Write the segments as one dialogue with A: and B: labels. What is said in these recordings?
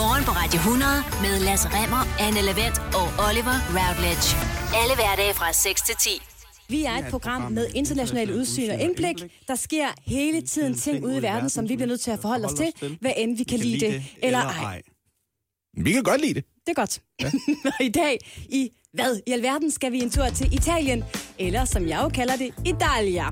A: Morgen på Radio 100 med Lasse Remmer, Anne Lavendt og Oliver Routledge. Alle hverdage fra 6 til 10.
B: Vi er et program med internationalt udsyn og indblik. Der sker hele tiden ting ude i verden, som vi bliver nødt til at forholde os til, hvad end vi kan lide det eller ej.
C: Vi kan godt lide det.
B: Det er godt. Og i dag, i hvad i alverden skal vi en tur til Italien, eller som jeg jo kalder det, Italia.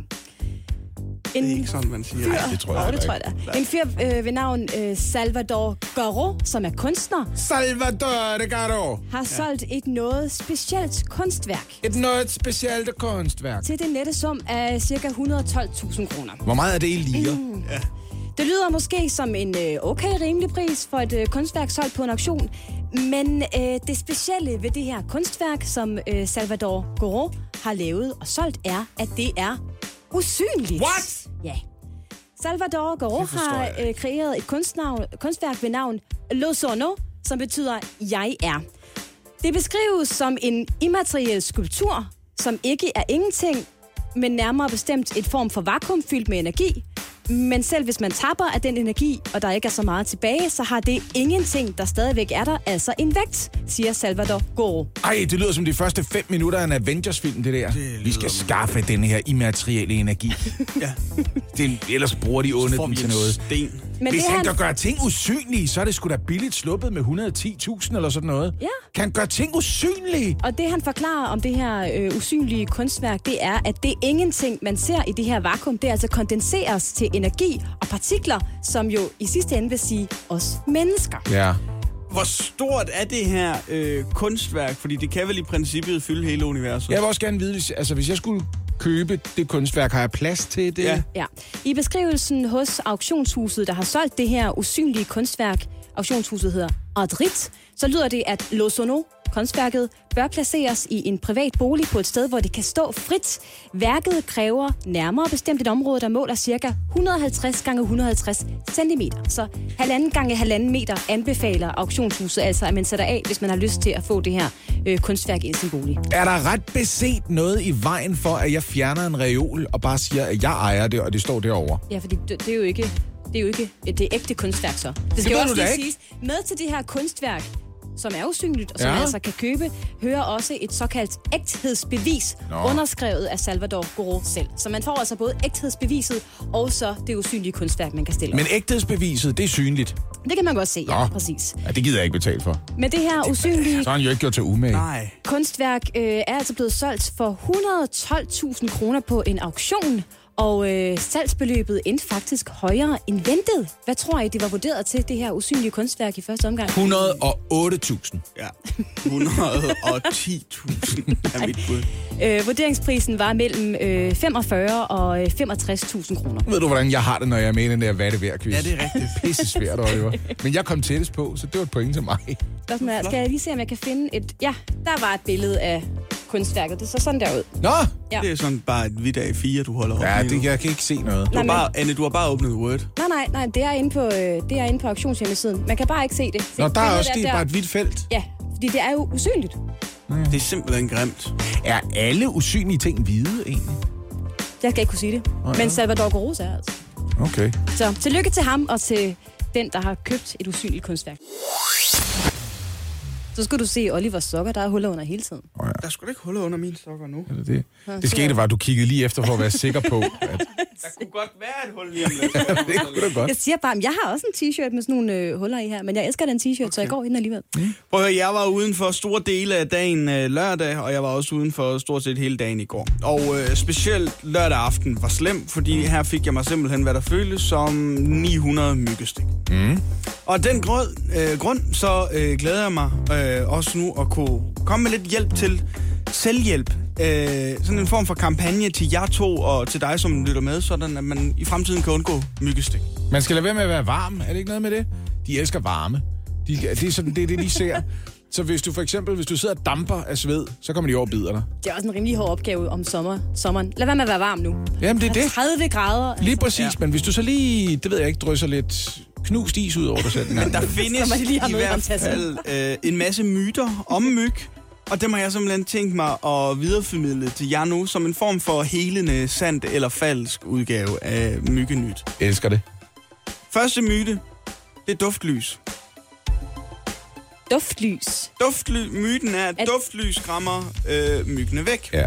B: En
D: Det er ikke sådan, man siger.
B: fyr,
C: Ej, det tror jeg
B: Åh, det
C: heller
B: tror jeg
C: ikke.
B: da. En fyr øh, ved navn øh, Salvador Garo, som er kunstner,
C: Salvatore Garo.
B: har solgt et noget specielt kunstværk
C: Et noget specielt kunstværk.
B: til den nette sum af ca. 112.000 kroner.
C: Hvor meget er det i lire? Mm.
B: Det lyder måske som en øh, okay rimelig pris for et øh, kunstværk solgt på en auktion, men øh, det specielle ved det her kunstværk, som øh, Salvador Goro har lavet og solgt, er, at det er usynligt.
C: What?
B: Ja. Salvador Goro har øh, kreeret et kunstnavn, kunstværk ved navn Lo Sono, som betyder jeg er. Det beskrives som en immateriel skulptur, som ikke er ingenting, men nærmere bestemt et form for vakuum fyldt med energi. Men selv hvis man tapper af den energi, og der ikke er så meget tilbage, så har det ingenting, der stadigvæk er der, altså en vægt, siger Salvador Goro.
C: Ej, det lyder som de første fem minutter af en Avengers-film, det der. Det vi skal skaffe den her immaterielle energi.
D: Ja.
C: Det, ellers bruger de onde
D: Får
C: den
D: vi
C: til
D: en
C: noget.
D: sten.
B: Men
C: Hvis
B: det,
C: han
B: han,
C: kan gøre ting usynlige, så er det sgu da billigt sluppet med 110.000 eller sådan noget.
B: Ja.
C: Kan han gøre ting usynlige?
B: og det han forklarer om det her øh, usynlige kunstværk, det er, at det ingenting, man ser i det her vakuum, det altså kondenseres til energi og partikler, som jo i sidste ende vil sige os mennesker.
C: Ja.
D: Hvor stort er det her øh, kunstværk? Fordi det kan vel i princippet fylde hele universet.
C: Jeg vil også gerne vide, hvis, altså, hvis jeg skulle købe det kunstværk, har jeg plads til det?
D: Ja.
B: Ja. I beskrivelsen hos auktionshuset, der har solgt det her usynlige kunstværk, auktionshuset hedder Adrit, så lyder det, at Lozono, kunstværket, bør placeres i en privat bolig på et sted, hvor det kan stå frit. Værket kræver nærmere bestemt et område, der måler ca. 150 gange 150 cm. Så halvanden gange halvanden meter anbefaler auktionshuset altså, at man sætter af, hvis man har lyst til at få det her øh, kunstværk i sin bolig.
C: Er der ret beset noget i vejen for, at jeg fjerner en reol og bare siger, at jeg ejer det, og det står derovre?
B: Ja, fordi det, det er jo ikke det er jo ikke det er ægte kunstværk så. Det skal
C: ved
B: jo
C: du
B: også
C: da ikke.
B: lige siges. Med til det her kunstværk, som er usynligt, og som
C: Ja.
B: ja. altså kan købe, hører også et såkaldt ægthedsbevis,
C: Nå.
B: Nå. underskrevet af Salvador Goro selv. Så man får altså både ægthedsbeviset og så det usynlige kunstværk, man kan stille
C: Men
B: op.
C: ægthedsbeviset, det er synligt.
B: Det kan man godt se, ja,
C: Nå.
B: præcis.
C: Ja, det gider jeg ikke betale for.
B: Men det her usynlige
C: Så har han jo ikke gjort til umage.
D: Nej.
B: kunstværk øh, er altså blevet solgt for 112.000 kroner på en auktion, og øh, salgsbeløbet endte faktisk højere end ventet. Hvad tror I, det var vurderet til, det her usynlige kunstværk i første omgang?
C: 108.000.
D: Ja. 110.000 er mit bud.
B: Øh, vurderingsprisen var mellem øh, 45 og øh, 65.000 kroner.
C: Ved du, hvordan jeg har det, når jeg er med i den der hvad er det værd quiz?
D: Ja, det er rigtigt.
C: pisse svært, Oliver. Men jeg kom tættest på, så det var et point til mig.
B: Spørgsmålet er, skal jeg lige se, om jeg kan finde et... Ja, der var et billede af kunstværket. Det så sådan der ud.
C: Nå!
B: Ja.
D: Det er sådan bare et vidt af fire, du holder op
C: Ja,
D: lige nu.
C: det, jeg kan ikke se noget.
D: Du har
B: men-
D: bare, Anne, du har bare åbnet Word.
B: Nej, nej, nej, det er inde på, øh, det er inde på auktionshjemmesiden. Man kan bare ikke se det. Se,
C: Nå, der er
B: billedet
C: også det er bare et hvidt felt.
B: Ja, fordi det er jo usynligt.
D: Det er simpelthen grimt.
C: Mm. Er alle usynlige ting hvide egentlig?
B: Jeg skal ikke kunne sige det. Oh, ja. Men Salvador Gorosa er altså.
C: Okay.
B: Så tillykke til ham og til den, der har købt et usynligt kunstværk. Så skulle du se Olivers sokker, der er huller under hele tiden.
D: Der skulle ikke huller under mine sokker nu.
C: Det, det, det skete bare, at du kiggede lige efter for at være sikker på, at
D: Der kunne godt være et hul lige om lidt.
C: det kunne da godt.
B: Jeg siger bare, at jeg har også en t-shirt med sådan nogle øh, huller i her, men jeg elsker den t-shirt, okay. så jeg går i den alligevel.
C: Mm.
D: Prøv at høre, jeg var uden for store dele af dagen øh, lørdag, og jeg var også uden for stort set hele dagen i går. Og øh, specielt lørdag aften var slem, fordi her fik jeg mig simpelthen, hvad der føltes som 900 myggestik. Mm. Og af den grund, øh, grund så øh, glæder jeg mig øh, også nu at kunne komme med lidt hjælp til selvhjælp. Øh, sådan en form for kampagne til jer to og til dig, som lytter med, sådan at man i fremtiden kan undgå myggestik.
C: Man skal lade være med at være varm. Er det ikke noget med det? De elsker varme. De, det er sådan, det, er det, de ser. Så hvis du for eksempel, hvis du sidder og damper af sved, så kommer de over og bider dig.
B: Det er også en rimelig hård opgave om sommer, sommeren. Lad være med at være varm nu.
C: Jamen, det er det.
B: 30 grader.
C: Lige præcis,
D: Ja.
C: men hvis du så lige, det ved jeg ikke, drysser lidt knust is ud over dig selv.
D: Men der
B: Så må
D: findes
B: de lige have
D: i
B: noget i
D: hvert fald
B: håndtasken.
D: øh, en masse myter om myg, og dem har jeg simpelthen tænkt mig at videreformidle til jer nu, som en form for helende, sandt eller falsk udgave af myggenyt.
C: elsker det.
D: Første myte, det er duftlys.
B: duftlys.
D: Duftly, myten er, at,
B: At-
D: at... duftlys skræmmer øh, myggene væk.
C: Ja.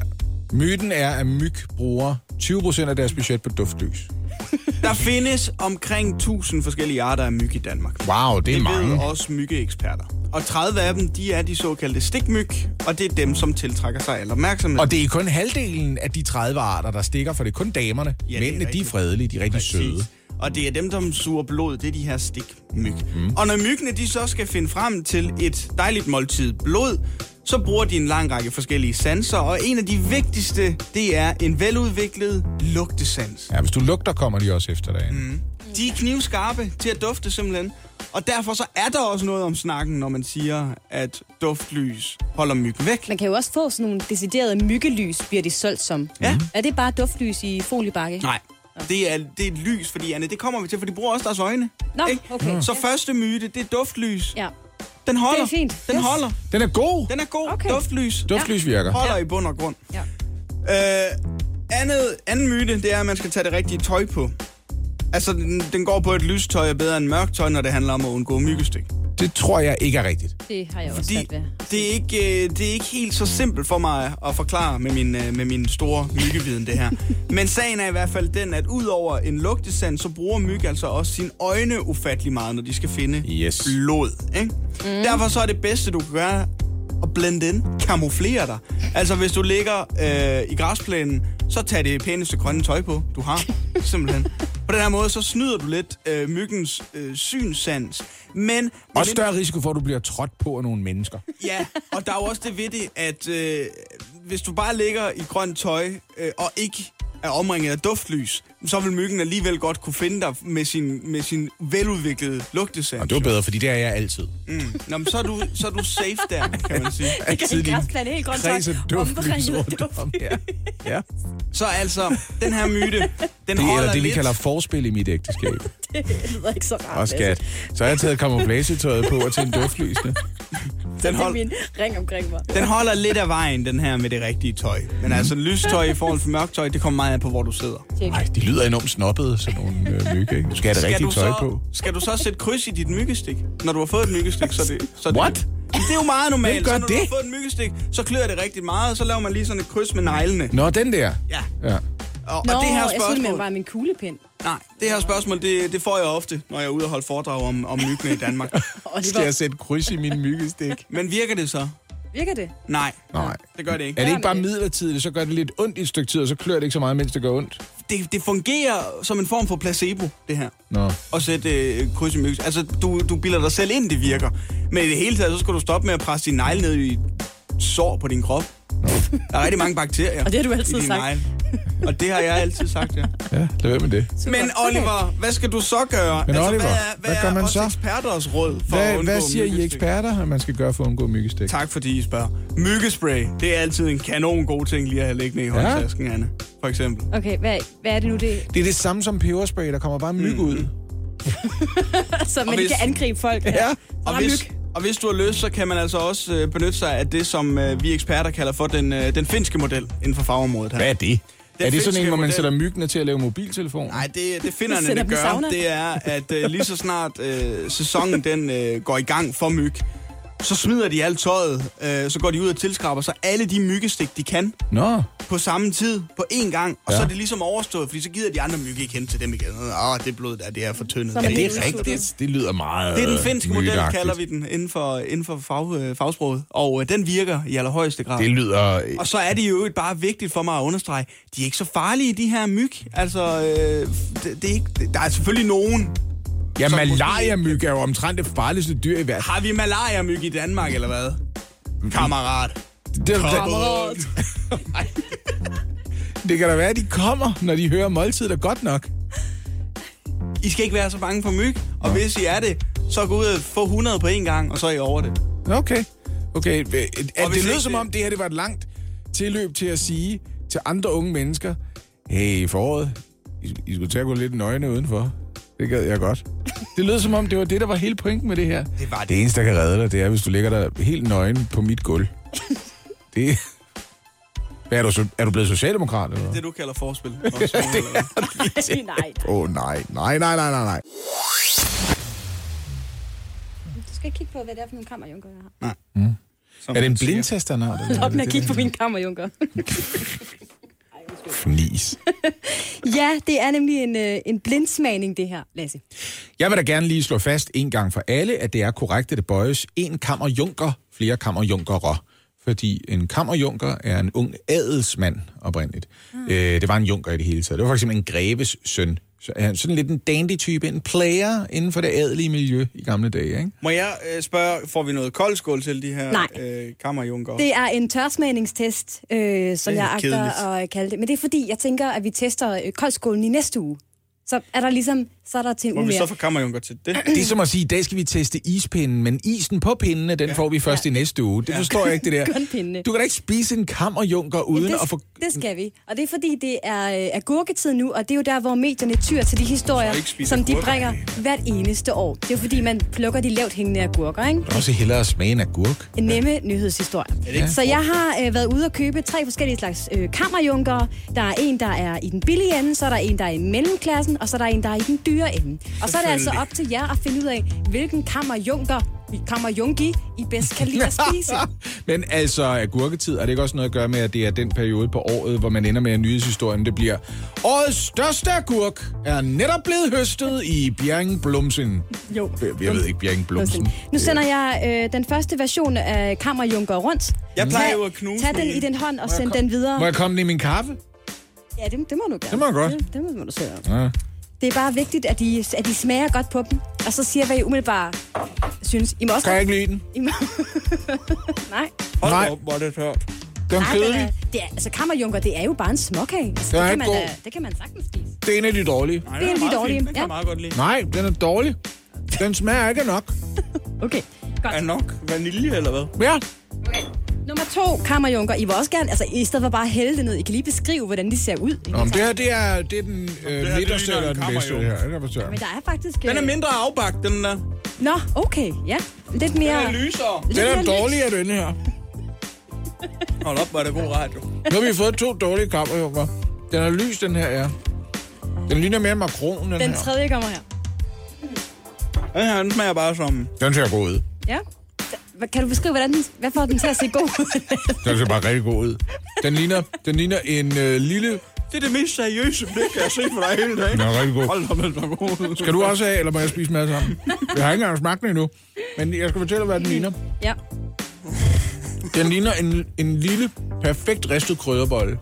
C: Myten er, at myg bruger 20% af deres budget på duftlys.
D: Der findes omkring 1000 forskellige arter af myg i Danmark.
C: Wow, det er
D: Det ved
C: mange.
D: også myggeeksperter. Og 30 af dem, de er de såkaldte stikmyg, og det er dem, som tiltrækker sig al opmærksomhed.
C: Og det er kun halvdelen af de 30 arter, der stikker, for det er kun damerne.
D: det
C: Ja,
D: er
C: Mændene, de er
D: rigtigt.
C: fredelige, de er rigtig søde.
D: Og det er dem, der suger blod, det er de her stikmyg. Mm. Og når myggene de så skal finde frem til et dejligt måltid blod, så bruger de en lang række forskellige sanser, og en af de vigtigste, det er en veludviklet lugtesans.
C: Ja, hvis du lugter, kommer de også efter dig. Mm.
D: De er knivskarpe til at dufte simpelthen. Og derfor så er der også noget om snakken, når man siger, at duftlys holder myg væk.
B: Man kan jo også få sådan nogle deciderede myggelys, bliver de solgt som.
D: Ja.
B: Er det bare duftlys i foliebakke?
D: Nej. Det er, det er et lys, fordi Anne, det kommer vi til, for de bruger også deres øjne.
B: Nå,
D: Ikke?
B: okay.
D: Så
B: Ja.
D: første myte, det er duftlys.
B: Ja.
D: Den holder.
B: Det er fint.
D: Den
B: Yes.
D: holder.
C: Den er god!
D: Den er god.
B: Okay.
D: Okay. Duftlys.
C: Duftlys virker.
D: Holder i bund og grund.
B: Ja.
D: Øh, andet, anden myte, det er, at man skal tage det rigtige tøj på. Altså, den, den går på, at lystøj er bedre end mørkt tøj, når det handler om at undgå myggestik.
C: Det tror jeg ikke er rigtigt.
B: Det har jeg også
D: Fordi
B: svært ved.
D: det er, ikke, øh, det er ikke helt så simpelt for mig at forklare med min, øh, med min store myggeviden, det her. Men sagen er i hvert fald den, at udover en lugtesand, så bruger myg altså også sine øjne ufattelig meget, når de skal finde
C: Yes.
D: blod. Ikke? Mm. Derfor så er det bedste, du kan gøre, at blende ind, kamuflere dig. Altså, hvis du ligger øh, i græsplænen, så tag det pæneste grønne tøj på, du har, simpelthen. På den her måde, så snyder du lidt øh, myggens øh, synsans. Men
C: Også større risiko for, at du bliver trådt på af nogle mennesker.
D: Ja, og der er jo også det ved det, at øh, hvis du bare ligger i grønt tøj øh, og ikke er omringet af duftlys, så vil myggen alligevel godt kunne finde dig med sin, med sin veludviklede lugtesans.
C: Og det var bedre, fordi det er jeg altid.
D: Mm. Nå, men så er, du, så er du safe der, kan man sige.
C: Altid din
B: græsplæne, helt grønt tøj,
C: kredse duftlys
B: omringet af
C: rundt om. Ja. ja.
D: Så altså, den her myte, den
C: Det er
D: holder
C: eller det, vi
D: lidt.
C: kalder forspil i mit ægteskab.
B: Det lyder ikke så rart.
C: Og skat. Så har jeg taget kamuflagetøjet på og til en duftlysende.
D: den,
B: Det er
D: hold,
B: min ring omkring mig.
D: den holder lidt af vejen, den her med det rigtige tøj.
C: Mhm.
D: Men altså, lystøj i forhold til mørktøj, det kommer meget af på, hvor du sidder.
C: Nej, de lyder enormt snobbede, sådan nogle øh, mygge. ikke? Du skal have det rigtige
D: du
C: tøj
D: så,
C: på.
D: Skal du så sætte kryds i dit myggestik? Når du har fået et myggestik, så er det... Så er
C: What?
D: Det, det er jo meget normalt.
C: Hvem gør
D: så når du
C: det?
D: har fået et myggestik, så klør det rigtig meget, og så laver man lige sådan et kryds med neglene.
C: Nå, den der.
D: Ja.
C: ja.
D: Og,
B: Nå,
D: og det her
B: jeg synes, det
D: spørgsmål...
B: var min kuglepind.
D: Nej, det her spørgsmål, det, det får jeg ofte, når jeg er ude og holde foredrag om, om myggene i Danmark.
B: Og det
C: Skal jeg
B: var,
C: sætte kryds i min myggestik?
D: Men virker det så?
B: virker det?
D: Nej.
C: Nej.
D: Det gør det ikke.
C: Er det
B: Ja,
C: ikke bare
B: men det-
C: midlertidigt, så gør det lidt ondt i et stykke tid, og så klør det ikke så meget, mens det gør ondt?
D: Det, det fungerer som en form for placebo, det her.
C: Nå.
D: at sætte øh, kryds i myggen. Altså, du, du bilder dig selv ind, det virker. Men i det hele taget, så skal du stoppe med at presse din negle ned i et sår på din krop. Der er rigtig mange bakterier.
B: Og det har du altid
D: i din
B: sagt.
D: negle. Og det har jeg altid sagt, ja.
C: Ja, lad være med det.
B: Super.
D: Men Oliver, hvad skal du så gøre?
C: Men Oliver,
D: hvad, er,
C: hvad gør
D: er
C: man
D: os
C: så?
D: eksperters råd for at
C: Hvad,
D: undgå
C: hvad siger I
D: myggestik?
C: eksperter, at man skal gøre for at undgå myggestik?
D: Tak fordi I spørger. Myggespray, det er altid en kanon god ting lige at have liggende i håndtasken, Anne. For eksempel.
B: Okay, hvad, hvad er det nu, det
C: Det er det samme som peberspray, der kommer bare myg
D: Mm.
C: ud.
B: Så man
D: hvis-
B: kan angribe folk. Ja. Og
D: Og hvis, og hvis du har lyst, så kan man altså også øh, benytte sig af det, som øh, vi eksperter kalder for den, øh, den finske model inden for fagområdet her.
C: Hvad er det? er det sådan
D: finske
C: en, hvor man
D: model.
C: sætter myggene til at lave mobiltelefon?
D: Nej, det, det
B: Vi
D: finderne
B: sætter
D: det
B: dem i sauna.
D: gør, det er, at øh, lige så snart øh, sæsonen den øh, går i gang for myg, så smider de alt tøjet, øh, så går de ud og tilskraber sig alle de myggestik, de kan,
C: Nå,
D: på samme tid, på én gang, og
C: Ja.
D: så er det ligesom overstået, fordi så gider de andre myg ikke hen til dem igen. Åh, det blod der, det er for tyndet.
B: Så er
D: Ja,
B: man
D: det
B: udsuttet.
D: er rigtigt.
C: det lyder meget
D: Det er den finske
C: øh,
D: model,
C: myteagtigt.
D: kalder vi den, inden for, inden for fag, øh, fagsproget. Og øh, den virker i allerhøjeste grad.
C: Det lyder... øh,
D: Og så er det jo øvrigt bare vigtigt for mig at understrege, de er ikke så farlige, de her myg. Altså, øh, det, det er ikke, det, der er selvfølgelig nogen.
C: Ja,
D: som
C: malaria-myg er jo omtrent det farligste dyr i verden. Mm.
D: Har vi malaria-myg i Danmark, eller hvad? Kammerat.
C: Det, det,
B: Kammerat.
C: det kan da være, at de kommer, når de hører måltid er godt nok.
D: I skal ikke være så bange for myg, og hvis I er det, så gå ud og få 100 på én gang, og så er I over det.
C: Okay. Okay, øh, at det
D: ikke
C: lød
D: det-
C: som om, det her det var et langt tilløb til at sige til andre unge mennesker, hey, i foråret, I, I skulle tage at gå lidt nøgne udenfor. Det gad jeg godt. Det lød som om, det var det, der var hele pointen med det her.
D: Det var
C: Det eneste, der kan redde dig, det er, hvis du ligger der helt nøgen på mit gulv. Det... Hvad er du, so- er du blevet socialdemokrat, eller hvad?
D: Det, du kalder forspil. Også, eller hvad?
B: Nej, nej.
C: Åh, oh, nej. Nej, nej, nej, nej, nej.
B: Du skal ikke kigge på, hvad det er for nogle kammerjunker, jeg har.
D: Som
C: Mm. Er det en
D: man siger.
C: blindtest, han har?
B: Stop med at kigge på mine kammerjunker.
C: Fnis.
B: ja, det er nemlig en, øh, en blindsmagning, det her, Lasse.
C: Jeg vil da gerne lige slå fast en gang for alle, at det er korrekt, at det bøjes en kammerjunker, flere kammerjunkere. Fordi en kammerjunker er en ung adelsmand oprindeligt. Mm. Øh, det var en junker i det hele taget. Det var faktisk en greves søn. Så er han sådan lidt en dandy type, en player inden for det adelige miljø i gamle dage. Ikke?
D: Må jeg øh, spørge, får vi noget koldskål til de her
B: Nej.
D: øh, kammerjunker?
B: Det er en tørsmagningstest, øh, som
D: Det er
B: jeg agter
D: kedeligt.
B: at kalde det. Men det er fordi, jeg tænker, at vi tester øh, koldskålen i næste uge. Så er der ligesom, så er der til en
D: Må
B: uge
D: vi så
B: mere.
D: få kammerjunker til det?
C: Det er som at sige, i dag skal vi teste ispinden, men isen på pindene, den ja. får vi først ja. i næste uge. Det forstår jeg ikke, det der.
B: Kun pindene.
C: Du kan da ikke spise en kammerjunker uden
B: det,
C: at få...
B: det skal vi. Og det er fordi, det er øh, agurketid nu, og det er jo der, hvor medierne tyr til de historier,
D: ikke spise
B: som de
D: agurker.
B: bringer hvert eneste år. Det er jo fordi, man plukker de lavt hængende agurker, ikke?
C: Også hellere smage en agurk.
B: En nemme nyhedshistorie. Så jeg har øh, været ude og købe tre forskellige slags øh, kammerjunker. Der er en, der er i den billige ende, så er der en, der er i mellemklassen, og så er der en, der er i den dyre ende. Og så er det altså op til jer at finde ud af, hvilken kammerjunker, kammerjunki, I bedst kan lide at spise.
C: Men altså, agurketid, har det ikke også noget at gøre med, at det er den periode på året, hvor man ender med, at nyhedshistorien det bliver Årets største agurk er netop blevet høstet i Bjerring Blumsen.
B: Jo.
C: Jeg, jeg ved ikke, Bjerring Blumsen.
B: Nu sender jeg øh, den første version af kammerjunker rundt.
D: Jeg plejer
B: Tag-
D: jo at knuse
B: Tag den
D: min.
B: i den hånd og send den videre.
C: Må jeg komme den i min kaffe?
B: Ja, det, det må du gerne.
C: Det må jeg godt.
B: Det, det må du selv om.
C: Ja.
B: Det er bare vigtigt, at I, at I smager godt på dem, og så siger, hvad I umiddelbart synes. I må også...
C: Kan jeg ikke lide den?
B: I må... Nej.
D: Hold
C: Nej.
D: da op, hvor er det tørt.
C: Den
B: Nej, det er,
C: kedelig.
B: det er, altså kammerjunker, det er jo bare en småkage. Altså,
C: Den er
B: det, kan
C: ikke
B: man,
C: god.
B: da- det kan man sagtens spise.
C: Det er en af de dårlige.
D: Nej,
B: Det er
D: den
B: de
D: meget
B: dårlige,
D: fin. Den kan
B: ja.
D: jeg meget godt lide.
C: Nej, den er dårlig. Den smager ikke af nok.
B: Okay, godt.
D: Er nok vanilje, eller hvad?
C: Ja,
B: Nummer to, kammerjunker. I vil også gerne, altså i stedet for bare at hælde det ned, I kan lige beskrive, hvordan de ser ud. ikke?
C: Nå, men det her, det er, det er den
D: det
C: øh,
D: ligner
C: midterste
D: en
C: eller den
D: kammerjunker.
C: bedste, det her. Det er
B: Men der er faktisk...
D: Den er
B: øh,
D: mindre afbagt, den der.
B: Nå, okay, ja. Lidt
D: Den
B: mere...
D: er lysere.
B: lidt
C: den er
B: mere lys.
C: dårlig af den her.
D: Hold op, hvor er det god radio.
C: Nu har vi fået to dårlige kammerjunker. Den er lys, den her, ja. Den ligner mere makron, den,
B: Den
C: her.
B: tredje kommer her.
D: Den her, den smager bare som...
C: Den ser god ud.
B: Ja. Hva- Kan du beskrive, hvordan den, hvad får den til at se god ud?
C: Den ser bare rigtig god ud. Den ligner, den ligner en øh, lille...
D: Det er det mest seriøse blik, jeg har set for dig hele dagen.
C: Den er rigtig god.
D: Hold da op, den er god.
C: Skal du også have, eller må jeg spise mad sammen? Jeg har ikke engang smagt den endnu. Men jeg skal fortælle, hvad den ligner.
B: ja.
C: Den ligner en, en lille, perfekt ristet krydderbolle.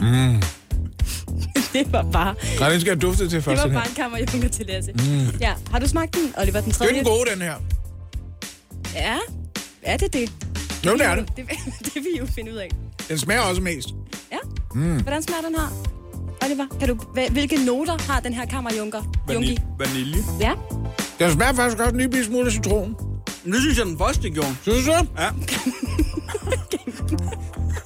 B: Det var bare,
C: Nej, den skal jeg dufte til
B: det
C: først,
B: var
C: den her.
B: bare en kammerjunker til Lasse. Mm. Ja. Har du smagt den, Oliver den
C: Det er
B: tredje?
C: den gode, den her.
B: Ja. Er det det?
C: Jo, det er det.
B: Det, det vil I jo finde ud af.
C: Den smager også mest.
B: Ja. Mm. Hvordan smager den her? Oliver, kan du, hva- hvilke noter har den her kammerjunker? Junki?
D: Vanilje. Vanilje.
B: Ja.
C: Den smager faktisk også en lille bitte smule af citron.
D: Men Det synes jeg, den første gjorde.
C: Synes du?
D: Ja.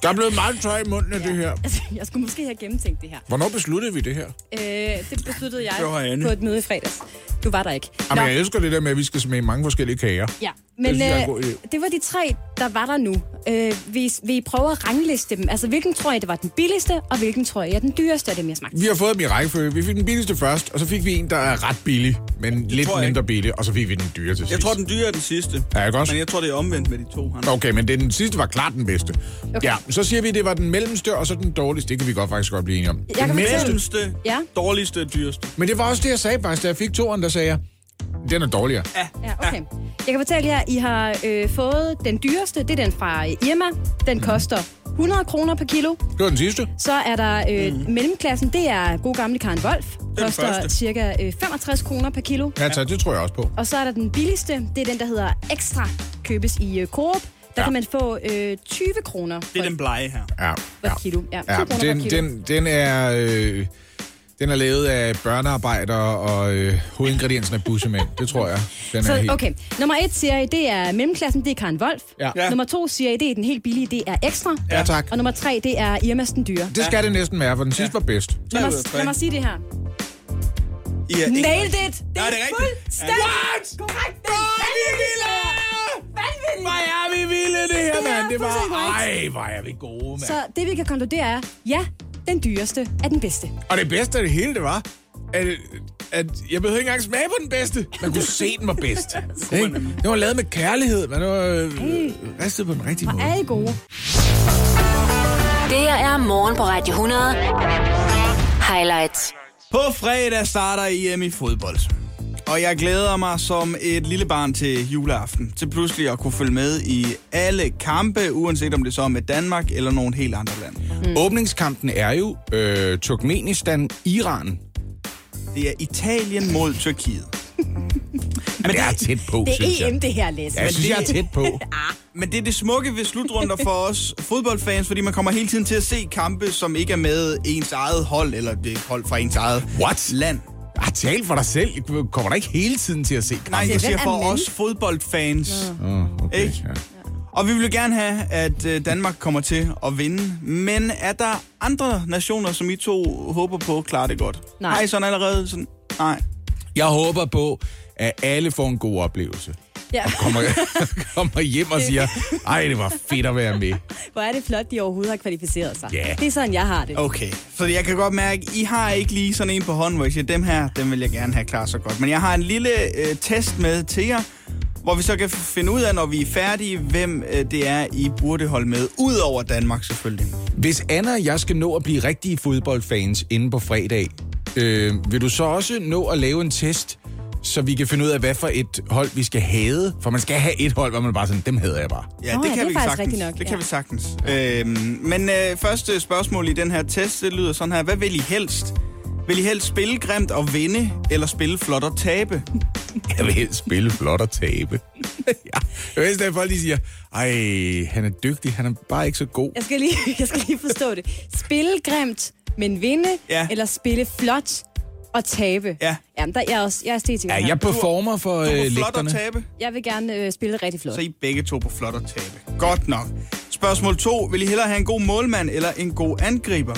C: Der er blevet meget tøj i munden af det her.
B: Altså, jeg skulle måske have gennemtænkt det her.
C: Hvornår besluttede vi det her?
B: Øh, det besluttede jeg
D: Det var Anne.
B: på et møde i fredags. Du var der ikke. Nå.
C: Jamen, jeg elsker det der med, at vi skal smage mange forskellige kager.
B: Ja, men
C: synes jeg er en
B: det,
C: god
B: øh,
C: idé.
B: det var de tre, der var der nu. Øh, vi, vi prøver at rangliste dem. Altså, hvilken tror jeg, det var den billigste, og hvilken tror jeg er den dyreste af dem, jeg smagte?
C: Vi har fået dem i rækkefølge. Vi fik den billigste først, og så fik vi en, der er ret billig, men lidt
D: tror jeg
C: mindre billig, og så fik vi den dyre til sidst.
D: Jeg tror, den dyre er den sidste.
C: Ja, ikke også?
D: Men jeg tror, det er omvendt med de to. Han.
C: Okay, men det, den sidste var klart den bedste. Okay. Ja, så siger vi, at det var den mellemste, og så den dårligste. Det kan vi godt faktisk godt blive enige om.
B: kan
C: den
B: fortælle-
C: mellemste.
D: Mellemste,
B: Ja.
D: dårligste, dyreste.
C: Men det var også det, jeg sagde faktisk, da jeg fik toeren, der sagde jeg, den er dårligere.
D: Ja.
B: Ja, okay. Jeg kan fortælle jer, at I har øh, fået den dyreste. Det er den fra øh, Irma. Den
C: Mm.
B: koster 100 kroner per kilo.
C: Det var den sidste.
B: Så er der øh, mm. mellemklassen. Det er god gamle Karen Wolf. Koster
D: første.
B: cirka øh, 65 kroner per kilo.
C: Ja, tak, det tror jeg også på.
B: Og så er der den billigste. Det er den, der hedder Ekstra. Købes i øh, Coop. Der
C: Ja.
B: ja. kan man få øh, 20 kroner
D: Det er den blege her.
C: Ja,
B: per kilo. Ja, 20 kroner per
C: den,
B: kilo.
C: den, den er... Øh, den er lavet af børnearbejdere, og øh, hovedingrediensen er bussemænd. Det tror jeg. Den er
B: Så,
C: helt...
B: okay. Nummer et siger I, det er mellemklassen, det er Karen Wolf.
C: Ja.
D: Ja.
B: Nummer to siger I, det er den helt billige, det er ekstra.
C: Ja, tak.
B: Og nummer tre, det er Irmas den dyre.
C: Det skal det næsten være, for den sidste var bedst.
B: Lad mig,
D: ud af tre.
B: lad mig sige det her.
D: I er ikke-
B: Nailed it! Det
D: Nej,
B: er,
D: det er rigtigt.
B: fuldstændig korrekt. Det er vanvittigt! Vanvittigt!
C: Hvor er vi vilde, det her,
B: Det er
C: mand. Det var...
B: fuldstændig korrekt.
C: Ej, hvor er vi gode, mand.
B: Så det, vi kan konkludere er, ja, den dyreste er den bedste.
C: Og det bedste af det hele, det var, at, at jeg behøvede ikke engang smage på den bedste. Man kunne se, den var bedst. ikke? Den var lavet med kærlighed. Man var øh, ristet på den rigtige måde.
B: Er I gode?
A: Det her er Morgen på Radio 100. Highlights.
D: På fredag starter EM i fodbold. Og jeg glæder mig som et lille barn til juleaften, til pludselig at kunne følge med i alle kampe, uanset om det så er med Danmark eller nogle helt andre lande.
C: Mm. Åbningskampen er jo øh, Turkmenistan-Iran.
D: Det er Italien mod Tyrkiet.
C: Men det er tæt på,
B: Det
C: synes
B: er EM,
C: jeg.
B: det her, Lasse.
C: Ja, jeg synes, jeg er tæt på.
D: Ah. Men det er det smukke ved slutrunder for os fodboldfans, fordi man kommer hele tiden til at se kampe, som ikke er med ens eget hold, eller det er hold fra ens eget
C: What?
D: land.
C: Ah, tal for dig selv. Du Kommer der ikke hele tiden til at se kampen?
D: Nej, jeg
B: Altså, hvem
D: siger
B: er
D: for
B: mand?
D: os fodboldfans.
C: Oh, okay,
D: Ikke?
C: ja.
D: Og vi vil gerne have, at øh, Danmark kommer til at vinde. Men er der andre nationer, som I to håber på, klarer det godt?
B: Nej.
D: Har I sådan allerede sådan... Nej.
C: Jeg håber på, at alle får en god oplevelse.
B: Ja.
C: Kommer, kommer hjem og siger, ej, det var fedt at være med.
B: Hvor er det flot, de overhovedet har kvalificeret sig.
C: Ja.
B: Det er sådan, jeg har det.
D: Okay. Så jeg kan godt mærke, I har ikke lige sådan en på hånden, hvor I siger, dem her, dem vil jeg gerne have klaret så godt. Men jeg har en lille øh, test med til jer, hvor vi så kan finde ud af, når vi er færdige, hvem øh, det er, I burde holde med. Udover Danmark selvfølgelig.
C: Hvis Anna og jeg skal nå at blive rigtige fodboldfans inde på fredag, øh, vil du så også nå at lave en test, så vi kan finde ud af, hvad for et hold vi skal have? For man skal have et hold, hvor man bare sådan, dem hader jeg bare.
D: Ja,
B: Nå
D: det
B: ja,
D: kan
B: det er
D: vi
B: faktisk
D: sagtens.
B: rigtigt nok,
D: det kan
B: ja.
D: vi sagtens. Øhm, men øh, første spørgsmål i den her test, det lyder sådan her. Hvad vil I helst? Vil I helst spille grimt og vinde, eller spille flot og tabe?
C: Jeg vil helst spille flot og tabe. ja. Jeg vil helst, at folk lige siger, ej, han er dygtig, han er bare ikke så god.
B: Jeg skal lige, jeg skal lige forstå det. Spille grimt, men vinde,
D: Ja.
B: eller spille flot og tabe.
D: Ja.
B: Jamen, der, jeg er også jeg er æstetiker.
C: Ja,
B: her.
C: jeg performer for
D: Du
C: øh,
D: er flot og
C: lægterne.
D: tabe,
B: jeg vil gerne øh, spille rigtig flot.
D: så I begge to på flot og tabe. Godt nok. Spørgsmål 2. Vil I hellere have en god målmand, eller en god angriber?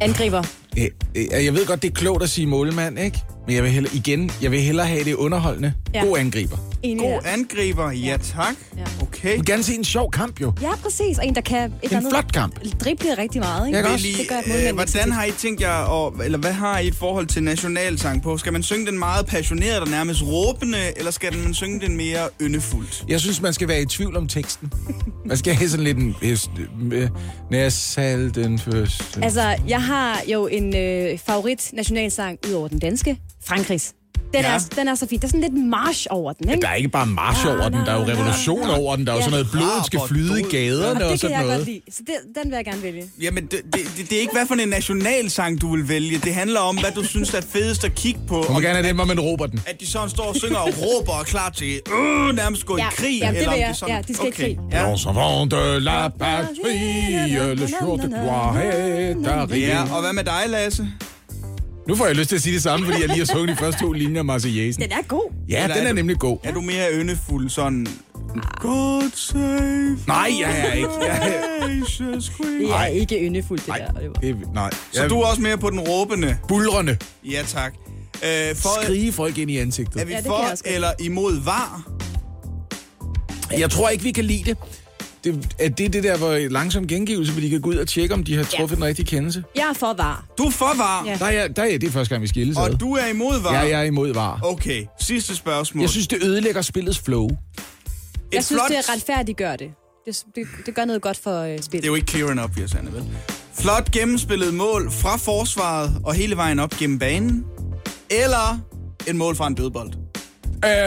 B: Angriber.
C: Øh, øh, Jeg ved godt, det er klogt at sige målmand, ikke? Men jeg vil hellere, igen, jeg vil hellere have det underholdende.
B: Ja.
C: Ja. God angriber.
B: Enig
D: God
B: der.
D: angriber, ja tak.
B: Ja.
D: Okay.
C: Jeg vil gerne se en sjov kamp, jo.
B: Ja, præcis. Og en, der kan... Et
C: En flot kamp.
B: Drible rigtig meget, ikke?
C: Jeg kan
D: Vil I,
B: Det gør et
D: øh,
B: målmand ikke så
D: hvordan
B: tit.
D: har I tænkt jer, og, eller hvad har I et forhold til nationalsang på? Skal man synge den meget passioneret og nærmest råbende, eller skal man synge den mere yndefuldt?
C: Jeg synes, man skal være i tvivl om teksten. Man skal have sådan lidt en... hest- øh, Når jeg salg den første...
B: Altså, jeg har jo en øh, favorit nationalsang ud over den danske. Frankrigs. Den,
D: Ja.
B: ja. er, den er så fin. Der er sådan lidt march over den, ikke?
C: Der er ikke bare march over den, der er jo revolution over den, der er jo sådan noget, blodet skal flyde i
B: Og
C: gaderne og
B: det kan
C: sådan
B: jeg godt
C: noget.
B: lide. Så det, den vil jeg gerne vælge.
D: Jamen, det, det, det, det er ikke, hvad for en nationalsang, du vil vælge. Det handler om, hvad du synes er fedest at kigge på.
C: Man
D: Om,
C: må gerne have den, hvor man råber den.
D: at de sådan står og synger og råber og er klar til øh, nærmest gå
B: Ja,
D: i krig.
B: ja, det
D: eller
B: vil
D: om
B: jeg.
D: sådan,
B: Ja, de skal i
D: okay.
B: krig.
D: Ja.
C: Dans avant de la patrie, le jour de gloire et arrivé.
D: ja, og hvad med dig, Lasse?
C: Nu får jeg lyst til at sige det samme, fordi jeg lige har sunget de første to linjer af Marseillesen.
B: Den er god.
C: Ja,
D: Eller
C: den
D: er
C: er
D: du-
C: nemlig god.
D: Er du mere yndefuld sådan... God save
C: Nej, jeg er ikke. Jeg er...
D: Jesus Christ.
B: Det er
C: Nej.
B: ikke yndefuldt, det
C: Nej,
B: der. Oliver.
C: det, er- nej.
D: Så du er også mere på den råbende?
C: Bulrende.
D: Ja, tak. Øh, for,
C: Skrige folk ind i ansigtet.
D: er vi
B: Ja, det kan jeg
D: for
B: også godt.
D: eller imod var?
C: Jeg tror ikke, vi kan lide det. Det, at det er det der, hvor langsom gengivelse, hvor de kan gå ud og tjekke, om de har truffet ja. den rigtige kendelse.
B: Jeg er for var.
D: Du er for var,
B: Ja.
C: Der er, jeg- der er, jeg- det er første gang, vi skilles ad.
D: og du er imod var.
C: Ja, jeg er imod var.
D: Okay, sidste spørgsmål.
C: Jeg synes, det ødelægger spillets flow.
D: Et
B: Jeg synes,
D: flot...
B: det er retfærdigt gør det. Det, det. det gør noget godt for øh, spillet.
D: Det er jo ikke clear and obvious, Anna, vel? Flot gennemspillet mål fra forsvaret og hele vejen op gennem banen. Eller et mål fra en dødbold.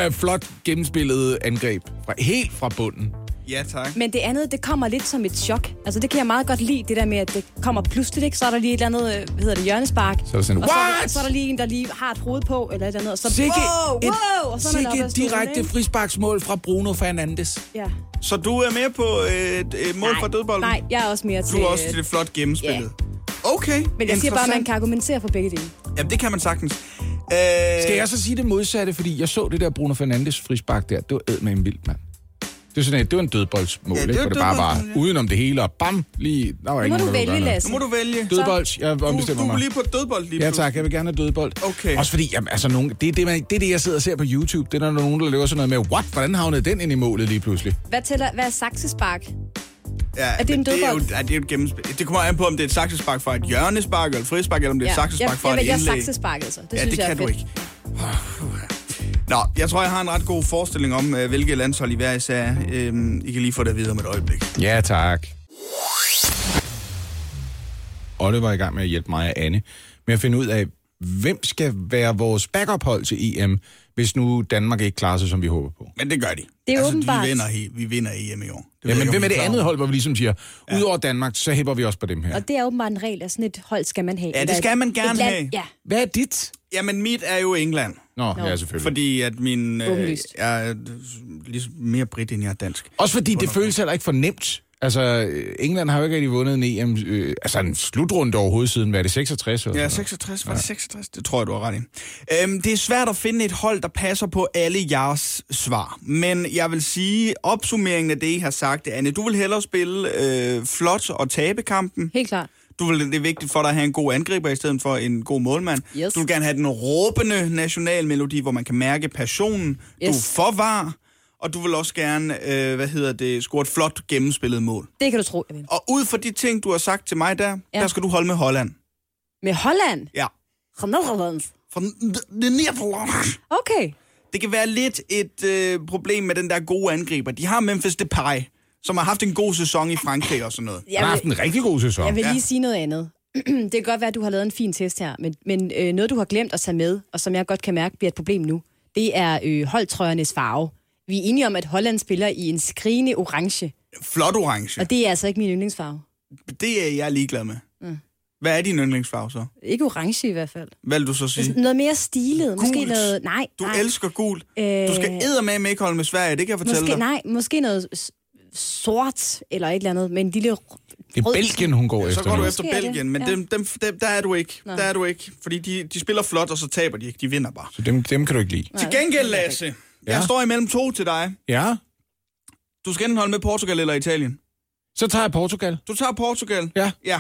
C: Øh, flot gennemspillet angreb. Fra, helt fra bunden.
D: Ja, tak.
B: Men det andet, det kommer lidt som et chok. Altså, det kan jeg meget godt lide, det der med, at det kommer pludseligt, ikke? Så er der lige et eller andet, øh, hvad hedder det, hjørnespark.
C: Så er det sådan,
B: og så, er der,
C: "What?"
B: så er der lige en, der lige har et hoved på, eller et eller andet, og så...
C: Sikke
B: wow,
C: et,
B: wow, og så er man
C: sikke
B: oppe af
C: et
B: stolen,
C: direkte
B: ikke?
C: frisparksmål fra Bruno Fernandes.
B: Ja.
D: Så du er mere på øh, et, et mål fra dødbolden?
B: Nej, jeg er også mere til... øh,
D: Du er også til det flot gennemspillet. Okay,
B: Men jeg siger bare, at man
D: interessant.
B: kan argumentere for begge dele.
D: Jamen, det kan man sagtens. Øh,
C: Skal jeg så sige det modsatte? Fordi jeg så det der Bruno Fernandes frispark der. Det var æd med en vild mand. Det, er sådan, et- det var en dødboldsmål,
D: Ja,
C: ja,
D: det
C: det ikke? Hvor
D: var
C: det bare var
D: dødbold, ja.
C: udenom det hele, og bam, lige... Der var
B: Nu må
C: ikke
B: du
C: nogen, der ville
B: vælge,
C: gøre noget.
B: Lasse.
D: Nu må du vælge.
C: Dødbold, jeg
D: Du,
C: ombestemmer
D: du er
C: mig.
D: lige på dødbold lige
C: Ja
D: pludselig.
C: tak, jeg vil gerne have dødbold.
D: Okay.
C: Også fordi, jamen, altså, nogen, det, er det, man, det er det, jeg sidder og ser på YouTube. Det er, når nogen, der laver sådan noget med, what, hvordan havnede den ind i målet lige pludselig?
B: Hvad, tæller, hvad er saksespark?
D: Ja,
B: er det en
D: men det er jo,
B: dødbold?
D: ja, det er jo et gennemspil. Det kommer an på, om det er et saksespark fra et hjørnespark, eller et frispark, eller om det er et saksespark fra
B: jeg,
D: et
B: jeg, jeg
D: indlæg.
B: saksesparket, så. Det
D: ja,
B: synes
D: det
B: jeg
D: kan du
B: er fedt.
D: ikke. Nå, jeg tror, jeg har en ret god forestilling om, øh, hvilke landshold I hver især er. Øhm, I kan lige få det videre om et øjeblik.
C: Ja, tak. Olle var i gang med at hjælpe mig og Anne med at finde ud af, hvem skal være vores backuphold til EM, hvis nu Danmark ikke klarer sig, som vi håber på.
D: Men det gør de.
B: Det er
D: altså,
B: åbenbart.
D: Vi vinder, he- vi vinder EM i år. Det ved jeg
C: Jamen,
D: ikke, om
C: hvem
D: I
C: er det
D: klar
C: andet
D: over.
C: hold, hvor vi ligesom siger, ja. udover Danmark, så hæpper vi også på dem her.
B: Og det er åbenbart en regel, at sådan et hold skal man have.
D: Ja, det
B: Eller et-
D: skal man gerne
B: et land,
D: have.
B: Ja.
C: Hvad er dit?
D: Jamen, mit er jo England.
C: Nå, Nå.
B: Nå.
C: ja, selvfølgelig. Fordi...
D: Fordi at min... Øh,
B: Åbenlyst.
D: jeg er ligesom mere brit, end jeg er dansk.
C: Også fordi det føles heller ikke for nemt. Altså, øh, England har jo ikke rigtig vundet en EM, øh, altså en slutrunde overhovedet siden, hvad er det, 66? Eller
D: Ja,
C: sådan
D: 66. Var det 66? Det tror jeg, du har ret i. Øhm, det er svært at finde et hold, der passer på alle jeres svar. Men jeg vil sige, opsummeringen af det, I har sagt, Anne, du vil hellere spille øh, flot og tabe kampen.
B: Helt klart.
D: Du vil, det er vigtigt for dig at have en god angriber i stedet for en god målmand.
B: Yes.
D: Du vil gerne have den råbende nationalmelodi, hvor man kan mærke passionen. Yes. Du
B: Yes.
D: forvar, og du vil også gerne, øh, hvad hedder det, score et flot gennemspillet mål.
B: Det kan du tro, jeg vil.
D: Og ud fra de ting, du har sagt til mig der, ja.
B: Ja.
D: der skal du holde med Holland.
B: Med Holland?
D: Ja.
B: Holland.
D: For det Nederland.
B: Okay.
D: Det kan være lidt et øh, problem med den der gode angriber. De har Memphis Depay, som har haft en god sæson i Frankrig og sådan noget.
C: noget. Han har haft en rigtig god sæson.
B: Jeg vil
D: Ja.
B: lige sige noget andet. det kan godt være, at du har lavet en fin test her, men, men øh, noget, du har glemt at tage med, og som jeg godt kan mærke bliver et problem nu, det er øh, holdtrøjernes farve. Vi er enige om, at Holland spiller i en skrigende orange,
D: Flot orange.
B: og det er altså ikke min yndlingsfarve.
D: Det er jeg ligeglad med. Mm. Hvad er din yndlingsfarve så?
B: Ikke orange i hvert fald.
D: Hvad vil du så sige?
B: Noget mere stilet. Måske
D: Gult.
B: noget... Nej,
D: Du
B: nej. Øh,
D: elsker gul. Du skal eddermame med ikke holde med Sverige, det kan jeg fortælle
B: Måske,
D: dig.
B: nej, måske noget s- sort eller et eller andet, men en lille r-
C: Det er
B: rød-
C: Belgien, hun går efter
D: Så går
C: nu.
D: du efter
B: Måske er det.
D: Belgien, men
B: Ja.
D: dem, dem, dem, der er du ikke. Der er du ikke. Fordi de, de spiller flot, og så taber de ikke. De vinder bare.
C: Så dem, dem kan du ikke lide.
D: Til gengæld, Lasse, jeg
C: Ja.
D: står imellem to til dig.
C: Ja,
D: Du skal enten holde med Portugal eller Italien.
C: så tager jeg Portugal.
D: Du tager Portugal.
C: Ja.
D: Ja.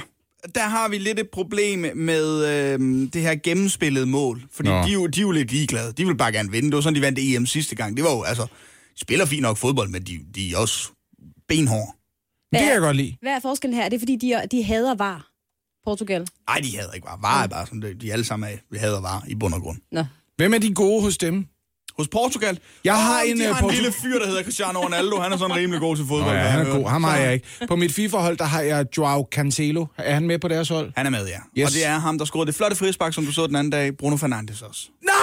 D: Der har vi lidt et problem med øh, det her gennemspillede mål. Fordi
C: Nå.
D: de, er jo- de er jo lidt ligeglade. De vil bare gerne vinde. Det var sådan, de vandt EM sidste gang. Det var jo, altså, de spiller fint nok fodbold, men de, de er også benhårde.
C: Det kan
B: Ja.
C: jeg godt lide.
B: Hvad er forskellen her? Er det, fordi de, de hader var Portugal?
D: Nej, de hader ikke var. Var er bare sådan, det- de alle sammen er, vi hader var i bund og grund.
B: Nå.
C: Hvem er de gode hos dem?
D: Hos Portugal?
C: Jeg
D: Åh,
C: har en,
D: de
C: øh,
D: har en
C: Portu-
D: lille fyr, der hedder Cristiano Ronaldo. Han er sådan rimelig god til
C: Nå,
D: fodbold.
C: ja,
D: har
C: han
D: jeg
C: er
D: hørt.
C: god. Ham har jeg ikke. På mit FIFA-hold, der har jeg Joao Cancelo. Er han med på deres hold?
D: Han er med, ja.
C: Yes.
D: Og det er ham, der scorede det flotte frispark, som du så den anden dag. Bruno Fernandes også.
C: Nej!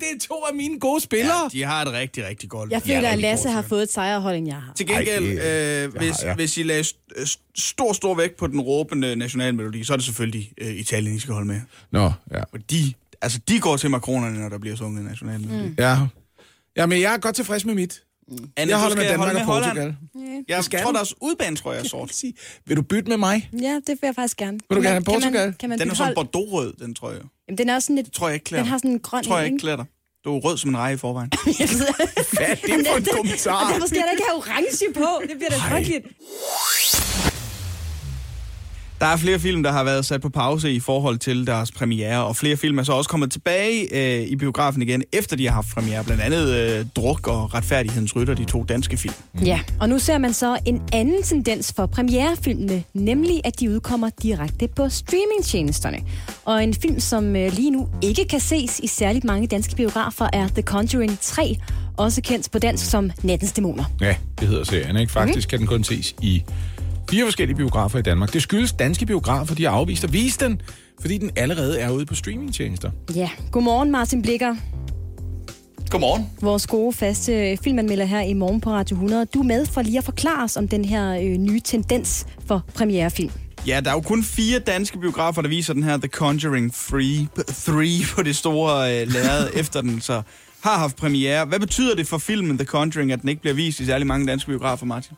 C: Det er to af mine gode spillere.
D: de har et rigtig, rigtig godt.
B: Jeg føler, at Lasse har fået et sejrhold, end jeg har.
D: Til gengæld,
C: Ej, det-
D: Ej, øh, hvis,
C: har
D: ja,
C: jeg.
D: hvis I lagde st- øh, stor, stor vægt på den råbende nationalmelodi, så er det selvfølgelig øh, Italien, I skal holde med.
C: Nå, ja.
D: Og de, altså, de går til makronerne, når der bliver sunget nationalmelodi. Mm.
C: Ja. ja, men jeg er godt tilfreds med mit.
D: Anne,
C: Jeg
D: du
C: holder med
D: skal
C: Danmark og
D: Holland.
C: Portugal.
D: Jeg
C: skal
D: tror,
C: du.
D: deres udbane, tror jeg, er sort.
C: Sige, Vil du bytte med mig?
B: Ja, det vil jeg faktisk gerne.
C: Vil du
B: Kan
C: gerne
B: man-
C: have Portugal?
B: Kan man, kan man
D: Den er
B: bytte
D: sådan
B: hold?
D: bordeaux-rød, den tror jeg.
B: Jamen, den er også sådan lidt...
D: Det tror jeg ikke klæder
B: den har
D: dig.
B: sådan en grøn...
D: tror jeg
B: en,
D: ikke klæder dig. Du er rød som en reje i forvejen.
C: Hvad er det for en
B: Og
C: kommentar?
B: derfor skal jeg da ikke have orange på. Det bliver da frygteligt.
D: Der er flere film, der har været sat på pause i forhold til deres premiere, og flere film er så også kommet tilbage øh, i biografen igen, efter de har haft premiere. Blandt andet øh, Druk og Retfærdighedens Rytter, de to danske film.
B: Mm. Ja, og nu ser man så en anden tendens for premierefilmene, nemlig at de udkommer direkte på streamingtjenesterne. Og en film, som øh, lige nu ikke kan ses i særligt mange danske biografer, er The Conjuring 3, også kendt på dansk som Nattens Dæmoner.
C: Ja, det hedder serien, ikke? Faktisk
D: Mhm.
C: kan den kun ses i fire forskellige biografer i Danmark. Det skyldes danske biografer, de har afvist at vise den, fordi den allerede er ude på streamingtjenester.
B: Ja, godmorgen Martin Blikker,
D: Godmorgen.
B: vores gode faste øh, filmanmelder her i morgen på Radio 100. Du er med for lige at forklare os om den her øh, nye tendens for premierefilm.
D: Ja, der er jo kun fire danske biografer, der viser den her The Conjuring 3, 3 på det store øh, lærred, efter den så har haft premiere. Hvad betyder det for filmen The Conjuring, at den ikke bliver vist i særlig mange danske biografer, Martin?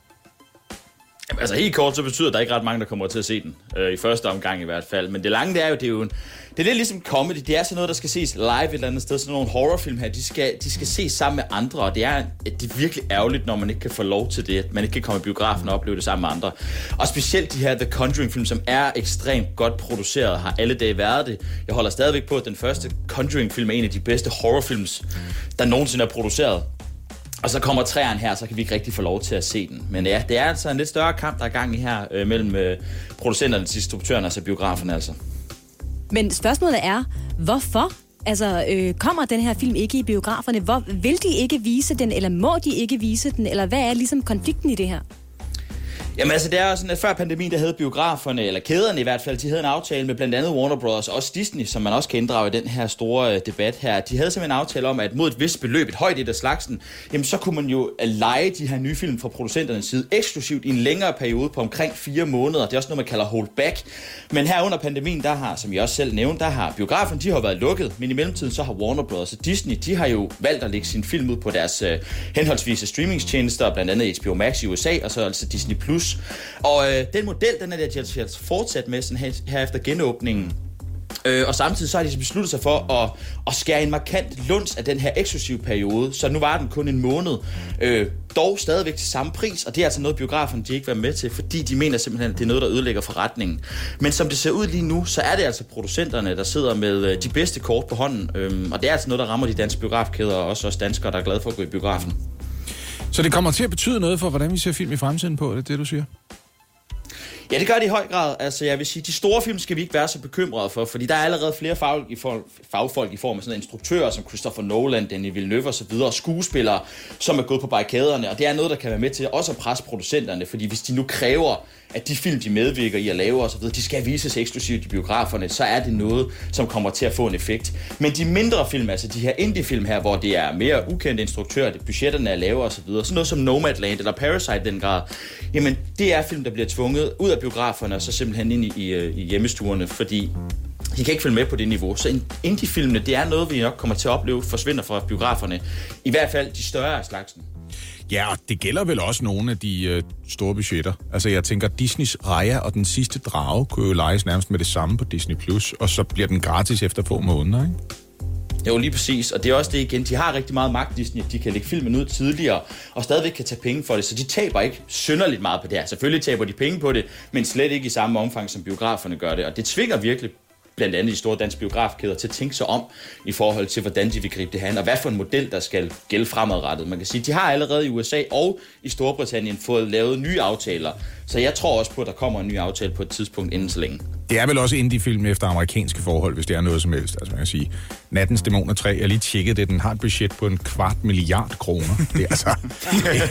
E: Jamen, Altså helt kort, så betyder der ikke ret mange, der kommer til at se den. Øh, I første omgang i hvert fald. Men det lange, det er jo, det er jo en, det er lidt ligesom comedy. Det er sådan noget, der skal ses live et eller andet sted. Sådan nogle horrorfilm her, de skal, de skal ses sammen med andre. Og det er, det er virkelig ærgerligt, når man ikke kan få lov til det. At man ikke kan komme i biografen og opleve det sammen med andre. Og specielt de her The Conjuring-film, som er ekstremt godt produceret, har alle dage været det. Jeg holder stadigvæk på, at den første Conjuring-film er en af de bedste horrorfilms, der nogensinde er produceret. Og så kommer træerne her, så kan vi ikke rigtig få lov til at se den. Men ja, det er altså en lidt større kamp, der er gang i her øh, mellem øh, producenterne, distributørerne og så biograferne altså.
B: Men spørgsmålet er, hvorfor? Altså, øh, kommer den her film ikke i biograferne? Hvor, vil de ikke vise den, eller må de ikke vise den? Eller hvad er ligesom konflikten i det her?
E: Jamen altså, det er jo sådan, at før pandemien, der havde biograferne, eller kæderne i hvert fald, de havde en aftale med blandt andet Warner Bros. og også Disney, som man også kan inddrage i den her store øh, debat her. De havde simpelthen en aftale om, at mod et vist beløb, et højt et af slagsen, jamen så kunne man jo øh, lege de her nye film fra producenternes side eksklusivt i en længere periode på omkring fire måneder. Det er også noget, man kalder hold back. Men her under pandemien, der har, som jeg også selv nævnte, der har biografen, de har været lukket, men i mellemtiden så har Warner Bros. og Disney, de har jo valgt at lægge sin film ud på deres øh, henholdsvis streamingstjenester, blandt andet HBO Max i USA, og så altså Disney Plus. Og øh, den model, den er der, de altså altså fortsat med sådan her, her efter genåbningen. Øh, og samtidig så har de besluttet sig for at, at skære en markant lunds af den her eksklusive periode, så nu var den kun en måned, øh, dog stadigvæk til samme pris, og det er altså noget, biograferne de ikke vil være med til, fordi de mener simpelthen, at det er noget, der ødelægger forretningen. Men som det ser ud lige nu, så er det altså producenterne, der sidder med øh, de bedste kort på hånden, øh, og det er altså noget, der rammer de danske biografkæder, og også os danskere, der er glade for at gå i biografen.
C: Så det kommer til at betyde noget for, hvordan vi ser film i fremtiden på, er det det, du siger?
E: Ja, det gør det i høj grad. Altså, jeg vil sige, de store film skal vi ikke være så bekymrede for, fordi der er allerede flere fagfolk i, form, fagfolk i form af sådan nogle instruktører som Christopher Nolan, Danny Villeneuve og så videre, og skuespillere, som er gået på barrikaderne, og det er noget, der kan være med til også at presse producenterne, fordi hvis de nu kræver, at de film, de medvirker i at lave osv., de skal vises eksklusivt i biograferne, så er det noget, som kommer til at få en effekt. Men de mindre film, altså de her indie-film her, hvor det er mere ukendte instruktører, det- budgetterne er lavere osv., så sådan noget som Nomadland eller Parasite i den grad, jamen det er film, der bliver tvunget ud af biograferne og så simpelthen ind i, i, øh, i hjemmestuerne, fordi de kan ikke følge med på det niveau. Så in- indie-filmene, det er noget, vi nok kommer til at opleve, forsvinder fra biograferne. I hvert fald de større af slagsen.
C: Ja, og det gælder vel også nogle af de øh, store budgetter. Altså, jeg tænker, Disneys Raya og Den Sidste Drage kunne jo lejes nærmest med det samme på Disney+, Plus, og så bliver den gratis efter få måneder, ikke?
E: Jo, lige præcis. Og det er også det igen. De har rigtig meget magt, Disney. De kan lægge filmen ud tidligere, og stadigvæk kan tage penge for det. Så de taber ikke synderligt meget på det her. Selvfølgelig taber de penge på det, men slet ikke i samme omfang, som biograferne gør det. Og det tvinger virkelig blandt andet de store danske biografkæder til at tænke sig om i forhold til, hvordan de vil gribe det her an, og hvad for en model, der skal gælde fremadrettet. Man kan sige, de har allerede i USA og i Storbritannien fået lavet nye aftaler, så jeg tror også på, at der kommer en ny aftale på et tidspunkt inden så længe.
C: Det er vel også indie-film efter amerikanske forhold, hvis det er noget som helst. Altså, man kan sige, Nattens Dæmoner 3, jeg har lige tjekket det, den har et budget på en kvart milliard kroner. Det er altså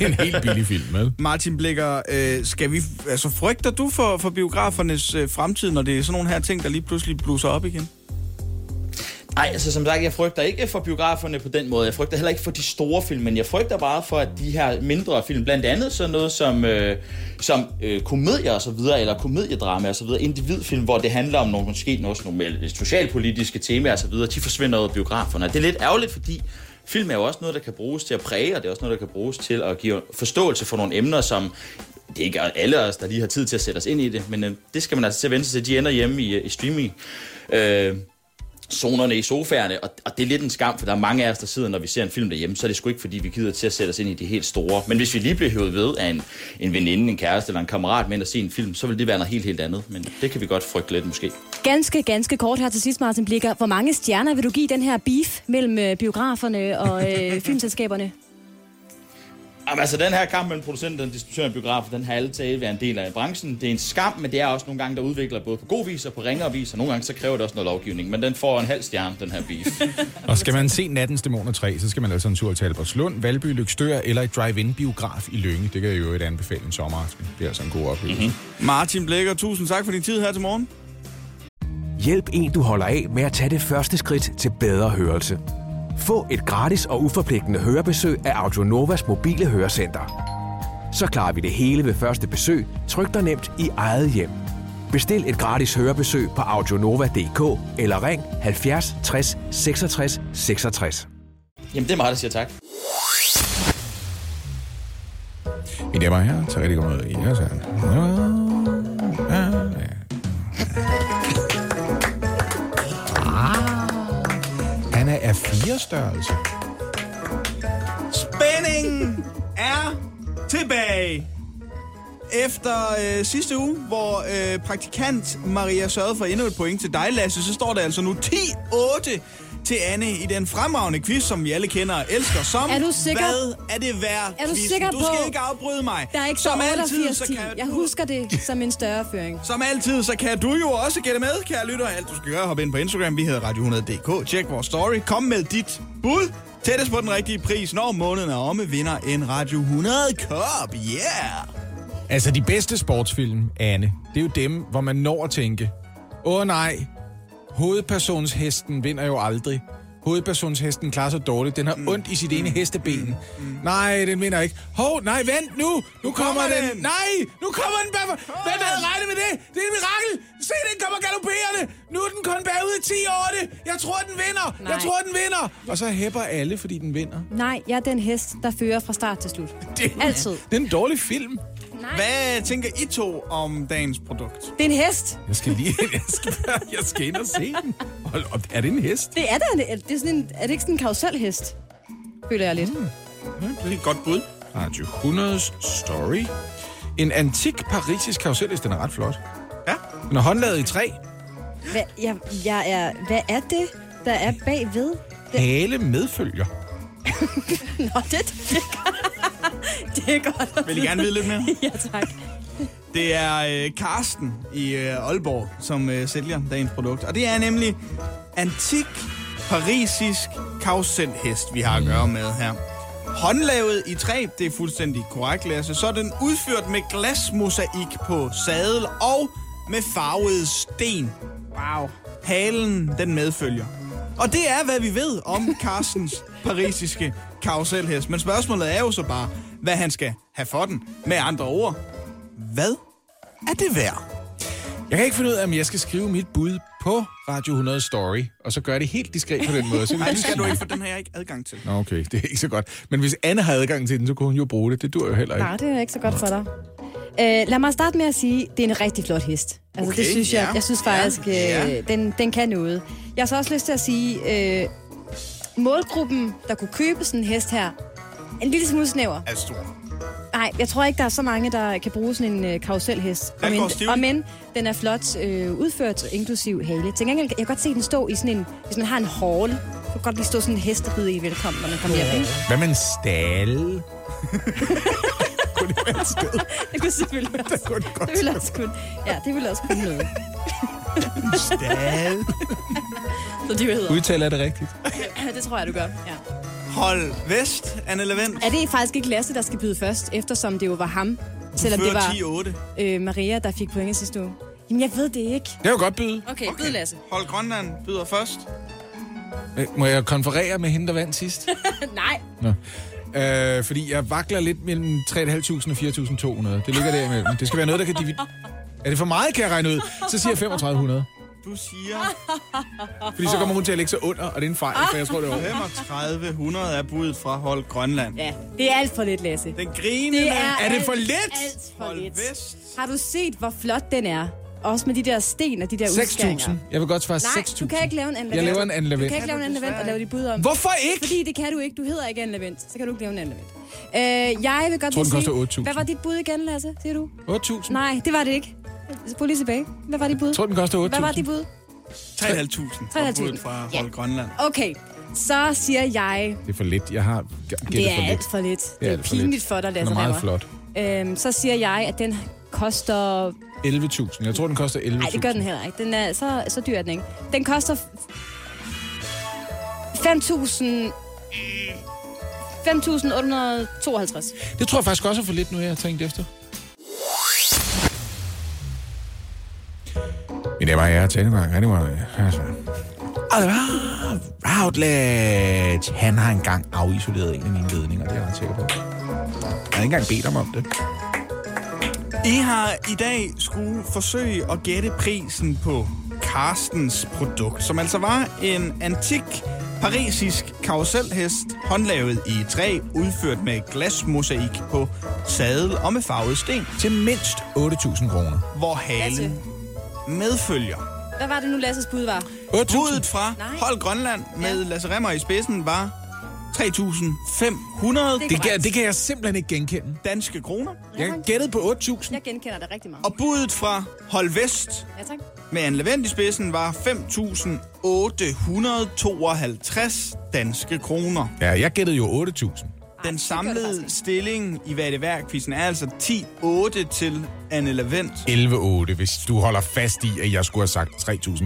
C: en helt billig film, vel?
D: Martin Blikker, øh, skal vi, altså, frygter du for, for biografernes øh, fremtid, når det er sådan nogle her ting, der lige pludselig bluser op igen?
E: Nej, altså som sagt, jeg frygter ikke for biograferne på den måde. Jeg frygter heller ikke for de store film, men jeg frygter bare for, at de her mindre film, blandt andet sådan noget som, øh, som øh, komedier og så videre, eller komediedrama og så videre, individfilm, hvor det handler om nogle, måske også nogle mere lidt socialpolitiske temaer og så videre, de forsvinder ud af biograferne. Og Det er lidt ærgerligt, fordi film er jo også noget, der kan bruges til at præge, og det er også noget, der kan bruges til at give forståelse for nogle emner, som det er ikke alle os, der lige har tid til at sætte os ind i det, men øh, det skal man altså til at vente sig til. De ender hjemme i, øh, i streaming. Øh, zonerne i sofaerne, og, og det er lidt en skam, for der er mange af os, der sidder, når vi ser en film derhjemme, så er det sgu ikke, fordi vi gider til at sætte os ind i det helt store. Men hvis vi lige bliver høvet ved af en, en veninde, en kæreste eller en kammerat med ind og se en film, så vil det være noget helt, helt andet. Men det kan vi godt frygte lidt måske.
B: Ganske, ganske kort her til sidst, Martin Blikker. Hvor mange stjerner vil du give den her beef mellem øh, biograferne og øh, filmselskaberne?
E: Jamen, altså, den her kamp mellem producenten og distributøren og biografen, den har alle taget været en del af branchen. Det er en skam, men det er også nogle gange, der udvikler både på god vis og på ringere vis, og nogle gange så kræver det også noget lovgivning. Men den får en halv stjerne, den her beef.
C: Og skal man se Nattens Dæmoner 3, så skal man altså en tur til Albertslund, Valby, Lykstør eller et drive-in-biograf i Lønge. Det kan jeg jo et anbefale en sommeraften. Det er altså en god oplevelse. Mm-hmm.
D: Martin Blikker, tusind tak for din tid her til morgen.
F: Hjælp en, du holder af med at tage det første skridt til bedre hørelse. Få et gratis og uforpligtende hørebesøg af Audionovas mobile hørecenter. Så klarer vi det hele ved første besøg, tryk dig nemt i eget hjem. Bestil et gratis hørebesøg på audionova.dk eller ring 70 60 66 66.
E: Jamen, det er mig, der siger tak.
C: Mine damer og herrer, tag rigtig godt med i jeres herren. Han Ah. er af fire størrelse.
D: Spændingen er tilbage. Efter øh, sidste uge, hvor øh, praktikant Maria sørgede for endnu et point til dig, Lasse, så står det altså nu 10-8 til Anne i den fremragende quiz, som vi alle kender og elsker som...
B: Er du sikker?
D: Hvad er det værd?
B: Er du
D: quizzen?
B: sikker
D: Du
B: på-
D: skal ikke afbryde mig.
B: Der er ikke
D: som
B: så
D: altid,
B: 88
D: så
B: 10.
D: kan
B: Jeg husker det som en større føring.
D: Som altid, så kan du jo også gætte med, kære lytter. Alt du skal gøre, hop ind på Instagram. Vi hedder Radio 100.dk. Tjek vores story. Kom med dit bud. Tættest på den rigtige pris, når måneden er omme, vinder en Radio 100 Cup. Yeah!
C: Altså, de bedste sportsfilm, Anne, det er jo dem, hvor man når at tænke, åh nej, hovedpersonshesten vinder jo aldrig. Hovedpersonshesten klarer sig dårligt. Den har mm. ondt i sit ene hesteben. Mm. Nej, den vinder ikke. Hov, nej, vent nu. Nu, nu kommer,
D: kommer
C: den.
D: den.
C: Nej, nu kommer den. Hvad, hvad havde regnet med det? Det er et mirakel. Se, den kommer galopperende. Nu er den kun bagud i 10 år. det. Jeg tror, den vinder. Nej. Jeg
B: Nej.
C: tror, den vinder. Og så hæpper alle, fordi den vinder.
B: Nej, jeg er den hest, der fører fra start til slut.
C: Det,
B: Altid.
C: det er en dårlig film.
D: Hvad tænker I to om dagens produkt?
B: Det er en hest.
C: Jeg skal lige jeg skal, jeg skal ind og se den. Hold op, er det en hest?
B: Det er da en, det er, sådan en, er det ikke sådan en karuselhest? Føler jeg
D: Mm.
B: lidt.
D: Det er et godt bud.
C: Radio 100's Story. En antik parisisk karusellist, den er ret flot.
D: Ja.
C: Den er håndlavet i træ.
B: Hvad, jeg, jeg er, hvad er det, der er bagved? Det,
C: Hale medfølger.
B: nå, det, det, det er godt. at
D: Vil I gerne vide lidt mere?
B: vide. Ja, tak.
D: Det er øh, Karsten i øh, Aalborg, som øh, sælger dagens produkt. Og det er nemlig antik parisisk kausselhest, vi har at gøre med her. Håndlavet i træ, det er fuldstændig korrekt, Lasse. Så er den udført med glasmosaik på sadel og med farvede sten. Wow. Halen, den medfølger. Og det er, hvad vi ved om Carstens parisiske karuselhest. Men spørgsmålet er jo så bare, hvad han skal have for den. Med andre ord, hvad er det værd?
C: Jeg kan ikke finde ud af, om jeg skal skrive mit bud på Radio 100 Story, og så gøre det helt diskret på den måde. Så kan
D: Nej,
C: vi
D: det skal
C: sige-
D: du ikke, for den har jeg ikke adgang til.
C: Nå, okay, det er ikke så godt. Men hvis Anne havde adgang til den, så kunne hun jo bruge det. Det dur jo heller ikke.
B: Nej, det er ikke så godt for dig. Øh, lad mig starte med at sige, at det er en rigtig flot hest. Altså,
D: Okay,
B: det synes jeg,
D: ja.
B: jeg synes
D: Ja,
B: faktisk, øh,
D: ja.
B: den, den kan noget. Jeg har så også lyst til at sige, øh, målgruppen, der kunne købe sådan en hest her, en lille smule snæver.
D: Er stor.
B: Nej, jeg tror ikke, der er så mange, der kan bruge sådan en øh, karuselhest.
D: Den går stivt.
B: og men den er flot øh, udført, inklusiv hale. Til gengæld, jeg kan godt se den stå i sådan en... Hvis man har en hall, så kan godt lige stå sådan en hest og byde i velkommen, når man kommer hjem. ikke?
C: Hvad med en stall?
B: Det kunne selvfølgelig også.
C: Kunne det godt
B: Det ville også kunne, ja, det ville også kunne noget.
D: Stad.
B: Så det hedder.
C: Udtaler jeg det rigtigt?
B: Det tror jeg, du gør. Ja.
D: Hold vest, Anne Levent.
B: Er det faktisk ikke Lasse, der skal byde først, eftersom det jo var ham? Selvom det var
D: 10-8.
B: øh, Maria, der fik pointet sidste uge. Jamen, jeg ved det ikke.
C: Det er jo godt byde.
B: Okay, okay. byd Lasse.
D: Hold Grønland byder først.
C: Øh, Må jeg konferere med hende, der vandt sidst?
B: Nej.
C: Nå. Øh, fordi jeg vakler lidt mellem 3.500 og 4.200. Det ligger derimellem. Det skal være noget, der kan dividere. Er det for meget, kan jeg regne ud? Så siger jeg 3.500.
D: Du siger
C: Fordi så kommer hun til at lægge sig under, og det er en fejl, for jeg tror, det er over.
D: 3500 er budet fra Hold Grønland.
B: Ja, det er alt for lidt, Lasse.
D: Den grinende.
C: Er det for
B: alt-
C: lidt?
B: Alt for
D: Hold
B: lidt.
D: vest.
B: Har du set, hvor flot den er? Også med de der sten og de der udskæringer.
C: 6.000. Jeg vil godt svare 6.000.
B: Nej, du kan ikke lave en anden
C: Jeg laver en
B: Lavend.
C: Anne
B: Du
C: Lavend.
B: kan ikke lave en anden Lavend og lave dit bud om.
C: Hvorfor ikke?
B: Fordi det kan du ikke. Du hedder ikke Anne Lavend. Så kan du ikke lave en anden Lavend. Øh, jeg vil godt
C: tror, den
B: lige
C: koster
B: sige-
C: 8.000.
B: Hvad var dit bud igen, Lasse? Siger du?
C: 8.000.
B: Nej, det var det ikke. Spol lige tilbage. Hvad var dit bud?
C: Jeg tror, den koster 8.000.
B: Hvad var dit bud?
D: 3500 er budet fra Hold Grønland.
B: Okay, så siger jeg...
C: Det er for lidt. Jeg har gættet
B: Det
C: for
B: er
C: lidt.
B: alt for lidt.
C: Det er
B: Det er
C: alt for lidt.
B: pinligt for dig,
C: Den
B: Lasse
C: er meget
B: Remmer.
C: flot.
B: Øhm, så siger jeg, at den koster
C: 11.000. Jeg tror, den koster 11.000.
B: Nej, det gør den heller ikke. Den er, så, så dyr er den ikke. Den koster... f- 5.000... 5.852.
C: Det tror jeg faktisk også er for lidt nu, jeg har tænkt efter. Mine damer og herrer, tændegang, rigtig meget. Altså. Og det var Routledge. Han har engang afisoleret en af mine ledninger, det er jeg ret sikker på. Jeg har ikke engang bedt ham om det.
D: I har i dag skulle forsøge at gætte prisen på Carstens produkt, som altså var en antik parisisk karuselhest, håndlavet i træ, udført med glasmosaik på sadel og med farvet sten,
C: Til mindst 8.000 kroner.
D: hvor
B: Lasse.
D: halen medfølger.
B: Hvad var det nu, Lasses bud var?
C: 8.000?
D: Budet fra
B: Nej.
D: Hold Grønland med
B: Ja.
D: Lasse Remmer i spidsen var 3.500
C: Det kan, det kan jeg simpelthen ikke genkende.
D: danske kroner.
C: Jeg gættede på 8.000.
B: Jeg genkender det rigtig meget.
D: Og budet fra Hold Vest
B: Ja, tak.
D: med Anne Levent i spidsen var 5.852 danske kroner.
C: Ja, jeg gættede jo 8.000.
D: Den
B: faktisk
D: samlede
B: ikke.
D: stilling i hvad det værd quizzen er altså 10-8 til Anne Levent.
C: 11.8, hvis du holder fast i, at jeg skulle have sagt 3.500.
B: Det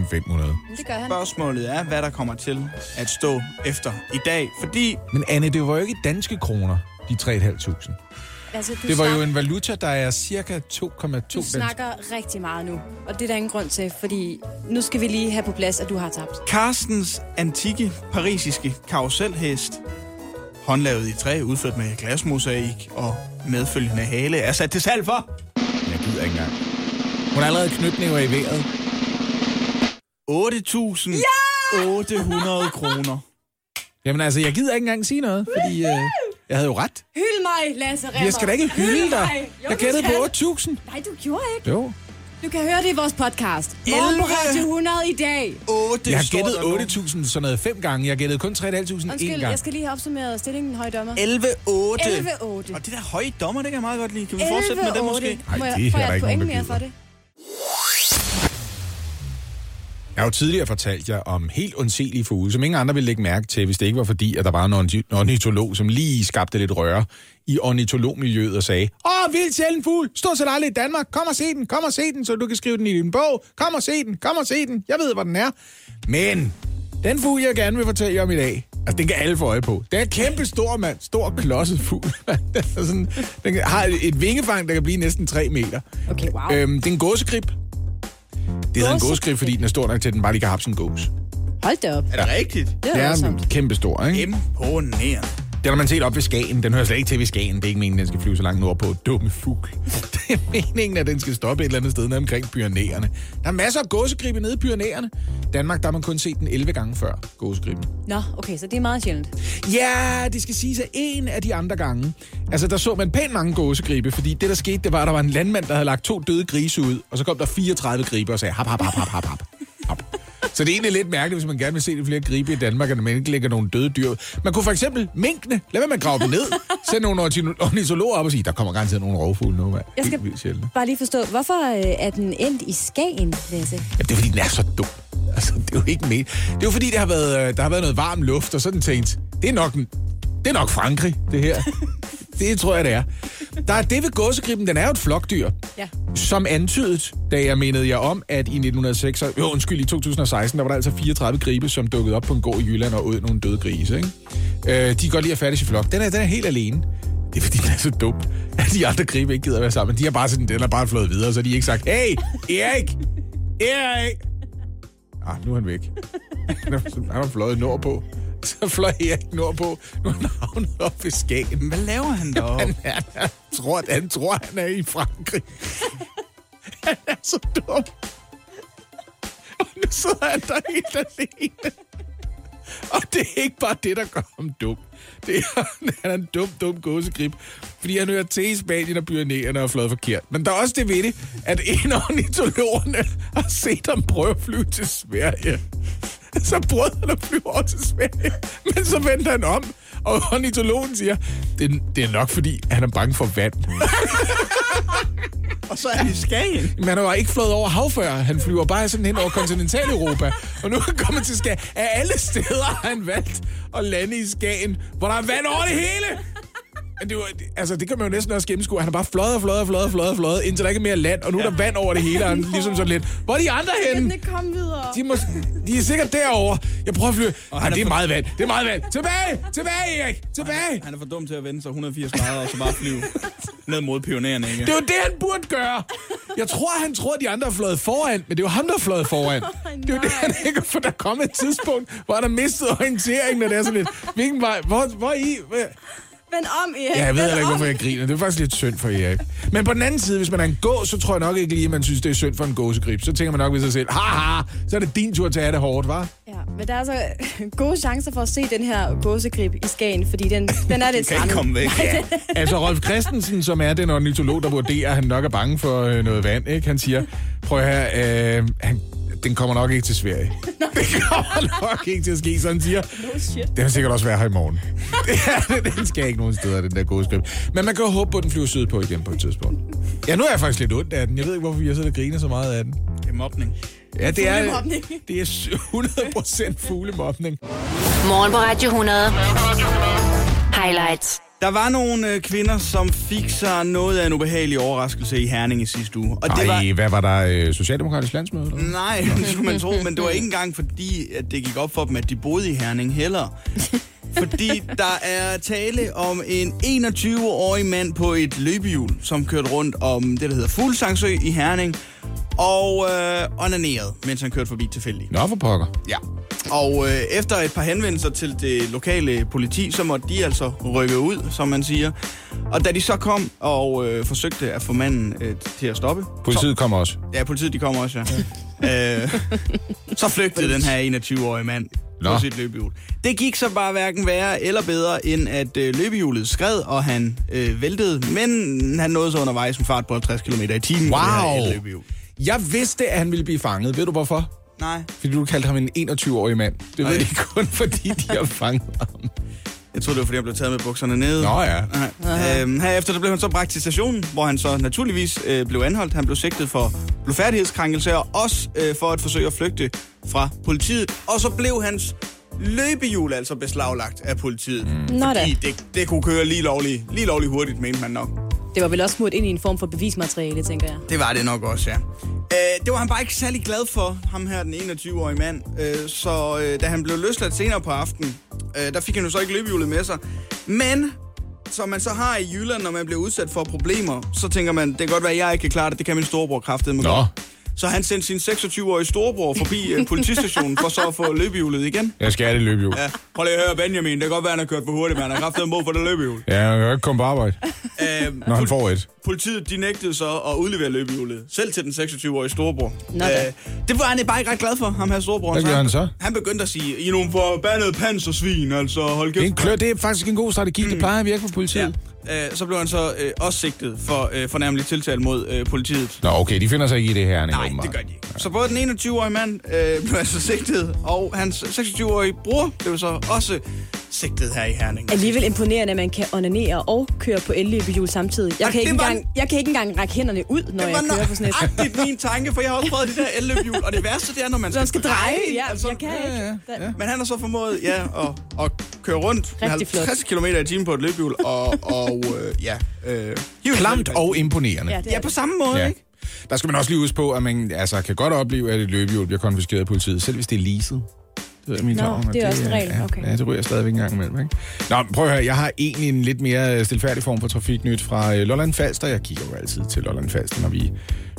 B: gør han.
D: Spørgsmålet er, hvad der kommer til at stå efter i dag. Fordi
C: Men Anne, det var jo ikke danske kroner, de 3.500.
B: Altså, du
C: Det var jo
B: snak-
C: en valuta, der er cirka 2,2
B: Du
C: danske.
B: snakker rigtig meget nu, og det er der ingen grund til, fordi nu skal vi lige have på plads, at du har tabt.
D: Carstens antikke parisiske karuselhest, håndlavet i træ, udført med glasmosaik og medfølgende hale, er sat til salg for
C: Jeg gider ikke engang. Hun har allerede knytninger i vejret.
D: 8.800 kroner.
C: Jamen altså, jeg gider ikke engang sige noget, fordi øh, jeg havde jo ret.
B: Hyld mig, Lasse Remmer.
C: Jeg skal da ikke hylde dig.
B: Jo,
C: Jeg
B: du
C: gættede
B: skal.
C: på 8.000.
B: Nej, du gjorde ikke.
C: Jo.
B: Du kan høre det i vores podcast. Morgen på
D: Elleve.
B: Radio 100 i dag.
D: 8
C: Jeg har gættet 8.000 sådan noget fem gange. Jeg gættede kun 3.500 en
B: Undskyld,
C: gang.
B: jeg skal lige have opsummeret stillingen, højdommer.
D: 11 8.
B: 11-8.
D: Og det der høje dommer, det kan jeg meget godt lide. Kan vi
B: 11,
D: fortsætte med det måske?
B: otte. Må
C: Ej,
B: jeg,
C: det
B: får
C: er
B: jeg
C: der
B: et
C: ikke nogen,
B: point
C: der
B: mere for det?
C: Jeg har jo tidligere fortalt jer om helt ondselige fugle, som ingen andre ville lægge mærke til, hvis det ikke var fordi, at der var en ornit- ornitolog, som lige skabte lidt røre i ornitologmiljøet og sagde, Åh, vildt sjældent fugl, stort set aldrig i Danmark, kom og se den, kom og se den, så du kan skrive den i din bog, kom og se den, kom og se den, jeg ved, hvor den er. Men den fugl, jeg gerne vil fortælle jer om i dag, altså den kan alle få øje på, den er kæmpe stor, mand, stor klodset fugl. Den er sådan, den har et vingefang, der kan blive næsten 3 meter.
B: Okay, wow.
C: Øhm, det er en gåsegrib. Det hedder en gåsegrib, fordi den er stor nok til, at den bare lige kan hapse en gås.
B: Hold da op.
D: Er det rigtigt?
B: Det
C: Det
B: er altså-
C: er
B: voldsomt.
C: en kæmpe stor, ikke?
D: Imponerende.
C: Den har man set op ved Skagen. Den hører slet ikke til ved Skagen. Det er ikke meningen, den skal flyve så langt nordpå. Dumme fugl. Det er meningen, at den skal stoppe et eller andet sted nede omkring Pyreneerne. Der er masser af gåsegribe nede i Pyreneerne. Danmark, der har man kun set den 11 gange før, gåsegriben.
B: Nå, okay, så det er meget sjældent.
C: Ja, det skal siges, at en af de andre gange, altså der så man pænt mange gåsegribe, fordi det, der skete, det var, at der var en landmand, der havde lagt to døde grise ud, og så kom der 34 gribe og sagde, hap, hap, hap, hap, hap, hap. hap. Så det er egentlig lidt mærkeligt, hvis man gerne vil se lidt flere gribe i Danmark, at man ikke lægger nogle døde dyr. ud. Man kunne for eksempel minkene, lad være med at grave dem ned, sende nogle ornitolo- ornitologer op og sige, der kommer garanteret nogle rovfugle nu, mand.
B: Jeg
C: Helt vildt
B: skal
C: sjældne.
B: bare lige forstå, hvorfor øh, er den endt i Skagen, Lasse?
C: Ja, det er fordi, den er så dum. Altså, det er jo ikke men. Det er jo fordi, det har været, øh, der har været noget varm luft, og sådan tænkt, det er nok, en- det er nok Frankrig, det her. det tror jeg, det er. Der er det ved gåsegriben, den er jo et flokdyr.
B: Ja.
C: Som antydet, da jeg mindede jer om, at i 1906, og- jo, undskyld, i 2016, der var der altså 34 gribe, som dukkede op på en gård i Jylland og åd nogle døde grise. Ikke? Øh, de kan godt lide at færdes i flok. Den er, den er helt alene. Det er fordi, den er så dum, at de andre gribe ikke gider at være sammen. De har bare sådan, den er bare flået videre, så de har ikke sagt, hey, Erik, Erik! Ah, nu er han væk. Han er, han er fløjet nordpå. Så fløj Erik nordpå. Nu er han havnet op ved Skagen.
D: Hvad laver han deroppe?
C: Han, er, han, tror, at- han tror, han er i Frankrig. Han er så dum. Og nu sidder han der helt alene. Og det er ikke bare det, der gør ham dum. Det er, han er en dum, dum gåsegrib. Fordi han hører til i Spanien og Pyreneerne og er fløjet forkert. Men der er også det ved det, at en af ornitologerne har set ham prøve at flyve til Sverige. Så prøvede han at flyve over til Sverige, men så vendte han om, og ornitologen siger, det, er- det er nok fordi, han er bange for vand.
D: Og så er han i Skagen.
C: Men han har jo ikke flået over hav før. Han flyver bare sådan hen over kontinentaleuropa. Og nu er han kommet til Skagen. Af alle steder har han valgt at lande i Skagen, hvor der er vand over det hele. Men det, var, altså, det kan man jo næsten også gennemskue. Han har bare fløjet og fløjet og fløjet og fløjet, og fløjet indtil der ikke er mere land. Og nu er der vand over det hele. Og han er ligesom sådan lidt, hvor er de andre henne?
B: kom videre.
C: De, må, de er sikkert derovre. Jeg prøver at flyve. Ej,
D: han er
C: det er
D: for-
C: meget vand. Det er meget vand. Tilbage! Tilbage, Erik! Tilbage!
D: Han er for dum til at vende sig 180 grader og så bare flyve ned mod pionererne igen.
C: Det er jo det, han burde gøre. Jeg tror, han tror, de andre er fløjet foran, men det er jo ham, der er fløjet foran. Det er jo det, han ikke for der kom et tidspunkt, hvor han har mistet orienteringen, og det er sådan lidt, hvilken vej, hvor, hvor er I? Hvad-
B: Vend om, Erik.
C: Ja, jeg ved
B: Vend
C: heller ikke,
B: om.
C: hvorfor jeg griner. Det er faktisk lidt synd for Erik. Men på den anden side, hvis man er en gås, så tror jeg nok ikke lige, at man synes, det er synd for en gåsegrib. Så tænker man nok ved sig selv, haha, så er det din tur til at have det hårdt, var?
B: Ja, men der er altså gode chancer for at se den her gåsegrib i Skagen, fordi den, den er lidt
D: kan ikke
B: strandet.
D: komme væk. Ja.
C: Altså Rolf Christensen, som er den ornitolog, der vurderer, at han nok er bange for øh, noget vand, ikke? han siger, prøv at høre, øh, han, den kommer nok ikke til Sverige. det kommer nok ikke til at ske, så han siger.
B: Oh shit.
C: Den vil sikkert også være her i morgen. Ja, den skal ikke nogen steder, den der gode skrift. Men man kan jo håbe på, at den flyver sydpå igen på et tidspunkt. Ja, nu er jeg faktisk lidt ondt af den. Jeg ved ikke, hvorfor vi har siddet og griner så meget af den.
D: Det er mobning.
C: Ja, det er,
B: Fuglemobning.
C: det er 100% fuglemobning.
A: Morgen på Radio 100. Highlights.
D: Der var nogle øh, kvinder, som fik sig noget af en ubehagelig overraskelse i Herning i sidste uge. Og det var...
C: Nej, hvad var der? øh, Socialdemokratisk landsmøde? Eller? hvad?
D: Nej, det skulle man tro, men det var ikke engang fordi, at det gik op for dem, at de boede i Herning heller. Fordi der er tale om en 21-årig mand på et løbehjul, som kørte rundt om det, der hedder Fuglsangsø i Herning, og øh, onanerede, mens han kørte forbi tilfældigt.
C: Nå, for pokker.
D: Ja. Og øh, efter et par henvendelser til det lokale politi, så måtte de altså rykke ud, som man siger. Og da de så kom og øh, forsøgte at få manden øh, til at stoppe...
C: Politiet kommer også.
D: Så, ja, politiet de kom også, ja. øh, så flygtede den her 21-årige mand Nå.
C: Nå.
D: på sit løbehjul. Det gik så bare hverken værre eller bedre, end at øh, løbehjulet skred, og han øh, væltede. Men han nåede så undervejs en fart på 50 km i timen. på det her
C: Wow.
D: elløbehjul.
C: Jeg vidste, at han ville blive fanget. Ved du hvorfor?
D: Nej,
C: Fordi du kaldte ham en 21-årig mand. Det ved
D: Nej.
C: de kun, fordi de har fanget ham.
D: jeg troede, det var fordi, han blev taget med bukserne nede.
C: Nå ja.
D: Nej. Øhm, herefter der blev han så bragt til stationen, hvor han så naturligvis øh, blev anholdt. Han blev sigtet for blodfærdighedskrænkelse og også øh, for at forsøge at flygte fra politiet. Og så blev hans løbehjul altså beslaglagt af politiet. Mm.
B: Nå da.
D: Fordi det, det kunne køre lige lovligt, lige lovligt hurtigt, mente man nok.
B: Det var vel også smurt ind i en form for bevismateriale, tænker jeg.
D: Det var det nok også, ja. Øh, det var han bare ikke særlig glad for, ham her, den 21-årige mand. Øh, så øh, da han blev løsladt senere på aftenen, øh, der fik han jo så ikke løbehjulet med sig. Men, som man så har i Jylland, når man bliver udsat for problemer, så tænker man, det kan godt være, at jeg ikke kan klare det, det kan min storebror kraftedeme
C: Nå.
D: godt. Så han sendte sin 26-årige storebror forbi øh, politistationen for så at få løbehjulet igen.
C: Jeg skal have det løbehjul.
D: Ja, prøv lige at høre Benjamin, det kan godt være, han har kørt for hurtigt, men han har kraftedeme brug for det løbehjul.
C: Ja, han kan jo ikke komme på arbejde,
D: Øhm,
C: når han
D: pol-
C: får et.
D: Politiet de nægtede så at udlevere løbehjulet, selv til den 26-årige storebror. Øh,
B: Nå da.
D: det var han bare ikke ret glad for, ham her storebror.
C: Hvad gjorde han så?
D: Han begyndte at sige, I er nogle forbandede pansersvin, altså hold
C: Det er,
D: kæft. Mm.
C: en klør, det er faktisk en god strategi. Det plejer at virke på politiet.
D: Ja. Øh, så blev han så øh, også sigtet for øh, fornærmelig tiltale mod øh, politiet.
C: Nå, okay, de finder sig ikke i det her, Anne,
D: Nej, det gør de ikke. Så både den 21-årige mand øh, blev altså sigtet, og hans 26-årige bror blev så også sigtet her i Herning.
B: Alligevel imponerende, at man kan onanere og køre på elløbehjul samtidig. Jeg
D: Og
B: kan, ikke
D: det var-
B: engang, jeg kan ikke engang række hænderne ud, når jeg
D: det
B: kører på sådan et.
D: var nøjagtigt min tanke, for jeg har også prøvet det der elløbhjul, og det værste det er, når man skal,
B: Man skal dreje. Ja,
D: altså.
B: jeg kan ikke.
C: ja,
B: Der-
D: Men han har så formået ja, at, at køre rundt med
B: Rigtig flot.
D: 50 km i timen på et løbehjul, og, og øh, ja... Øh, hive
C: Klamt
D: sig-
C: og imponerende.
B: Ja, det
D: Ja, på samme måde,
C: Ja.
D: ja. ikke?
C: Der skal man også lige huske på, at man altså, kan godt opleve, at et løbehjul bliver konfiskeret af politiet, selv hvis det er leaset. Det ved jeg, min
B: Nå,
C: klar om, at
B: det er også en regel.
C: Ja,
B: Okay.
C: ja, det ryger jeg stadigvæk en gang imellem. Ikke? Nå, men prøv at høre, jeg har egentlig en lidt mere øh, stilfærdig form for trafiknyt fra øh, Lolland Falster. Jeg kigger jo altid til Lolland Falster, når vi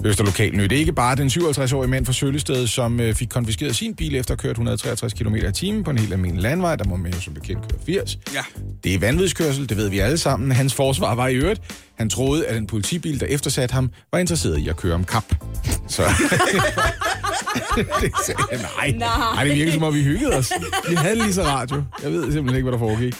C: høster lokal nyt. Det er ikke bare den 57-årige mand fra Søllested, som øh, fik konfiskeret sin bil efter at have kørt 163 km i timen på en helt almindelig landvej. Der må man jo som bekendt køre 80.
D: Ja.
C: Det er vanvidskørsel, det ved vi alle sammen. Hans forsvar var i øvrigt. Han troede, at en politibil, der eftersatte ham, var interesseret i at køre om kap. Så... det sagde jeg, nej.
B: Nej.
C: nej, det virker som om, vi hyggede os. Vi havde lige så radio. Jeg ved simpelthen ikke, hvad der foregik.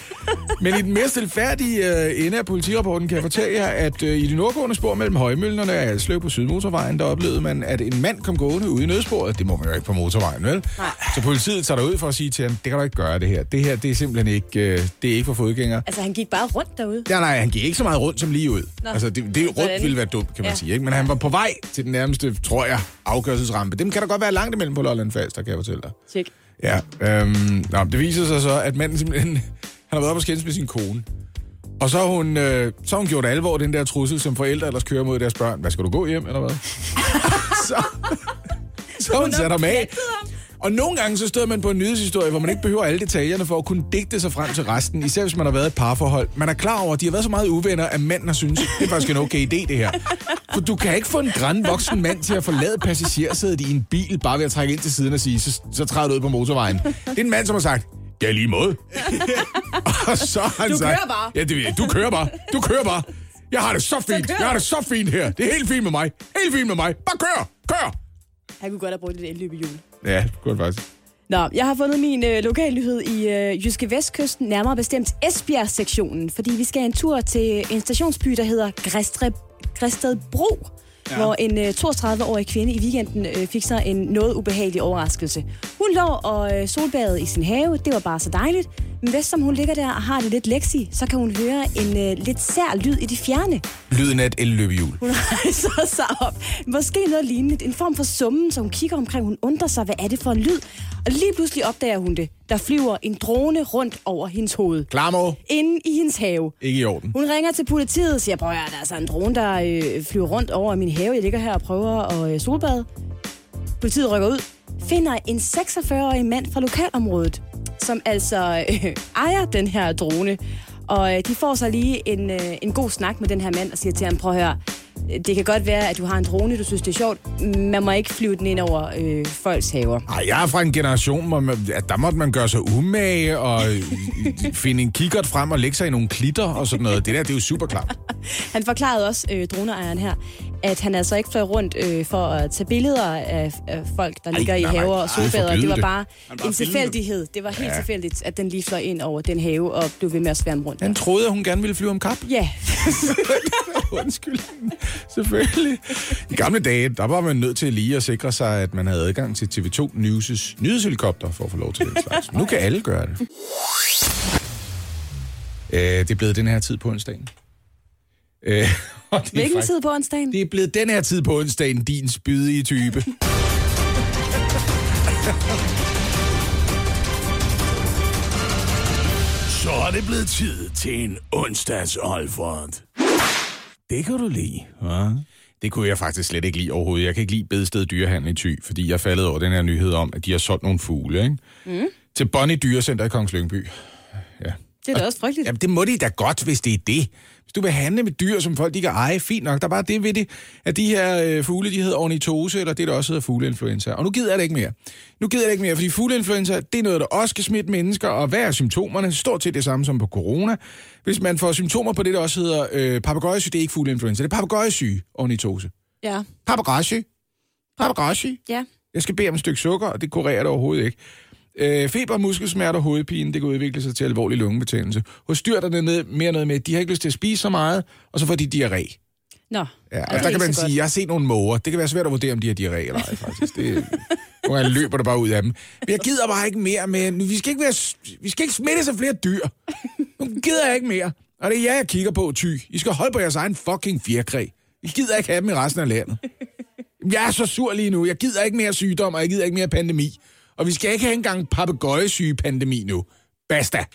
C: Men i den mere stilfærdige øh, ende af politirapporten kan jeg fortælle jer, at øh, i det nordgående spor mellem Højmøllerne og Alslev på Sydmotorvejen, der oplevede man, at en mand kom gående ude i nødsporet. Det må man jo ikke på motorvejen, vel? Nej. Så politiet tager derud for at sige til ham, det kan du ikke gøre det her. Det her, det er simpelthen ikke, øh, det er ikke for fodgængere.
B: Altså, han gik bare rundt derude.
C: Ja, nej, han gik ikke så meget rundt som lige ud. Altså- Nå.
B: Nå.
C: Altså, det, det rundt
B: Hvordan?
C: ville være dumt, kan man ja.
B: Ja.
C: sige. Ikke? Men han var på vej til den nærmeste, tror jeg, afgørelsesrampe. Dem kan der godt være langt imellem på Lolland Falster, kan jeg fortælle dig.
B: Tjek.
C: Ja, øhm, nå, men det viser sig så, at manden simpelthen... Han har været op og skændes med sin kone. Og så har hun, øh, så har hun gjort alvor den der trussel, som forældre ellers kører mod deres børn. Hvad skal du gå hjem, eller hvad? så, så har hun sat ham af. Og nogle gange så støder man på en nyhedshistorie, hvor man ikke behøver alle detaljerne for at kunne digte sig frem til resten, især hvis man har været i et parforhold. Man er klar over, at de har været så meget uvenner, at manden har syntes, det er faktisk en okay idé, det her. For du kan ikke få en græn voksen mand til at forlade passagersædet i en bil, bare ved at trække ind til siden og sige, så, så træder du ud på motorvejen. Det er en mand, som har sagt, ja, lige måde. og så har han
B: Du
C: sagt,
B: kører bare.
C: Ja, det ved jeg. Du kører bare. Du kører bare. Jeg har det så fint.
B: kør.
C: jeg har det så fint her. Det er helt fint med mig. Helt fint med mig. Bare kør. Kør.
B: Han kunne godt have brugt lidt elløbehjul.
C: Ja, det kunne jeg faktisk.
B: Nå, jeg har fundet min øh, lokalnyhed i øh, Jyske Vestkysten, nærmere bestemt Esbjerg-sektionen, fordi vi skal en tur til en stationsby, der hedder Græstre, Græsted Bro. ja. hvor en øh, 32-årig kvinde i weekenden øh, fik sig en noget ubehagelig overraskelse. Hun lå og øh, solbadede i sin have, det var bare så dejligt, men hvis som hun ligger der og har det lidt leksi, så kan hun høre en øh, lidt sær lyd i det fjerne.
C: Lyden af et elløbehjul.
B: Hun rejser sig op. Måske noget lignende. En form for summen, så hun kigger omkring. Hun undrer sig, hvad er det for en lyd? Og lige pludselig opdager hun det. Der flyver en drone rundt over hendes hoved.
C: Klarmo,
B: Inde i hendes have.
C: ikke i orden.
B: Hun ringer til politiet og siger, prøv at høre, der er altså en drone, der øh, flyver rundt over min have. Jeg ligger her og prøver at øh, solbade. Politiet rykker ud, finder en 46-årig mand fra lokalområdet, som altså øh, ejer den her drone. Og øh, de får så lige en, øh, en god snak med den her mand og siger til ham, prøv at høre, øh, det kan godt være, at du har en drone, du synes, det er sjovt. Man må ikke flyve den ind over øh, folks haver.
C: Ej, jeg er fra en generation, hvor man, ja, der måtte man gøre sig umage og øh, finde en kikkert frem og lægge sig i nogle klitter og sådan noget. Det der, det er jo super klart.
B: Han forklarede også, øh, droneejeren her, at han altså ikke fløj rundt øh, for at tage billeder af, af folk, der
C: Ej,
B: ligger i
C: nej, nej,
B: haver
C: nej,
B: og solbader.
C: forbyde
B: Det var
C: det.
B: bare
D: Han bare
B: en
D: filmede dem.
B: tilfældighed. Det var helt ja. tilfældigt, at den lige fløj ind over den have og blev ved med at sværme rundt.
C: Han troede, at hun gerne ville flyve om kap.
B: Ja,
C: Undskyld. Selvfølgelig. I gamle dage, der var man nødt til lige at sikre sig, at man havde adgang til TV2 News' nyhedshelikopter for at få lov til den slags. Nu kan alle gøre det. Øh, det er blevet den her tid på onsdagen. Øh, og det er
B: hvilken
C: faktisk-
B: tid på onsdagen?
C: Det er blevet den her tid på onsdagen, din spydige type.
G: Så er det blevet tid til en onsdags Olfert.
B: Mm.
C: Det kan du lide, hva? Det kunne jeg faktisk slet ikke lide overhovedet. Jeg kan ikke lide bedsted dyrehandel i Thy, fordi jeg faldet over den her nyhed om, at de har solgt nogle fugle, ikke? Mm. Til Bonnie Dyrecenter i Kongens Lyngby.
B: Det er da også frygteligt.
C: Jamen, det må de da godt, hvis det er det. Hvis du vil handle med dyr, som folk de kan eje, fint nok. Der er bare det ved det, at de her øh, fugle, de hedder ornitose, eller det, der også hedder fugleinfluenza. Og nu gider jeg det ikke mere. Nu gider jeg det ikke mere, fordi fugleinfluenza, det er noget, der også kan smitte mennesker. Og hvad er symptomerne? Stort set det samme som på corona. Hvis man får symptomer på det, der også hedder øh, papegøjesyge, det er ikke fugleinfluenza, det er papegøjesyge, ornitose.
B: Ja,
C: Papegøjesyge. Papegøjesyge.
B: ja.
C: Jeg skal bede om et stykke sukker, og det kurerer det overhovedet ikke. Øh, feber, muskelsmerter og hovedpine, det kan udvikle sig til alvorlig lungebetændelse. Hos dyr der er det ned, mere noget med, at de har ikke lyst til at spise så meget, og så får de diarré.
B: Nå,
C: Ja,
B: og
C: og
B: det er
C: der
B: ikke
C: kan man
B: så
C: sige,
B: godt.
C: jeg har set nogle måger. Det kan være svært at vurdere, om de har diarré eller ej, faktisk. Det, nogle gange løber der bare ud af dem. Men jeg gider bare ikke mere med, nu, vi skal ikke, være, vi skal ikke smittes af flere dyr. Nu gider jeg ikke mere. Og det er jer, jeg kigger på, ty. I skal holde på jeres egen fucking fjerkræ. I gider ikke have dem i resten af landet. Jeg er så sur lige nu. Jeg gider ikke mere sygdom, og jeg gider ikke mere pandemi. Og vi skal ikke have engang papegøjesyge-pandemi nu. Basta.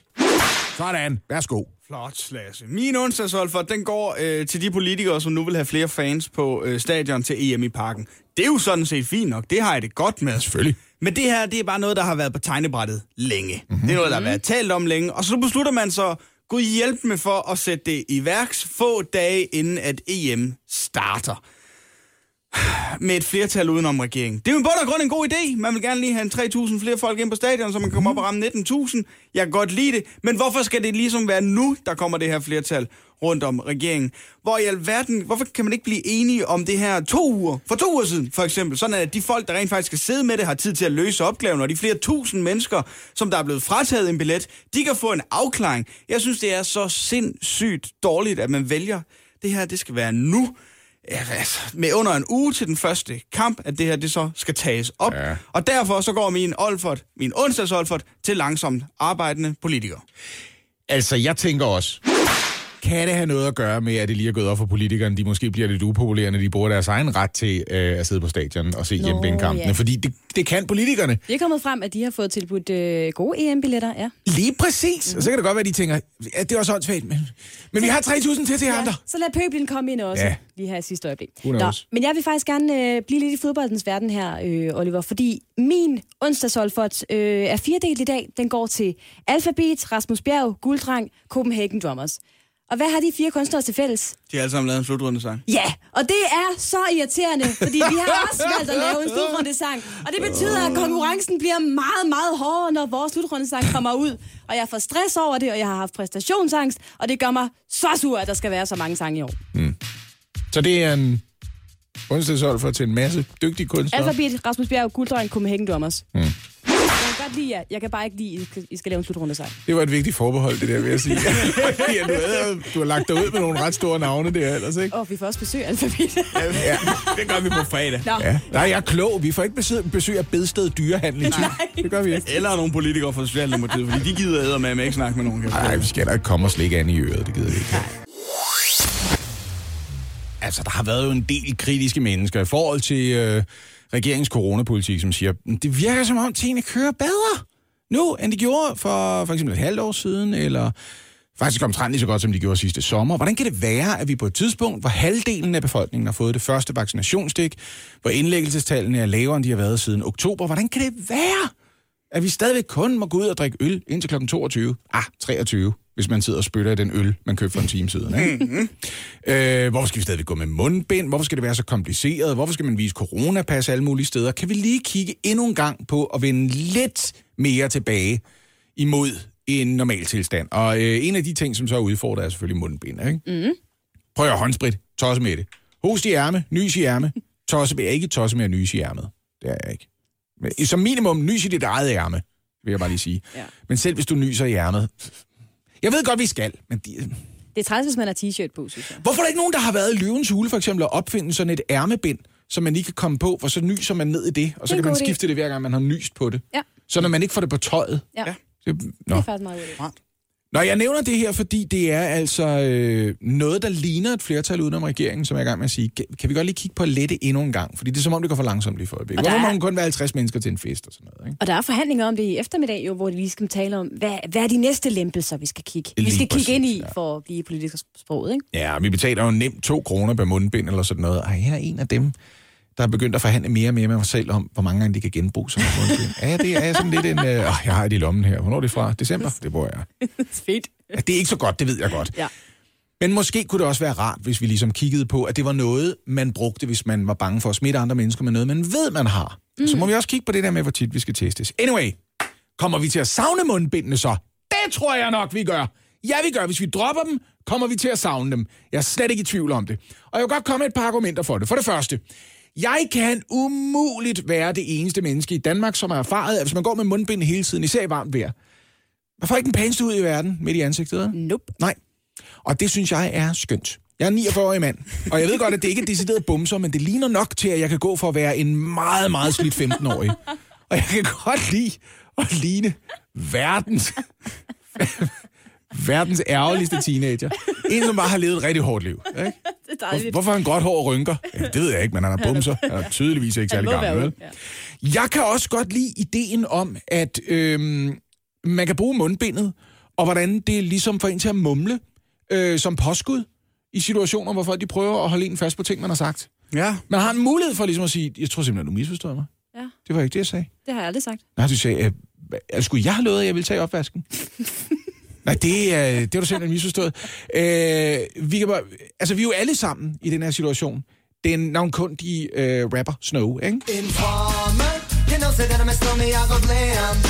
C: Sådan. Værsgo.
D: Flot, Lasse. Min onsdagsolfer, den går øh, til de politikere, som nu vil have flere fans på øh, stadion til EM i parken. Det er jo sådan set fint nok. Det har jeg det godt med.
C: Selvfølgelig.
D: Men det her, det er bare noget, der har været på tegnebrættet længe. Mm-hmm. Det er noget, der har været talt om længe. Og så beslutter man så, gud hjælp med for at sætte det i værks få dage inden at EM starter. Med et flertal udenom regeringen. Det er jo i bund og grund en god idé. Man vil gerne lige have en 3.000 flere folk ind på stadion, så man kan komme op og ramme 19.000. Jeg kan godt lide det. Men hvorfor skal det ligesom være nu, der kommer det her flertal rundt om regeringen? Hvor i alverden, hvorfor kan man ikke blive enige om det her to uger? For to uger siden, for eksempel. Sådan at de folk, der rent faktisk skal sidde med det, har tid til at løse opgaven, og de flere tusind mennesker, som der er blevet frataget en billet, de kan få en afklaring. Jeg synes, det er så sindssygt dårligt, at man vælger det her, det skal være nu. Ja, altså, med under en uge til den første kamp, at det her det så skal tages op. Ja. Og derfor så går min Olfert, min onsdags Olfert, til langsomt arbejdende politikere.
C: Altså, jeg tænker også, kan det have noget at gøre med, at det lige er gået op for politikerne, de måske bliver lidt upopulære, når de bruger deres egen ret til øh, at sidde på stadion og se
B: Nå,
C: hjemmebanekampene?
B: ja.
C: Fordi det, det kan politikerne.
B: Det er kommet frem, at de har fået tilbudt øh, gode EM-billetter, ja.
C: Lige præcis. Og så kan det godt være, at de tænker, at det er også åndssvagt, men, men vi har 3.000 til til jer andre.
B: Ja, så lad pøblen komme ind også, ja.
C: Ja.
B: lige her i sidste øjeblik.
C: Who knows?
B: men jeg vil faktisk gerne øh, blive lidt i fodboldens verden her, øh, Oliver, fordi min onsdagsolfot øh, er firedelt i dag. Den går til Alphabet, Rasmus Bjerg, Guldrang, Copenhagen Drummers. Og hvad har de fire kunstnere til fælles?
D: De har alle sammen lavet en slutrunde sang.
B: Ja, og det er så irriterende, fordi vi har også valgt at lave en slutrundesang. Og det betyder, at konkurrencen bliver meget, meget hårdere, når vores slutrundesang kommer ud. Og jeg får stress over det, og jeg har haft præstationsangst, og det gør mig så sur, at der skal være så mange sange i år.
C: Mm. Så det er en onsdagshold for til en masse dygtige kunstnere.
B: Altså, Alphabet, Rasmus Bjerg, Gulddreng, Copenhagen Dommers. Mm. godt lide jer. Jeg kan bare ikke lide, I skal- I skal lave en slutrunde sejr.
C: Det var et vigtigt forbehold, det der, vil jeg sige. Fordi at du, havde, du har lagt dig ud med nogle ret store navne der ellers, ikke?
B: Åh, vi får også besøg af alfabet.
C: Ja, det gør vi på fredag.
B: Nå.
C: Ja. Nej, jeg er klog. Vi får ikke besøg, besøg af bedsted dyrehandel i Nej. Det gør vi ikke.
D: Eller nogle politikere fra Socialdemokratiet, fordi de gider æder med, at ikke snakke med nogen. kan jeg
C: Nej,
D: forstå.
C: vi skal da ikke komme og slikke an i øret. Det gider vi ikke. Altså, der har været jo en del kritiske mennesker i forhold til øh, regeringens coronapolitik, som siger, det virker som om tingene kører bedre nu, end de gjorde for for eksempel et halvt år siden, eller faktisk omtrent lige så godt, som de gjorde sidste sommer. Hvordan kan det være, at vi på et tidspunkt, hvor halvdelen af befolkningen har fået det første vaccinationsstik, hvor indlæggelsestallene er lavere, end de har været siden oktober, hvordan kan det være, at vi stadigvæk kun må gå ud og drikke øl indtil kl. 22. Ah, 23, hvis man sidder og spytter i den øl, man købte for en time siden. Ikke? øh, hvorfor skal vi stadigvæk gå med mundbind? Hvorfor skal det være så kompliceret? Hvorfor skal man vise coronapas alle mulige steder? Kan vi lige kigge endnu en gang på at vende lidt mere tilbage imod en normal tilstand? Og øh, en af de ting, som så udfordrer, er selvfølgelig mundbind. Ikke? Prøv at høre, håndsprit. Tosse med det. Host i ærme, nys i ærme. Tosse med. Jeg er ikke tosse med at nyse i ærmet. Det er jeg ikke. Men som minimum, nys i dit eget ærme, vil jeg bare lige sige.
B: Ja.
C: Men selv hvis du nyser i ærmet... Jeg ved godt, vi skal, men de...
B: Det er træls, hvis man har t-shirt på, synes jeg.
C: hvorfor er der ikke nogen, der har været i løvens hule, for eksempel, og opfinde sådan et ærmebind, som man lige kan komme på, for så nyser man ned i det, og så
B: Det er
C: kan
B: en
C: man
B: god idé.
C: skifte det, hver gang man har nyst på det.
B: Ja,
C: Så når man ikke får det på tøjet.
B: ja.
D: Ja.
B: ja.
C: Det...
B: Det
C: Nå.
B: er faktisk meget godt.
C: Nå, jeg nævner det her, fordi det er altså øh, noget, der ligner et flertal udenom regeringen, som jeg er i gang med at sige. Kan, kan vi godt lige kigge på at lette endnu en gang? Fordi det er som om, det går for langsomt lige for øjeblikket.
B: Og der
C: Hvorfor må
B: er-
C: man kun være 50 mennesker til en fest og sådan noget? Ikke?
B: Og der er forhandlinger om det i eftermiddag, jo, hvor de lige skal tale om, hvad, hvad er de næste lempelser, vi skal kigge,
C: Lige
B: vi skal
C: præcis,
B: kigge ind i,
C: ja.
B: for at blive politisk sproget, ikke?
C: Ja, og vi betaler jo nemt to kroner per mundbind eller sådan noget. Ej, jeg er en af dem, der er begyndt at forhandle mere og mere med mig selv om, hvor mange gange de kan genbruge sådan en mundbind. ja, det er sådan lidt en... Øh, åh, jeg har det i lommen her. Hvornår er det fra? December? Det bruger jeg.
B: Fedt.
C: Ja, det er ikke så godt, det ved jeg godt.
B: Ja.
C: Men måske kunne det også være rart, hvis vi ligesom kiggede på, at det var noget, man brugte, hvis man var bange for at smitte andre mennesker med noget, man ved, man har. Mm. Så må vi også kigge på det der med, hvor tit vi skal testes. Anyway, kommer vi til at savne mundbindene så? Det tror jeg nok, vi gør. Ja, vi gør. Hvis vi dropper dem, kommer vi til at savne dem. Jeg er slet ikke i tvivl om det. Og jeg vil godt komme med et par argumenter for det. For det første, jeg kan umuligt være det eneste menneske i Danmark, som har erfaret, at hvis man går med mundbind hele tiden, især i varmt vejr, man får ikke den pæneste ud i verden midt i ansigtet. Eller?
B: Nope.
C: Nej. Og det synes jeg er skønt. Jeg er 49-årig mand, og jeg ved godt, at det ikke er decideret bumser, men det ligner nok til, at jeg kan gå for at være en meget, meget slidt 15-årig. Og jeg kan godt lide at ligne verdens, verdens ærgerligste teenager. En, som bare har levet et rigtig hårdt liv. Ikke?
B: Det er
C: Hvor, hvorfor har han godt hår og rynker? Ja, det ved jeg ikke, men han har bumser. Han er tydeligvis ikke særlig gammel. Vel?
B: Ja.
C: Jeg kan også godt lide ideen om, at øhm, man kan bruge mundbindet, og hvordan det ligesom får en til at mumle øh, som påskud i situationer, hvor folk de prøver at holde en fast på ting, man har sagt.
D: Ja.
C: Man har en mulighed for ligesom at sige, jeg tror simpelthen, du misforstod mig.
B: ja,
C: Det var ikke det, jeg sagde.
B: det har jeg aldrig sagt.
C: Nej, du sagde, øh, hva- skulle jeg have lovet, at jeg ville tage opvasken? Nej, det, øh, det var du simpelthen misforstået. Øh, vi, kan bare, altså, vi er jo alle sammen i den her situation. Den navnkundige øh, rapper Snow, ikke?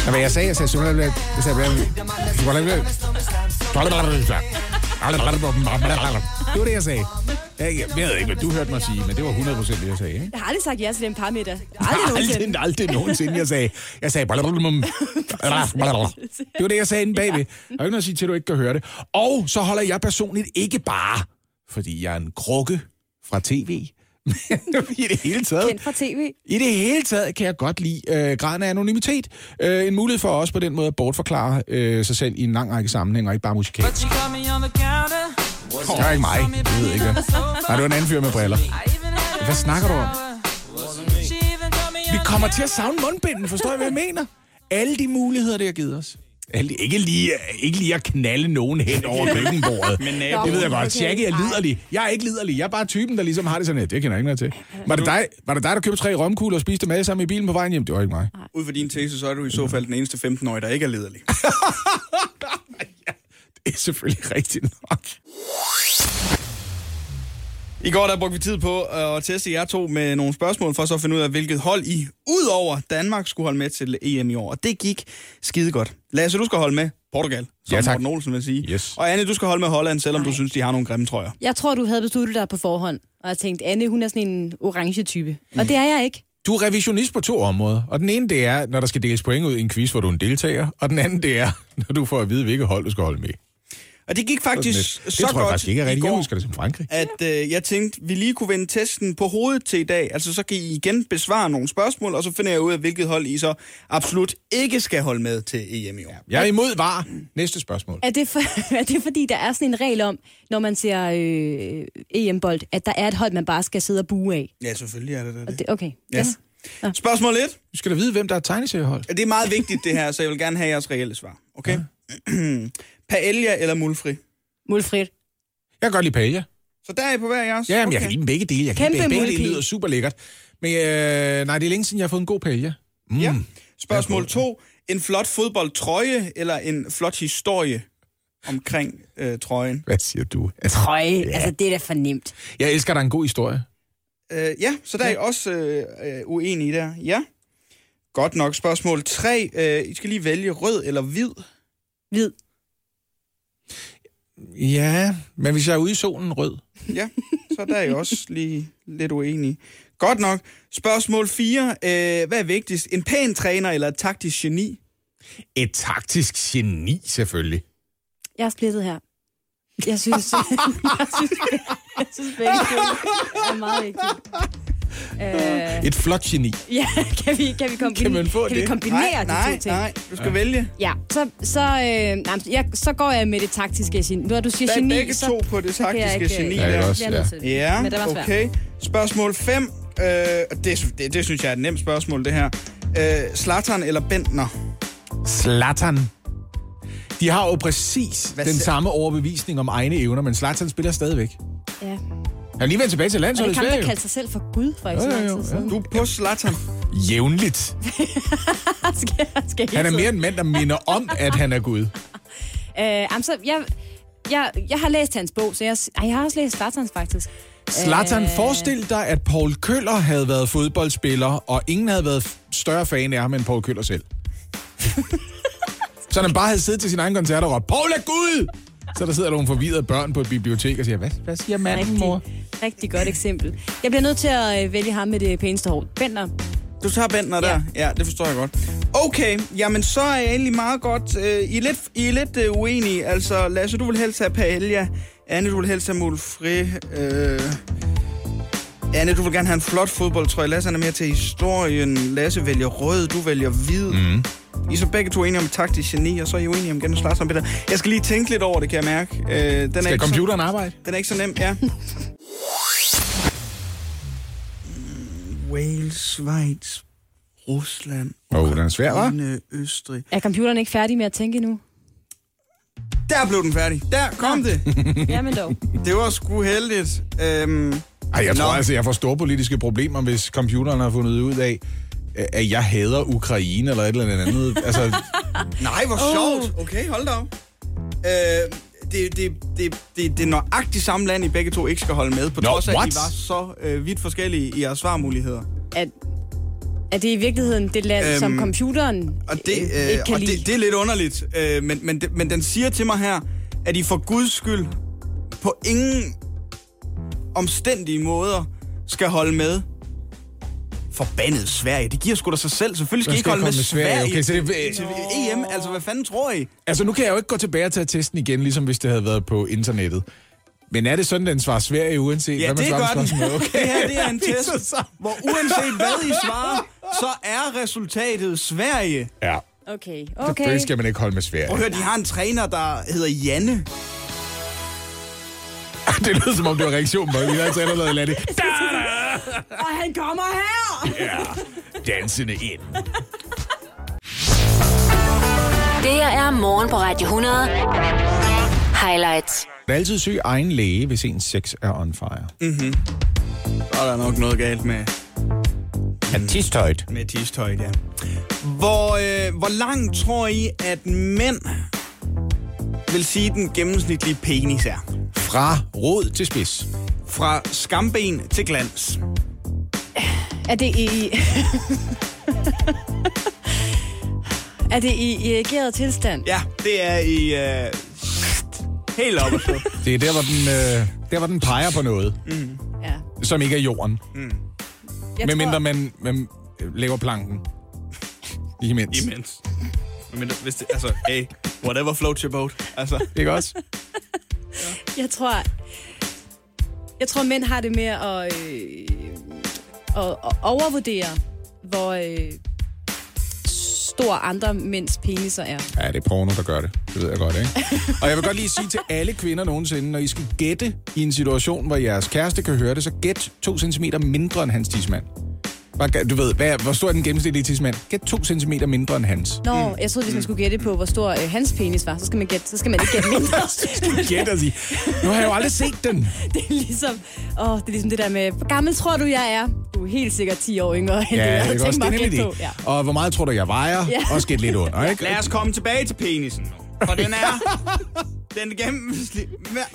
C: Nå, hvad jeg sagde, jeg sagde, jeg sagde, jeg sagde, jeg det var det, jeg sagde. Jeg, jeg ved ikke, hvad du hørte mig sige, men det var 100% det, jeg sagde. Ikke?
B: Jeg har aldrig sagt ja til den parmiddag. Aldrig nogensinde.
C: aldrig, aldrig nogensinde, jeg sagde. Jeg sagde... Det var det, jeg sagde inde bagved. Der er jo ikke noget at sige til, at du ikke kan høre det. Og så holder jeg personligt ikke bare, fordi jeg er en krukke fra tv, men i det hele taget.
B: Kendt fra tv.
C: I det hele taget kan jeg godt lide øh, graden af anonymitet. Øh, en mulighed for os på den måde at bortforklare øh, sig selv i en lang række sammenhæng, og ikke bare musikalt. Det er ikke mig. Det ved ikke. hvad. Nej, det var en anden fyr med briller. Hvad snakker du om? Vi kommer til at savne mundbinden, forstår jeg, hvad jeg mener? Alle de muligheder, det har givet os. Alle, ikke, lige, ikke lige at knalde nogen hen over køkkenbordet. Men
D: naboen.
C: det ved jeg godt.
B: Okay.
C: Okay. Jackie er liderlig. Jeg er ikke liderlig. Jeg er bare typen, der ligesom har det sådan, "Ja, det kan jeg ikke noget til. Var det, dig, var det dig, der købte tre romkugler og spiste dem alle sammen i bilen på vejen hjem? Det var ikke mig.
D: Ud fra din tese, så er du i så fald den eneste 15-årige, der ikke er lederlig.
C: Det er selvfølgelig rigtigt nok.
D: I går der brugte vi tid på øh, at teste jer to med nogle spørgsmål, for så at finde ud af, hvilket hold I, udover Danmark, skulle holde med til EM i år. Og det gik skide godt. Lasse, du skal holde med Portugal, som
C: Ja, tak.
D: Morten Olsen vil sige.
C: Yes.
D: Og Anne, du skal holde med Holland, selvom du synes, de har nogle grimme trøjer.
B: Jeg tror, du havde besluttet dig på forhånd, og jeg tænkte, Anne, hun er sådan en orange type. Og det er jeg ikke.
C: Du er revisionist på to områder, og den ene det er, når der skal deles point ud i en quiz, hvor du er en deltager, og den anden det er, når du får at vide, hvilket hold du skal holde med.
D: Og det gik
C: Sådan
D: faktisk
C: lidt. det
D: så
C: tror jeg
D: godt
C: faktisk ikke er
D: i
C: rigtigt. Jeg
D: går,
C: husker det som Frankrig.
D: at øh, jeg tænkte, vi lige kunne vende testen på hovedet til i dag. Altså, så kan I igen besvare nogle spørgsmål, og så finder jeg ud af, hvilket hold I så absolut ikke skal holde med til EM i år.
C: Jeg er imod var. Næste spørgsmål.
B: Er det, for, er det fordi, der er sådan en regel om, når man ser øh, EM-bold, at der er et hold, man bare skal sidde og bue af?
D: Ja, selvfølgelig er det da
B: Og
D: det.
B: det, okay.
D: Ja. Spørgsmål 1.
C: Du skal da vide, hvem der er tegneseriehold.
D: Det er meget vigtigt, det her, så jeg vil gerne have jeres reelle svar. Okay? Ja. Paella eller mulfri?
B: Mulfred.
C: Jeg kan godt lide paella.
D: Så der er I på hver jeres?
C: Ja, men okay. jeg kan lide dem begge dele. Jeg kan
B: Kæmpe
C: lide begge, begge
B: mulpi.
C: dele lyder super lækkert. Men øh, nej, det er længe siden, jeg har fået en god paella. Mm.
D: Ja.
C: Ja.
D: Spørgsmål 2. En flot fodboldtrøje eller en flot historie omkring øh, trøjen?
C: Hvad siger du? Altså,
B: Trøje. Ja. Altså, det er da fornemt.
C: jeg elsker dig en god historie.
D: Øh, ja, så der er I også øh, øh, uenige der. Ja. Godt nok. Spørgsmål 3. Øh, I skal lige vælge rød eller hvid.
B: Hvid.
C: Ja, men hvis jeg er ude i solen rød.
D: Ja, så der er I også lige lidt uenige. Godt nok. Spørgsmål 4. Øh, hvad er vigtigst? En pæn træner eller et taktisk geni?
C: Et taktisk geni, selvfølgelig.
B: Jeg er splittet her. Jeg synes, jeg synes, jeg synes begge dele er meget vigtigt. Øh,
C: Et flot geni.
B: ja, kan vi, kan vi, kombine,
C: Kan man få
B: kan vi
C: det?
B: kombinere de
D: nej,
B: to ting?
D: nej. Du skal ja. vælge.
B: Ja, så, så, øh, nej, men jeg, så går jeg med det taktiske geni. Når du siger
D: Der er
B: geni,
D: begge
B: så,
D: to på det
B: så kan jeg
D: taktiske
B: ikke, øh,
D: geni
C: Ja,
D: der.
C: ikke også?
B: bliver jeg nødt til.
D: Ja,
B: Men det var svært.
D: okay. Spørgsmål 5. Øh, og det, sy- det, det synes jeg er et nemt spørgsmål, det her. Øh, Slattern eller Bentner?
C: Zlatan. De har jo præcis
D: Hvad
C: den
D: siger-
C: samme overbevisning om egne evner, men Zlatan spiller stadigvæk.
B: Ja.
C: Han er lige vendt tilbage til
B: Og det
C: landsholdet i
B: kan man da
C: Sverige.
B: kalde sig selv for Gud, for ikke
C: Jo,
B: så lang
C: jo,
B: tid
C: jo,
B: siden.
D: Du er på Slattern.
C: jo. Jævnligt.
B: skal, skal jeg
C: Han er
B: sidde-
C: mere en mand, der minder om, at han er Gud.
B: Øh, jamen, så jeg, jeg, jeg har læst hans bog, så jeg, ej, jeg har også læst Spartans faktisk.
C: Zlatan,
B: Øh.
C: forestil dig, at Paul Køller havde været fodboldspiller, og ingen havde været f- større fan af ham end Paul Køller selv. så han bare havde siddet til sin egen koncert og råbt, Paul er Gud! Så der sidder nogle forvirrede børn på et bibliotek og siger, hvad, hvad siger manden, mor?
B: Rigtig, rigtig godt eksempel. Jeg bliver nødt til at øh, vælge ham med det pæneste hår. Bender.
D: Du tager Bentner ja. der. Ja, det forstår jeg godt. Okay, jamen så er jeg egentlig meget godt. Øh, I er lidt, I er lidt øh, uenige. Altså, Lasse, du vil helst have Paella. Anne, du vil helst have Mulfri. Øh... Anne, du vil gerne have en flot fodboldtrøje. Lasse han er mere til historien. Lasse vælger rød, du vælger hvid. Mm. I er så begge to enige om taktisk geni, og så er I uenige om gennem Peter. Jeg skal lige tænke lidt over det, kan jeg mærke. Øh, den er
C: Skal
D: ikke så-
C: computeren arbejde?
D: den er ikke så nem, ja. Wales, Schweiz, Rusland,
C: Åh, oh, den er svær, hva'?
D: Ukraine, Østrig.
B: Er computeren ikke færdig med at tænke endnu?
D: Der blev den færdig. Der kom det.
B: Jamen dog.
D: Det var sgu heldigt. Øhm,
C: Ej, jeg tror
D: Nå.
C: altså, jeg får store politiske problemer, hvis computeren har fundet ud af, øh, at jeg hader Ukraine eller et eller andet. altså,
D: nej, hvor oh. sjovt. Okay, hold da op. Øh, det, det, det, det, det er nøjagtigt samme land, I begge to ikke skal holde med, på
C: Nå,
D: trods af, at I
C: what?
D: var så øh, vidt forskellige i jeres svarmuligheder.
B: Er, er det i virkeligheden det land,
D: Øhm,
B: øhm, som computeren
D: Og det,
B: øh,
D: øh,
B: ikke kan
D: og
B: lide?
D: det, det er lidt underligt, øh, men, men, det- men den siger til mig her, at I for guds skyld på ingen omstændige måder skal holde med forbandet Sverige. Det giver sgu da sig selv. Selvfølgelig skal
C: Så
D: I ikke
C: skal jeg
D: holde med
C: komme med Sverige.
D: Sverige
C: Okay, så det-
D: til, til EM. Altså, hvad fanden tror I?
C: altså, nu kan jeg jo ikke gå tilbage og tage testen igen, ligesom hvis det havde været på internettet. Men er det sådan, den svarer Sverige, uanset
D: Ja,
C: hvad man
D: det
C: svarer
D: gør
C: på
D: den.
C: spørgsmålet? Okay.
D: Det her, det er en
C: Det er
D: test,
C: så sejt.
D: hvor uanset hvad I svarer, så er resultatet Sverige.
C: Ja,
B: Okay,
C: okay.
B: okay.
C: det skal man ikke holde med
D: Prøv
C: Sverige.
D: at høre, de har en træner, der hedder Janne.
C: Det lyder som om, det var reaktionen på, at vi havde trænet noget eller det.
B: Og han kommer her!
C: Ja, dansende ind.
A: Det her er morgen på Radio 100. Highlights.
C: Man altid søg egen læge, hvis ens sex er on fire.
D: Mm-hmm. Så er der nok noget galt med
C: Mm. Tistøjt.
D: Med tistøj, ja. Hvor, øh, hvor langt tror I, at mænd vil sige, den gennemsnitlige penis er?
C: Fra rod til spids.
D: Fra skamben til glans.
B: Er det i... er det i irrigeret tilstand?
D: Ja, det er i... Øh, helt oppe. at stå.
C: Det er der, hvor den, øh, der, hvor den peger på noget,
B: ja.
D: Mm.
C: som ikke er jorden.
B: Jeg tror-
C: Medmindre man, man lægger planken. Imens.
D: Imens. Men hvis det, altså, hey, whatever floats your boat. Altså,
C: Ikke også?
B: Jeg tror, jeg tror mænd har det med at, øh, at, at overvurdere, hvor øh, stor andre mænds peniser er.
C: Ja, det er porno, der gør det. Det ved jeg godt, ikke? Og jeg vil godt lige sige til alle kvinder nogensinde, når I skal gætte i en situation, hvor jeres kæreste kan høre det, så gæt to centimeter mindre end hans tidsmand. Bare, gæt- du ved, hvad, hvor stor er den gennemsnitlige tidsmand? Gæt to centimeter mindre end hans.
B: Nå, mm. jeg troede, hvis man skulle gætte på, hvor stor øh, hans penis var, så skal man, gætte, så skal man ikke gætte mindre.
C: Gæt og sige, nu har jeg jo aldrig set den.
B: det, er ligesom, åh, det er ligesom det der med, hvor gammel tror du, jeg er? Du er helt sikkert 10 år yngre, end du
C: Ja,
B: er.
C: det
B: Tænk
C: er også
B: mig
C: det
B: at
C: er nemlig
B: gætte på.
C: det.
B: Ja.
C: Og hvor meget tror du, jeg vejer?
B: Ja.
C: Også gæt lidt under, ikke?
D: lad os komme tilbage til penisen nu. For den er... den gennemsnitlige...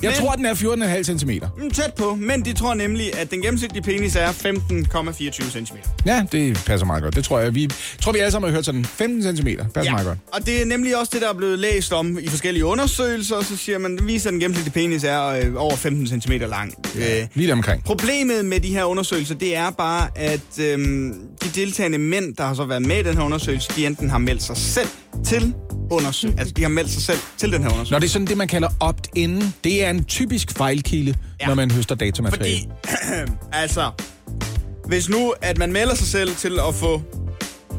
C: Jeg tror, den er 14,5 centimeter.
D: Mm, Tæt på, men de tror nemlig, at den gennemsnitlige penis er 15,24 cm.
C: Ja, det passer meget godt. Det tror jeg. Vi tror, vi alle sammen har hørt sådan 15 centimeter. Passer meget godt.
D: Og det er nemlig også det, der er blevet læst om i forskellige undersøgelser, så siger man, den viser, at den gennemsnitlige penis er øh, over 15 cm lang. Øh,
C: Lige omkring.
D: Problemet med de her undersøgelser, det er bare, at øhm, de deltagende mænd, der har så været med i den her undersøgelse, de enten har meldt sig selv til undersøgelsen, altså de har meldt sig selv til den her undersøgelse.
C: Når det er sådan det, man kalder opt-in, det er en typisk fejlkilde, ja.
D: Ja.
C: når man høster datamateriale.
D: Fordi, altså, hvis nu, at man melder sig selv til at få,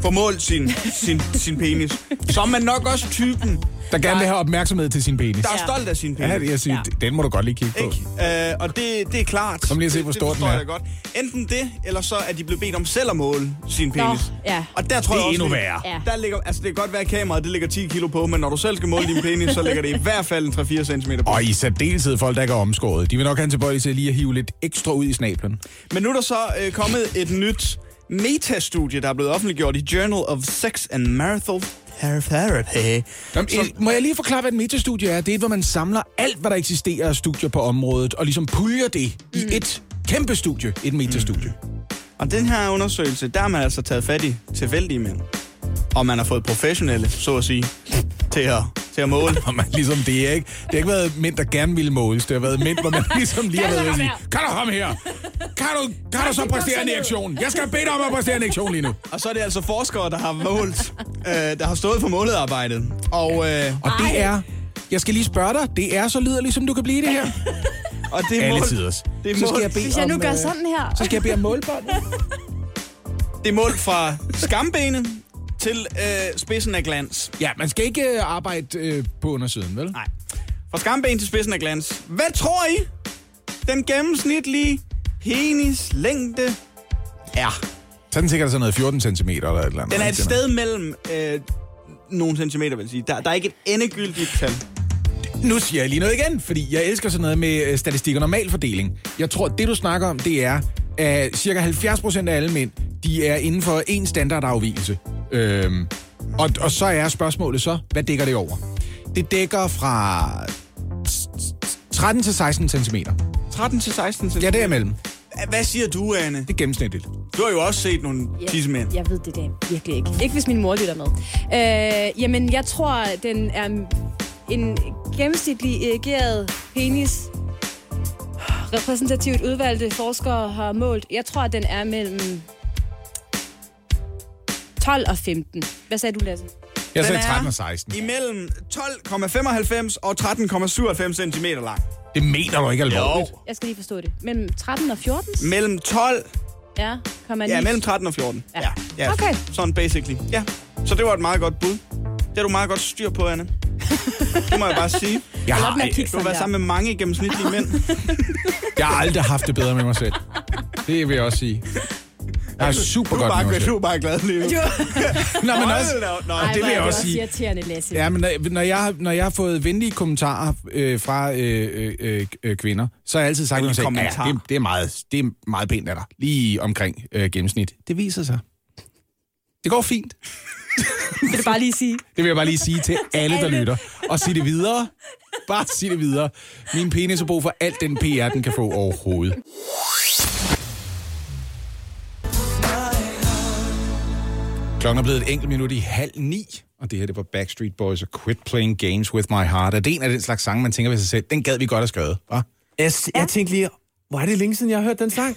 D: få målt sin, sin, sin penis, så er man nok også typen,
C: Der gerne vil have opmærksomhed til sin penis.
D: der er stolt af sin penis.
C: Ja, det, jeg siger, ja. den må du godt lige kigge på.
D: Ikke? Øh, og det, det er klart.
C: Kom lige og se,
D: Det-
C: hvor
D: det
C: stor den
D: forstår
C: er.
D: jeg da godt. Enten det, eller så er de blevet bedt om selv at måle sin
B: Nå,
D: penis.
B: ja.
D: Og der tror
C: Det er
D: jeg også,
C: endnu
D: det-
C: værre.
B: Ja.
D: Der ligger, altså det kan godt være, at kameraet det ligger 10 kilo på, men når du selv skal måle din penis, så ligger det i hvert fald en 3-4 cm på.
C: Og i særdeleshed folk, der ikke er omskåret. De vil nok have en tilbøjelighed til lige at hive lidt ekstra ud i snablen.
D: Men nu er der så øh, kommet et nyt metastudie, der er blevet offentliggjort i Journal of Sex and Marital Therapy.
C: Jamen, så... Må jeg lige forklare, hvad et metastudie er? Det er, hvor man samler alt, hvad der eksisterer af studier på området, og ligesom puljer det mm. i et kæmpe studie, et metastudie. Mm.
D: Og den her undersøgelse, der har man altså taget fat i tilfældige mænd. Og man har fået professionelle, så at sige, til at, til at måle.
C: Og man ligesom det, er ikke? Det har ikke været mænd, der gerne ville måles. Det har været mænd, hvor man ligesom lige har været ude og sige, kan du komme her? Kan du, kan du så præstere en erektion? Jeg skal bede dig om at præstere en erektion lige nu.
D: Og så er det altså forskere, der har målt, øh, der har stået for målearbejdet. Og, øh,
C: Og det er, jeg skal lige spørge dig, det er så lyderligt, som du kan blive det her.
D: og det er målt, det er
C: Så skal
D: målt-
C: jeg bede
B: Hvis jeg nu
C: om,
B: gør
C: øh,
B: sådan her...
C: Så skal jeg bede om målbåndet.
D: det er målt fra skambenet til øh, spidsen af glans.
C: Ja, man skal ikke øh, arbejde øh, på undersiden, vel?
D: Nej. Fra skamben til spidsen af glans. Hvad tror I, den gennemsnitlige penislængde er?
C: Så er den sikkert sådan noget 14 cm eller et eller andet.
D: Den er et
C: ikke?
D: sted mellem øh, nogle centimeter, vil jeg sige. Der, der er ikke et endegyldigt tal.
C: Nu siger jeg lige noget igen, fordi jeg elsker sådan noget med øh, statistik og normalfordeling. Jeg tror, det du snakker om, det er, at cirka 70% af alle mænd, de er inden for en standardafvielse. Øhm, og, og så er spørgsmålet så, hvad dækker det over? Det dækker fra s- s- 13 til 16 cm.
D: 13 til 16 centimeter.
C: Ja, det er imellem.
D: Hvad siger du, Anne?
C: Det er gennemsnitligt.
D: Du har jo også set nogle
B: Ja,
D: tissemænd.
B: Jeg ved det da virkelig ikke. Ikke hvis min mor lytter med. Øh, jamen, jeg tror, den er en gennemsnitlig erigeret penis. Repræsentativt udvalgte forskere har målt. Jeg tror, at den er mellem 12 og 15. Hvad sagde du, Lasse?
C: Jeg
D: Den
C: sagde
D: er
C: 13 og 16.
D: Imellem 12,95 og 13,97 cm lang.
C: Det mener du ikke alvorligt.
B: Jeg skal lige forstå det. Mellem 13 og 14?
D: Mellem 12...
B: Ja, kommer
D: Ja, mellem 13 og 14.
B: Ja.
D: ja.
B: Okay.
D: Sådan basically. Ja. Så det var et meget godt bud. Det er du meget godt styr på, Anne. det må jeg bare sige.
C: Jeg
B: Hold op med at
C: har,
B: kigge
D: Du har
B: sådan
D: været
B: der.
D: sammen med mange gennemsnitlige mænd.
C: jeg har aldrig haft det bedre med mig selv. Det vil jeg også sige. Jeg er super
D: Du er
C: godt med mig
D: bare,
C: selv.
D: du er bare glad lige nu.
C: Nå, men
D: Hold da
C: også,
D: op. Nå,
B: Ej,
C: det
B: hvor
C: vil
B: er
C: jeg også sige.
B: irriterende, Lasse.
C: Ja, men når, når, jeg, når jeg har fået venlige kommentarer øh, fra øh, øh, øh, kvinder, så har jeg altid sagt,
D: Venlige
C: at ja,
D: kommentarer.
C: det, det, er meget, det er meget pænt af dig. Lige omkring øh, gennemsnit. Det viser sig. Det går fint.
B: Vil du bare lige sige?
C: Det vil jeg bare lige sige til alle, der
B: alle.
C: lytter. Og sig det videre. Bare sig det videre. Min penis har brug for alt den PR, den kan få overhovedet. Klokken er blevet et enkelt minut i halv ni, og det her det var Backstreet Boys og Quit Playing Games With My Heart. Og det er en af den slags sange, man tænker ved sig selv, den gad vi godt have skrevet, hva'?
H: Jeg, jeg tænkte lige, hvor er det længe siden, jeg har hørt den sang?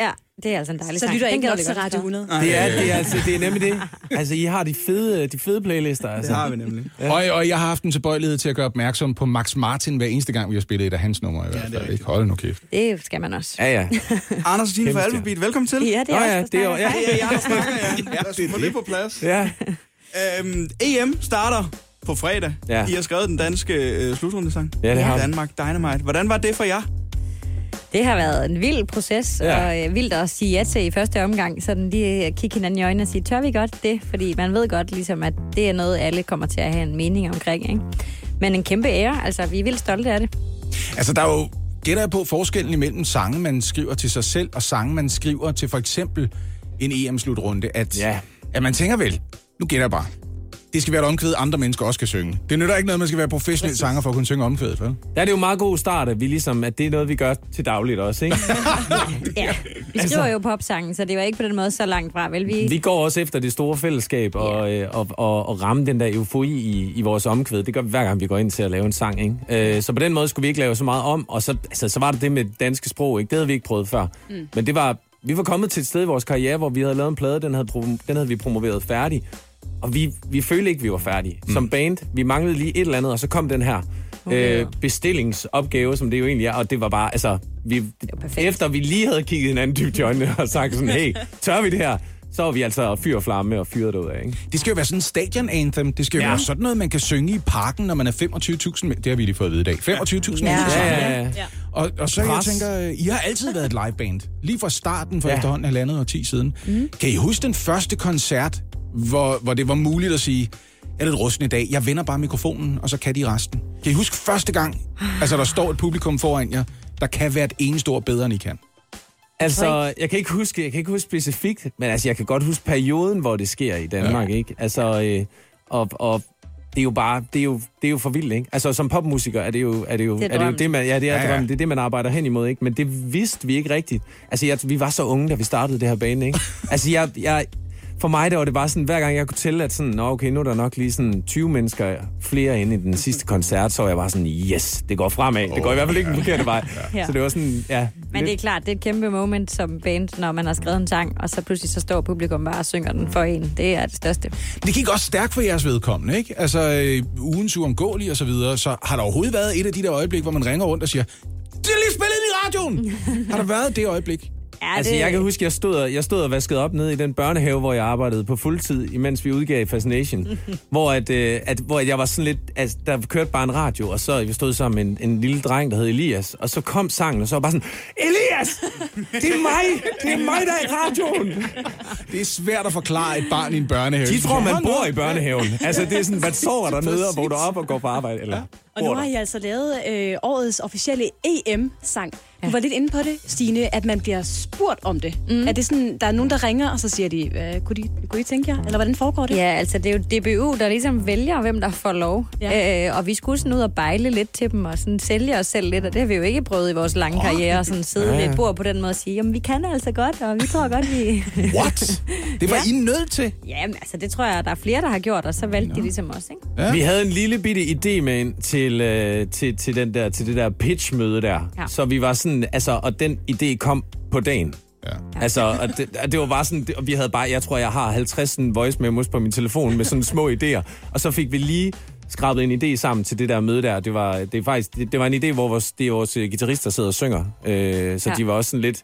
H: Ja, det er altså en dejlig
B: Så
H: sang.
B: lytter jeg
H: Den
B: ikke
H: kan
B: nok
H: jeg
B: til
H: godt forstå.
B: Radio 100.
I: Det er, det, er, altså, det er nemlig det. Altså, I har de fede, de fede playlister. Altså.
D: Det har vi nemlig.
C: Ja. Og, og jeg har haft en tilbøjelighed til at gøre opmærksom på Max Martin hver eneste gang, vi har spillet et af hans numre i hvert fald. Ikke hold nu kæft.
H: Det skal man også.
I: Ja, ja.
D: Anders Stine fra
I: Kæmpe
D: Alphabet, velkommen til.
H: Ja, det er
I: Nå
H: også
I: ja,
H: for
I: det er jo-
H: snakker.
I: ja,
D: Ja, jeg snakker, ja. Lad os få det på plads.
I: ja.
D: Øhm, EM starter på fredag.
I: Ja.
D: I har skrevet den danske øh, slutrundesang.
I: Ja, det har vi.
D: Danmark Dynamite. Hvordan var det for jer?
H: Det har været en vild proces,
I: Ja.
H: ja. og øh, vildt at sige ja til i første omgang. Sådan lige at kigge hinanden i øjnene og sige, tør vi godt det? Fordi man ved godt, ligesom, at det er noget, alle kommer til at have en mening omkring. Ikke? Men en kæmpe ære. Altså, vi er vildt stolte af det.
C: Altså, der er jo, gætter jeg på, forskellen imellem sange, man skriver til sig selv, og sange, man skriver til for eksempel en EM-slutrunde, at,
I: Ja.
C: at man tænker vel, nu gætter jeg bare, det skal være et omkvæd, andre mennesker også kan synge. Det nytter ikke noget, man skal være professionel sanger for at kunne synge omkvædet, vel?
I: Der er det jo en meget god start, at, vi ligesom, at det er noget, vi gør til dagligt også. Ikke?
H: Ja. Vi skriver jo popsangen, så det var ikke på den måde så langt fra, vel? Vi,
I: Vi går også efter det store fællesskab og, øh, og, og, og ramme den der eufori i, i vores omkvæd. Det gør vi hver gang, vi går ind til at lave en sang. Ikke? Øh, så på den måde skulle vi ikke lave så meget om. Og så, altså, så var det det med det danske sprog. Ikke? Det havde vi ikke prøvet før. Mm. Men det var, vi var kommet til et sted i vores karriere, hvor vi havde lavet en plade. Den havde, pro, den havde vi promoveret færdig. Og vi, vi følte ikke, vi var færdige. Mm. Som band, vi manglede lige et eller andet, og så kom den her øh, bestillingsopgave, som det jo egentlig er. Og det var bare, altså... Vi,
H: perfekt.
I: efter vi lige havde kigget hinanden dybt i øjnene og sagt sådan, hey, tør vi det her? Så var vi altså fyr og flamme og fyret ud af, ikke?
C: Det skal jo være sådan en stadion anthem. Det skal jo
I: Ja.
C: ja. være sådan noget, man kan synge i parken, når man er 25.000 men- Det har vi lige fået at vide i dag. 25.000 mennesker. sammen.
I: ja, ja.
C: Og, og så jeg
I: Pres.
C: tænker, øh, I har altid været et liveband. Lige fra starten for ja. efterhånden halvandet og ti siden.
I: Mhm.
C: Mm. Kan I huske den første koncert, hvor, hvor det var muligt at sige, jeg er lidt rusten i dag, jeg vender bare mikrofonen, og så kan de resten. Kan I huske første gang, altså der står et publikum foran jer, der kan være et eneste ord bedre, end I kan?
I: Altså, jeg kan ikke huske, jeg kan ikke huske specifikt, men altså, jeg kan godt huske perioden, hvor det sker i Danmark, ja. ikke? Altså, øh, og, og det er jo bare, det er jo, det er jo for vildt, ikke? Altså, som popmusiker er det jo, er det jo,
H: Det er
I: det, er det, jo
H: drømmen.
I: det man, ja, det er
C: Ja, ja.
I: ja, ja. det er det, man arbejder hen imod, ikke? Men det vidste vi ikke rigtigt. Altså, jeg, vi var så unge, da vi startede det her bane, ikke? Altså, jeg, jeg, for mig der var det bare sådan, hver gang jeg kunne tælle, at sådan, Nå, okay, nu er der nok lige sådan 20 mennesker flere inde i den sidste koncert, så var jeg bare sådan, yes, det går fremad. Det går i hvert fald ikke den forkerte vej.
H: Ja.
I: Så det var sådan, ja.
H: Men det er klart, det er et kæmpe moment som band, når man har skrevet en sang, og så pludselig så står publikum bare og synger den for en. Det er det største.
C: Det gik også stærkt for jeres vedkommende, ikke? Altså, øh, ugens uomgåelige og så videre, så har der overhovedet været et af de der øjeblik, hvor man ringer rundt og siger, det er lige spillet ind i radioen! har der været det øjeblik?
H: Ja,
I: Altså, jeg kan huske, jeg stod, og- jeg stod og vaskede op nede i den børnehave, hvor jeg arbejdede på fuldtid, imens vi udgav Fascination. hvor, at, øh, at, hvor jeg var sådan lidt... Altså, der kørte bare en radio, og så vi stod sammen med en, en lille dreng, der hed Elias. Og så kom sangen, og så var jeg bare sådan... Elias! Det er mig! Det er mig, der er i radioen!
C: Det er svært at forklare et barn i en børnehave.
I: De tror, man
C: Hold nu
I: bor i børnehaven. Altså, det er sådan, man sover dernede og vågner op og går på arbejde. Eller,
B: Og nu
I: bor
B: har
I: der.
B: I altså lavet øh, årets officielle EM-sang. Du var lidt inde på det, Stine, at man bliver spurgt om det. Mm. Er det sådan, der er nogen, der ringer, og så siger de, øh, kunne, de kunne I tænke jer? Eller hvordan foregår det?
H: Ja, altså det er jo DBU, der ligesom vælger, hvem der får lov.
B: Ja.
H: Ja. Øh, og vi skulle sådan ud og bejle lidt til dem, og sådan sælge os selv lidt, og det har vi jo ikke prøvet i vores lange karriere, sådan sidde ved et bord på den måde og sige, jamen vi kan altså godt, og vi tror godt, vi...
C: What? Det var ja. I nødt til.
H: jamen altså, det tror jeg, der er flere, der har gjort, og så valgte de ligesom os, ikke?
C: Ja.
I: Vi havde en lille bitte idé med ind til, øh, til, til, den der, til det der pitch-møde der. Ja.
H: Ja.
I: Så vi var sådan, altså, og den idé kom på dagen.
C: Ja.
I: Altså, og det, og det var bare sådan, det, og vi havde bare, jeg tror, jeg har 50 sådan voice memos på min telefon med sådan små idéer. Og så fik vi lige skrabet en idé sammen til det der møde der. Det var, det er faktisk, det, det var en idé, hvor vores, det er vores øh, guitarist, der sidder og synger. Øh, så ja.
H: Ja.
I: de var også sådan lidt,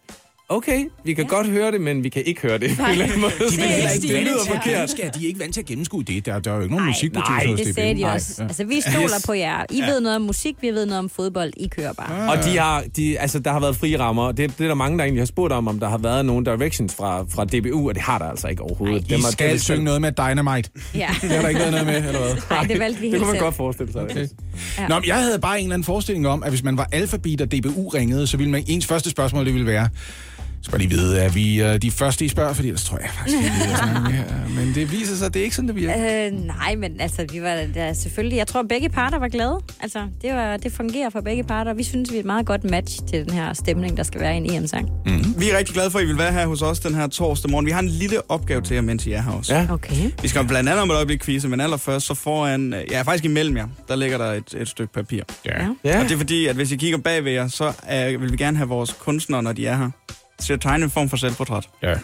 I: okay, vi kan ja. godt høre det, men vi kan ikke høre det. på en eller anden måde.
H: ikke
I: det lyder forkert.
C: Skal de er ikke vant til at gennemskue det? Der, der er jo ikke nogen musikproducer
I: nej,
C: hos
H: Det
C: DBU.
H: sagde de
C: Nej.
H: også.
C: Ja.
H: Altså, vi stoler på jer. I ved noget om musik, vi ved noget om fodbold. I kører bare.
I: Ah. Og de har, de, altså, der har været frie rammer. Det, det er der mange, der egentlig har spurgt om, om der har været nogle directions fra, fra DBU, og det har der altså ikke overhovedet.
C: I
I: har-
C: skal synge noget med Dynamite.
H: Ja.
C: Det har der ikke været noget med, eller hvad?
H: Nej, det valgte vi
I: Det
H: helt
I: kunne man
H: selv.
I: godt forestille sig. Okay.
C: Ja. Nå, men jeg havde bare en eller anden forestilling om, at hvis man var alfabet og DBU ringede, så ville man, ens første spørgsmål det ville være, så bare lige vide, at vi er de første, I spørger, fordi ellers tror jeg faktisk ikke, at snakke mere. Men det viser sig, at det er ikke sådan, det virker.
H: Øh, nej, men altså, vi var da selvfølgelig... Jeg tror, begge parter var glade. Altså, det, var, det fungerer for begge parter. Vi synes, vi er et meget godt match til den her stemning, der skal være i en EM-sang.
I: Mhm.
D: Vi er rigtig glade for, at I vil være her hos os den her torsdag morgen. Vi har en lille opgave til jer, mens I er her også.
I: Ja.
H: Okay.
D: Vi skal blandt andet om et øjeblik quizze, men allerførst så foran, øh, ja faktisk imellem jer, der ligger der et, et stykke papir.
H: Ja.
I: Ja.
D: Og det er fordi, at hvis I kigger bagved jer, så øh, vil vi gerne have vores kunstnere, når de er her, til at tegne en form for selvportræt.
C: Ja.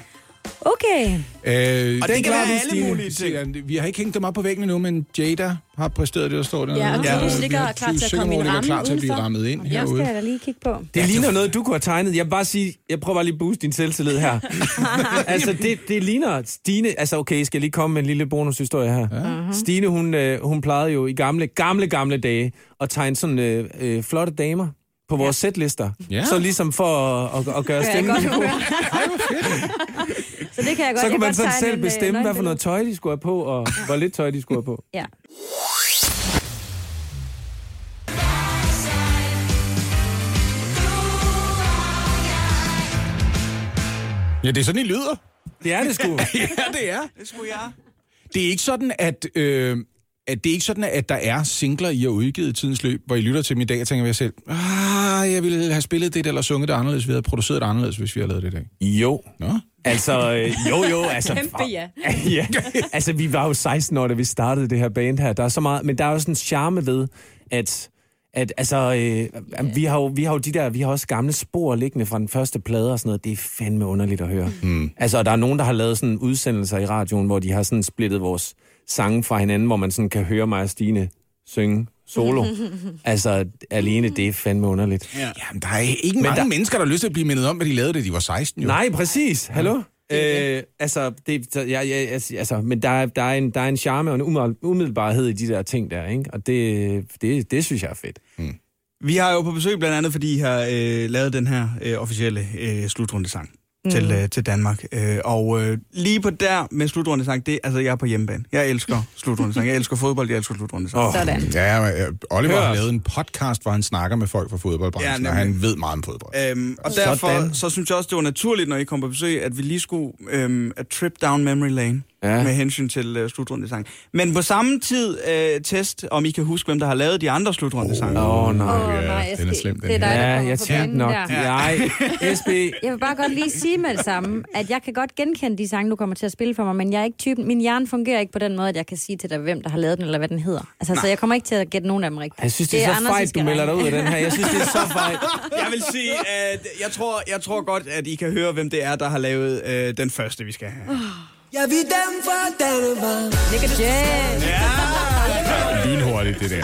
H: Okay.
C: Øh,
D: Og
C: den
D: det
C: klarer
D: kan være
C: du,
D: alle
C: Stine.
D: mulige ting.
C: Stine, Vi har ikke hængt dem op på væggen endnu, men Jada har præsteret det, der står der.
B: Ja, og
C: Vi har-
B: Claus
C: vi
B: ligger
C: har-
B: klar til at
C: Sikke
B: komme i en
C: Morten ligger
B: ramme
C: klar til at blive
B: udenfor.
C: rammet ind
H: Jeg skal
C: herude.
H: jeg da lige kigge på.
I: Det ligner noget, du kunne have tegnet. Jeg vil bare sige, jeg prøver bare lige at booste din selvtillid her. altså, det, det ligner Stine... Altså, okay, skal jeg lige komme med en lille bonushistorie her.
H: Mhm.
I: Ja. Stine, hun, øh, hun plejede jo i gamle, gamle, gamle dage at tegne sådan øh, øh, flotte damer på vores sætlister.
C: Ja.
I: Så ligesom for at, at, at gøre
H: Det kan jeg
I: stemmen
H: godt høre. Så det kan jeg godt.
I: Så
H: Jeg
I: kunne man
H: godt
I: sådan
H: tegne en,
I: selv
H: øh,
I: bestemme, hvad for
H: nøgenbillede.
I: noget tøj, de skulle have på, og hvor lidt tøj, de skulle have på.
H: Ja.
C: Ja, det er sådan, I lyder.
I: Det er det sgu.
C: ja, det er.
D: Det skulle jeg.
C: Det er ikke sådan, at... Øh, at det er ikke sådan, at der er singler, I har udgivet i tidens løb, hvor I lytter til dem i dag og tænker ved jer selv, ah, jeg ville have spillet det eller sunget det anderledes, vi havde produceret det anderledes, hvis vi havde lavet det i dag.
I: Jo.
C: Nå?
I: Altså, øh, jo jo, altså...
B: Kæmpe ja.
I: ja. Altså, vi var jo 16 år, da vi startede det her band her. Der er så meget, men der er jo sådan en charme ved, at, at altså, øh, jamen, vi, har jo, vi har jo de der, vi har også gamle spor liggende fra den første plade og sådan noget. Det er fandme underligt at høre. Mm. Altså, og der er nogen, der har lavet sådan udsendelser i radioen, hvor de har sådan splittet vores sange fra hinanden, hvor man sådan kan høre mig og Stine synge solo. altså, alene det er fandme underligt. Ja.
C: Jamen, der er ikke Men mange der...
I: der-
C: mennesker, der har lyst til at blive mindet om, hvad de lavede, da de var 16, jo.
I: Nej, præcis. Hallo? Øh, altså, det, så, ja, ja, altså, altså, men der, er- der, er en, der er en charme og en umiddelbar- umiddelbarhed i de der ting der, ikke? Og det, det, det synes jeg er fedt.
D: Vi har jo på besøg blandt andet, fordi I har øh, lavet den her øh, officielle øh, slutrundesang mm. til, øh, til Danmark. Øh, og øh, lige på der med slutrundesang, det, altså jeg er på hjemmebane. Jeg elsker slutrundesang. Jeg elsker fodbold, jeg elsker slutrundesang. Oh.
H: Sådan.
C: Ja, men, øh, Oliver
I: Hør
C: har
I: os.
C: lavet en podcast, hvor han snakker med folk fra
D: Ja,
C: fodboldbranchen, ja,
D: nemlig.
C: og han ved meget om fodbold.
D: Øhm, og derfor
I: Sådan.
D: så synes jeg også, det var naturligt, når I kom på besøg, at vi lige skulle øhm, a trip down memory lane
I: Ja.
D: ja. med hensyn til øh, slutrundesangen. Men på samme tid øh, test, om I kan huske, hvem der har lavet de andre slutrundesange.
I: Åh, oh, nej.
H: Åh,
C: Ja,
H: nej, jeg
C: den er
H: skal-
C: slem, den
H: Det er dig,
C: her.
H: der
I: Ja,
H: kommer
I: jeg
H: på
I: tænkte
H: banen
I: nok.
H: der.
I: Nej, SB.
H: Jeg vil bare godt lige sige med det samme, at jeg kan godt genkende de sange, du kommer til at spille for mig, men jeg er ikke typen, min hjerne fungerer ikke på den måde, at jeg kan sige til dig, hvem der har lavet den, eller hvad den hedder. Altså, så jeg kommer ikke til at gætte nogen af dem rigtigt.
I: Jeg synes, det er, så
H: Anders, I
I: fejt,
H: skal
I: du melder dig
H: regne.
I: ud af den her. Jeg synes, det er så fejt.
D: Jeg vil sige, at jeg tror, jeg tror godt, at I kan høre, hvem det er, der har lavet øh, den første, vi skal have.
H: Yeah.
C: Lynhurtigt, det der.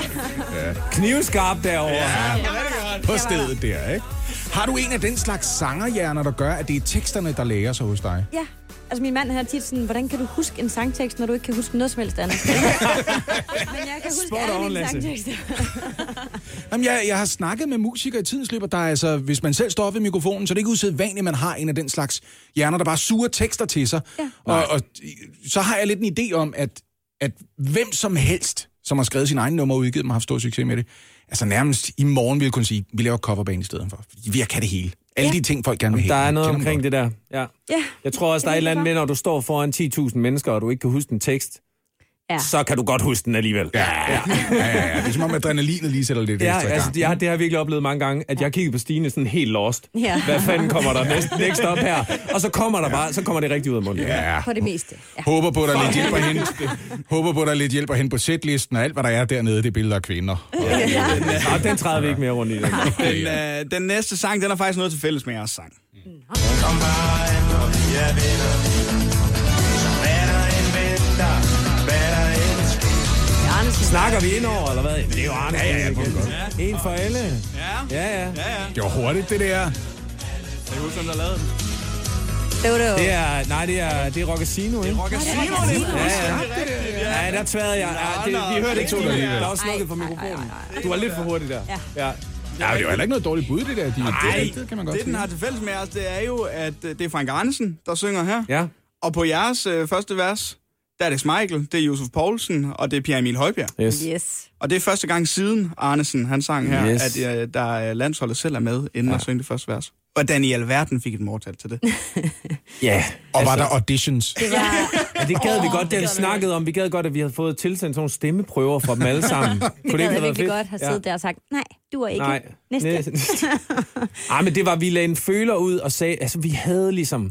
I: Knivskarp derovre.
C: På stedet der, ikke? Har du en af den slags sangerhjerner, der gør, at det er teksterne, der lærer sig hos dig?
H: Ja. Altså, min mand har tit sådan, hvordan kan du huske en sangtekst, når du ikke kan huske noget som helst andet? Men jeg kan huske
I: Spot
H: alle
I: on,
H: mine
I: Lasse.
H: sangtekster.
C: Jamen, jeg, jeg har snakket med musikere i tidens løb, og der er altså, hvis man selv står op ved mikrofonen, så er det ikke usædvanligt, at man har en af den slags hjerner, der bare suger tekster til sig.
H: Ja.
C: Og, og så har jeg lidt en idé om, at, at hvem som helst, som har skrevet sin egen nummer og udgivet dem, har haft stor succes med det, altså nærmest i morgen ville kunne sige, vi laver coverband i stedet for. Vi jeg kan det hele. Alle ja. de ting, folk gerne vil have.
I: Der er
C: jeg
I: noget
C: kender dem
I: omkring
C: godt.
I: det der. Ja.
H: Ja.
I: Jeg tror også, der er et eller andet med, når du står foran 10.000 mennesker, og du ikke kan huske en tekst,
H: Ja.
I: så kan du godt huske den alligevel.
C: Ja, ja, ja, ja, ja. Det er som om adrenalinet lige sætter lidt
I: Ja,
C: ekstra i
I: altså,
C: gang.
I: jeg, det har jeg virkelig oplevet mange gange, at jeg kiggede på Stine sådan helt lost.
H: Ja.
I: Hvad fanden kommer der næst, next op her? Og så kommer der bare, så kommer det rigtig ud af munden.
C: Ja.
H: På det meste. Ja.
C: Håber på, at der lidt hjælper hende. Håber på, at der lidt hjælper hende på sætlisten, og alt, hvad der er dernede, det er billeder af kvinder.
I: Nå, den træder vi ikke mere rundt i. Den.
D: Den, øh, den næste sang, den har faktisk noget til fælles med jeres sang.
I: Snakker vi indover, eller hvad? Det er jo Arne. Ja, ja, ja, en for alle.
D: Ja,
I: Ja, ja.
D: ja, ja.
C: Det var hurtigt, det der.
D: Kan I huske, hvem der lavede den?
H: Det var det jo.
I: Det er, nej, det er, det er Rockasino, ikke? Ja, der tværede jeg. Ja, det, vi hørte ikke to
C: tog du alligevel.
I: Der var slukket for mikrofonen. Du var lidt for hurtig der. Ja.
C: Ja, men det var heller ikke noget dårligt bud, det der. De, det, det, kan man godt
D: det den har til fælles med os, det er jo, at øh, det er Frank Arnesen, der synger her.
I: Ja.
D: Og på jeres øh, første vers, der er det Michael, det er Josef Poulsen, og det er Pierre Emil Højbjerg.
I: Yes.
H: Yes.
D: Og det er første gang siden Arnesen, han sang her,
I: Yes.
D: yes. at øh, der øh, landsholdet selv er med, inden ja. at synge det første vers. Hvordan i alverden fik et mortal til det?
I: Ja.
C: Og var der auditions?
I: Ja, det gad vi godt, det havde snakket om. Vi gad godt, at vi havde fået tilsendt sådan nogle stemmeprøver fra dem alle sammen. Kunne
H: Det
I: ikke
H: gad jeg
I: have været
H: virkelig
I: fedt?
H: godt have siddet der og sagt, nej, du er ikke.
I: Nej.
H: Næste.
I: Næste. Ej, men det var, vi lagde en føler ud og sagde, altså vi havde ligesom,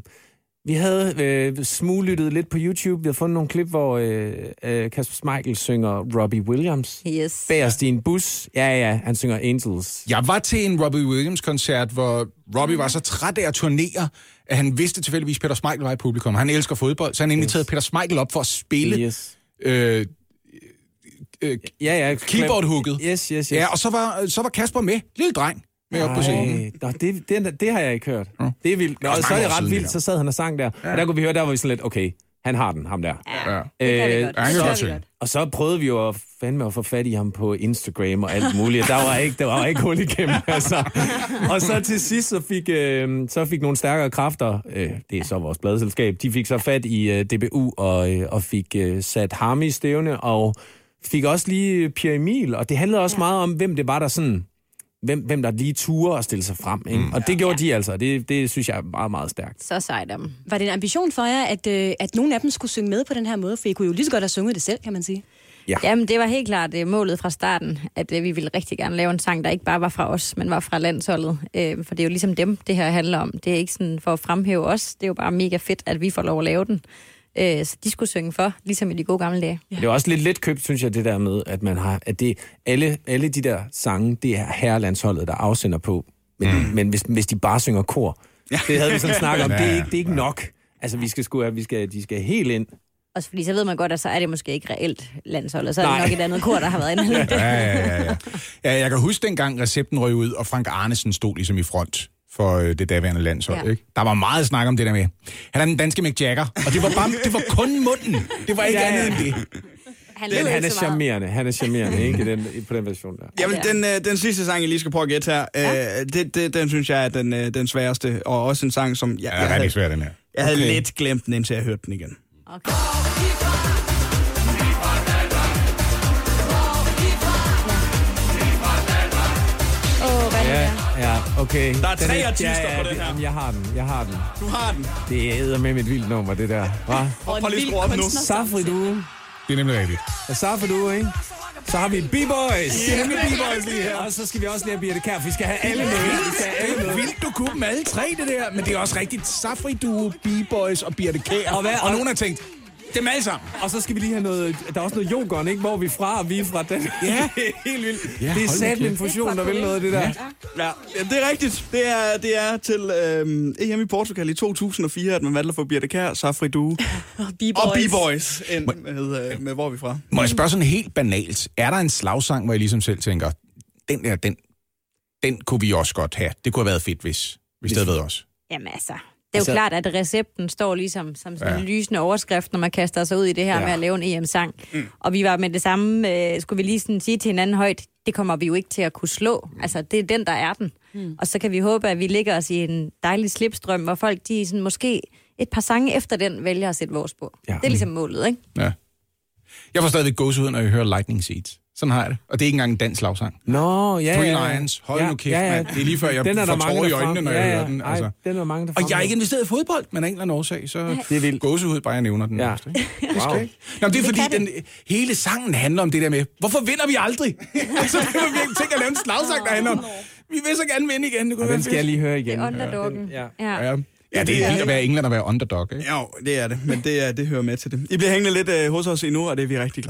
I: Vi havde øh, smuglyttet lidt på YouTube. Vi havde fundet nogle klip, hvor øh, øh, Kasper Schmeichel synger Robbie Williams.
H: Yes.
I: Bagerst i en bus. Ja, ja, han synger Angels.
C: Jeg var til en Robbie Williams-koncert, hvor Robbie var så træt af at turnere, at han vidste tilfældigvis, at Peter Schmeichel var i publikum. Han elsker fodbold, så han inviterede Peter Schmeichel op for at spille
I: Yes.
C: øh, øh,
I: Ja, ja.
C: keyboard-hooket.
I: Yes, yes, yes.
C: Ja, og så var, så var Kasper med. Lille dreng. Med op på scenen.
I: Ej, nå, det, det, det har jeg ikke hørt. Det er vildt. Nå,
C: også
I: så er
C: mange
I: det
C: år
I: ret
C: siden, det
I: vildt,
C: her.
I: så sad han og sang der. Og der kunne vi høre, der var vi sådan lidt, okay, han har den, ham der.
C: Ja.
H: Det kan vi
I: Øh,
H: godt.
C: ja, han
H: Det
C: kan
H: kan
C: godt
H: vi
C: synge.
H: godt.
I: Og så prøvede vi jo at, fandme at få fat i ham på Instagram og alt muligt. Der var ikke, der var ikke hul igennem, altså. Og så til sidst, så fik, øh, så fik nogle stærkere kræfter, øh, det er så vores bladselskab, de fik så fat i øh, DBU og, øh, og fik øh, sat ham i stævne, og fik også lige Pierre Emil, og det handlede også meget om, hvem det var, der sådan... Hvem, hvem der lige turde at stille sig frem. Ikke?
C: Mm.
I: Og det gjorde de altså, og det, det synes jeg er meget, meget stærkt.
H: Så sejt om.
B: Var det en ambition for jer, at, øh, at nogen af dem skulle synge med på den her måde? For I kunne jo lige så godt have sunget det selv, kan man sige.
H: Jamen, det var helt klart øh, målet fra starten, at øh, vi ville rigtig gerne lave en sang, der ikke bare var fra os, men var fra landsholdet. Øh, for det er jo ligesom dem, det her handler om. Det er ikke sådan for at fremhæve os. Det er jo bare mega fedt, at vi får lov at lave den. Øh, så de skulle synge for, ligesom i de gode gamle dage.
I: Det er også lidt let købt, synes jeg, det der med, at man har, at det, alle, alle de der sange, det er herrelandsholdet, der afsender på. Men, mm. men hvis, hvis de bare synger kor, det havde vi sådan snakket om, det er ikke, det er ikke nok. Altså, vi skal sgu, have- vi skal, de skal helt ind.
H: Også fordi så ved man godt, at så er det måske ikke reelt landsholdet. Så er det
I: Nej.
H: nok et andet kor, der har været inde. ja.
C: Ja, ja, ja, ja. ja, jeg kan huske dengang recepten røg ud, og Frank Arnesen stod ligesom i front for øh, det daværende landshold. Ja.
H: Ja.
C: Ikke? Der var meget snak om det der med, han er den danske Mick Jagger, og det var, bare, det var kun munden. Det var ikke ja, ja.
I: Ja, ja.
C: andet end det.
H: Han,
I: Den,
H: lød
I: han
H: ikke
I: er
H: så meget.
I: charmerende, han er charmerende, ikke? I Den, i- på den version der.
D: Jamen,
H: Ja.
D: den, øh, den sidste sang, jeg lige skal prøve at gætte her, ja. øh, det, det, den synes jeg er den, øh, den sværeste, og også en sang, som jeg,
C: Ja, det
D: jeg,
C: er rigtig
D: havde,
C: svært, den her.
D: jeg havde lidt glemt den, indtil jeg hørte den igen.
H: Okay. Åh, hvad er det
I: Ja,
H: der?
I: ja, okay.
D: Der er tre
I: Den
D: artister på den
I: det-
D: her.
I: Jamen, jeg har den, jeg har den.
D: Du har den.
I: Det æder med mit vildt nummer, det der. Hva?
D: Og prøv lige at skrue op nu.
I: Safri du.
C: Det er nemlig rigtigt.
I: Og så for du, ikke? Så har vi B-Boys. Yeah, nemlig B-Boys lige her. Og så skal vi også lige have Birte Kær, for vi skal have alle med. Vi skal have alle med.
C: Vildt, du kunne dem alle tre, det der. Men det er også rigtigt. Safri Duo, B-Boys og Birte Kær.
I: Og hvad-
C: og
I: og-
C: nogen har tænkt, dem alle sammen.
I: Og så skal vi lige have noget... Der er også noget yoghurt, ikke? Hvor er vi fra, og vi er fra den. Ja, helt vildt.
C: Ja,
I: Ja, det er
C: hold da
I: satme en
C: kæft.
I: fusion, der vil noget af det der. Ja.
D: Ja, det er rigtigt. Det er, det er til øh, EM i Portugal i 2004, at man valgte at få Birte Kær, Safri Due
B: Og
D: og B-Boys ind med, øh, med hvor er vi fra.
C: Må jeg spørge sådan helt banalt? Er der en slagsang, hvor jeg ligesom selv tænker, den der, den, den kunne vi også godt have. Det kunne have været fedt, hvis, hvis det havde været os.
H: Jamen altså, det er jo altså, klart, at recepten står ligesom som sådan ja. en lysende overskrift, når man kaster sig ud i det her
C: Ja.
H: ja. med at lave en EM-sang. Mm. Og vi var med det samme, øh, skulle vi lige sådan sige til hinanden højt, det kommer vi jo ikke til at kunne slå. Altså, det er den, der er den.
B: Hmm.
H: Mm. Og så kan vi håbe, at vi ligger os i en dejlig slipstrøm, hvor folk de sådan måske et par sange efter den vælger at sætte vores på.
I: Ja.
H: Ja. Det er ligesom målet, ikke?
C: Ja. Jeg får stadigvæk gåsehud, når jeg hører Lightning Seeds. Sådan har jeg det. Og det er ikke engang en dansk slagsang.
I: Nå, ja,
C: Three
I: ja, ja.
C: Lions, hold nu kæft, mand. Det er lige før, jeg
I: den er
C: får
I: der mange,
C: tårer i
I: der frem-
C: øjnene, når jeg
I: ja, ja.
C: hører den, altså.
I: Ej, den er der mange, der
C: Og jeg er
I: fremhæver.
C: ikke investeret i fodbold, men af en eller anden årsag, så
I: Det er vildt.
C: gåsehud, bare jeg nævner den.
I: Ja.
C: nærmest, ikke?
I: Wow.
C: Nå, men det er fordi, den, hele sangen handler om det der med, hvorfor vinder vi aldrig? altså, det var virkelig tænkt at lave en slagsang, der handler om, vi vil så gerne vinde igen. Det kunne
I: Og
C: være
I: den skal jeg
C: fedt.
I: lige høre igen.
H: Det er underdoggen.
I: Ja.
H: Ja.
C: Ja. ja, det er helt at være England og være underdog, ikke?
D: Ja, det er det, men det, er, det hører med til det. I bliver hængende lidt øh, hos os endnu, og det er vi rigtig glade.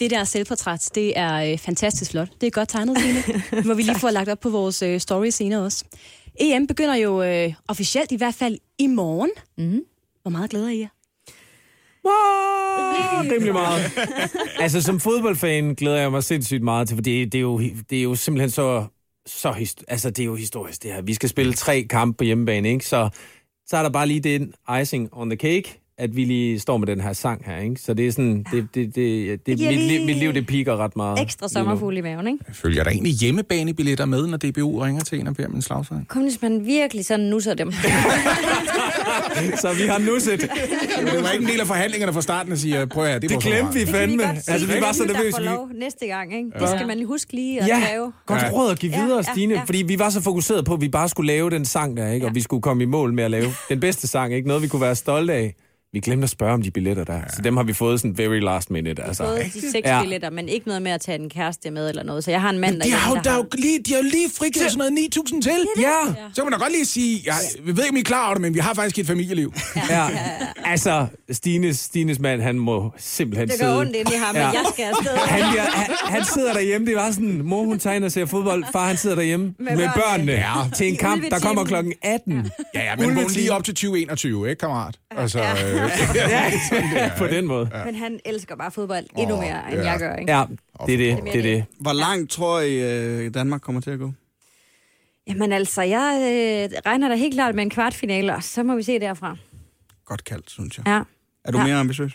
B: det der selvportræt, det er øh, fantastisk flot. Det er godt tegnet, Signe. Det må vi lige få lagt op på vores øh, story senere også. EM begynder jo øh, officielt i hvert fald i morgen. Mm. Hvor meget glæder I jer?
I: Wow, rimelig meget. altså, som fodboldfan glæder jeg mig sindssygt meget til, for det, det, er, jo, det er jo simpelthen så... så hist- altså, det er jo historisk, det her. Vi skal spille tre kampe på hjemmebane, ikke? Så, så er der bare lige den icing on the cake, at vi lige står med den her sang her, ikke? Så det er sådan, det, det, det, det, det
H: giver
I: mit,
H: lige
I: liv, mit liv, det piker ret meget.
H: Ekstra
I: lige nu.
H: sommerfugl i maven, ikke?
J: Følger der egentlig hjemmebanebilletter med, når DBU ringer til en og beder om en slagsang?
H: Kun hvis man virkelig sådan nusser dem.
I: Så vi har nusset.
C: Det var ikke en del af forhandlingerne fra starten at sige, "Øh, prøv her, det,
I: Det
C: vores
I: glemte vi
C: honorar.
H: Det kan vi
I: fandme.
H: godt sige.
I: altså, vi
H: Det er
I: var så
H: dem, der
I: nervøse.
H: får
I: Vi...
H: lov næste gang, ikke? Det skal man huske lige at kræve.
I: godt
C: Ja.
I: råd at give
H: Ja,
I: videre,
H: ja,
I: Stine.
H: ja.
I: Fordi vi var så fokuseret på, at vi bare skulle lave den sang der, ikke? Og vi skulle komme i mål med at lave den bedste sang, ikke? Noget, vi kunne være stolte af. Vi glemte at spørge om de billetter der. Så dem har vi fået sådan very last minute, altså.
H: Både de seks
I: Ja.
H: billetter, men ikke noget med at tage en kæreste med eller noget. Så jeg har en mand, der,
C: De har jo,
H: der
C: der er jo lige, de har jo lige frigivet sådan noget 9.000 til.
I: Ja,
C: Så kan man da godt lige sige, jeg, jeg ved ikke, om I er klar over det, men vi har faktisk et familieliv.
I: ja. Altså, Stines, Stines mand, han må simpelthen
H: Det
I: sidde-
H: gør ondt ind i ham,
I: Ja.
H: ja. jeg skal afsted.
I: Han, bliver, han, han sidder derhjemme, det var sådan, mor hun tegner og ser fodbold, far han sidder derhjemme med, med børnene ja. til en
H: I
I: kamp, der kommer
H: ulvetimen.
I: klokken 18.
C: Ja, ja, men vågn
I: Ulvetime.
C: lige op til 2021, ikke, kammerat? Altså, øh,
I: Ja, på den måde.
H: Men han elsker bare fodbold endnu
C: Åh,
H: mere, end
C: ja.
H: jeg gør, ikke?
I: Ja, det er det, det er det.
D: Hvor langt tror I, øh, Danmark kommer til at gå?
H: Jamen altså, jeg øh, regner da helt klart med en kvartfinale, og så må vi se derfra.
D: Godt kaldt, synes jeg.
H: Ja.
D: Er du
H: Ja.
D: mere ambitiøs?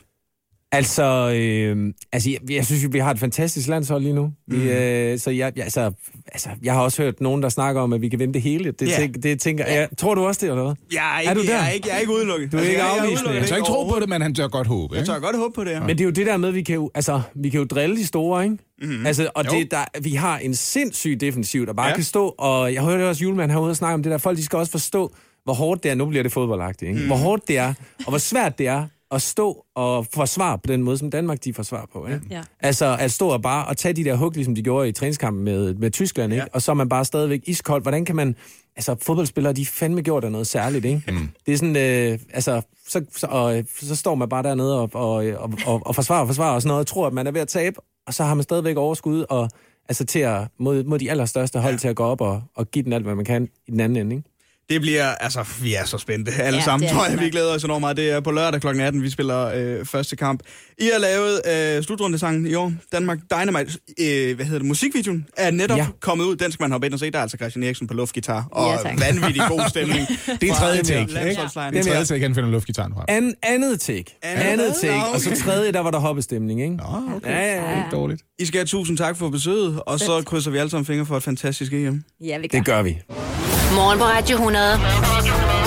I: Altså, øh, altså jeg, jeg synes jo, vi har et fantastisk landshold lige nu.
D: Mm.
I: Vi, øh, så jeg, jeg, altså, altså, jeg har også hørt nogen, der snakker om, at vi kan vinde det hele. Det,
D: Ja.
I: tænk, det tænker jeg. Tror du også det, eller hvad?
D: Jeg er
I: Er du
D: ikke,
I: der?
D: jeg er ikke, jeg er ikke udelukket.
I: Du er ikke
D: jeg- jeg
I: afvisende.
D: udelukket
I: Jeg
C: jeg tør ikke tro på
D: overhovedet.
C: det, men han tør godt håbe,
D: Jeg
C: ikke?
D: tør godt håbe på det her.
I: Men det er jo det der med, at vi kan jo, altså, vi kan jo drille de store, ikke? Mm-hmm. Altså, og
D: Mhm. Jo.
I: det, der, vi har en sindssyg defensiv, der bare
D: Ja.
I: ja. kan stå, og jeg hørte også Julemand herude og snakke om det der, folk de skal også forstå, hvor hårdt det er, nu bliver det fodboldagtigt,
D: Mhm.
I: ikke? Mm. Hvor hårdt det er, og hvor svært det er at stå og forsvare på den måde, som Danmark de forsvarer på, ikke?
B: Ja.
I: Altså at stå og bare og tage de der hug, ligesom de gjorde i træningskampen med, med Tyskland, ikke? og så er man bare stadigvæk iskold. Hvordan kan man... Altså, fodboldspillere, de er fandme gjort af noget særligt, ikke? Mm. Det er sådan, øh, altså, så, så, og, så står man bare dernede og, og, øh, og, og, og forsvarer og forsvarer og sådan noget, og tror, at man er ved at tabe, og så har man stadigvæk overskud og, altså, til at, mod, mod de allerstørste hold ja. til at gå op og, og give den alt, hvad man kan i den anden ende, ikke?
D: Det bliver, altså, vi er så spændte alle
H: Ja,
D: ja, sammen,
H: det er
D: tror
H: vi
D: jeg. Vi
H: nok.
D: glæder os enormt meget. Det er på lørdag kl. 18, vi spiller øh, første kamp. I har lavet øh, slutrundesangen i år, Danmark Dynamite. Øh, hvad hedder det? Musikvideoen er netop ja.
I: Ja.
D: kommet ud. Den skal man hoppe ind og se. Der er altså Christian Eriksen på luftgitar og
H: Ja, tak.
D: vanvittig god stemning.
C: Det er tredje take, ikke?
D: ikke?
C: Det er tredje take, han finder luftgitaren frem.
I: An, andet take.
D: Andet-
I: Andet, andet take.
D: Nå,
I: Og så
D: okay.
I: tredje, der var der hoppestemning, ikke?
C: Nå, okay.
I: Ja, ja, ja.
C: Ikke dårligt.
D: I skal have tusind tak for besøget, og så krydser vi alle sammen fingre for et fantastisk E EM.
H: Ja, vi
I: Det
H: gør.
I: gør vi.
A: Morgen på Radio 100.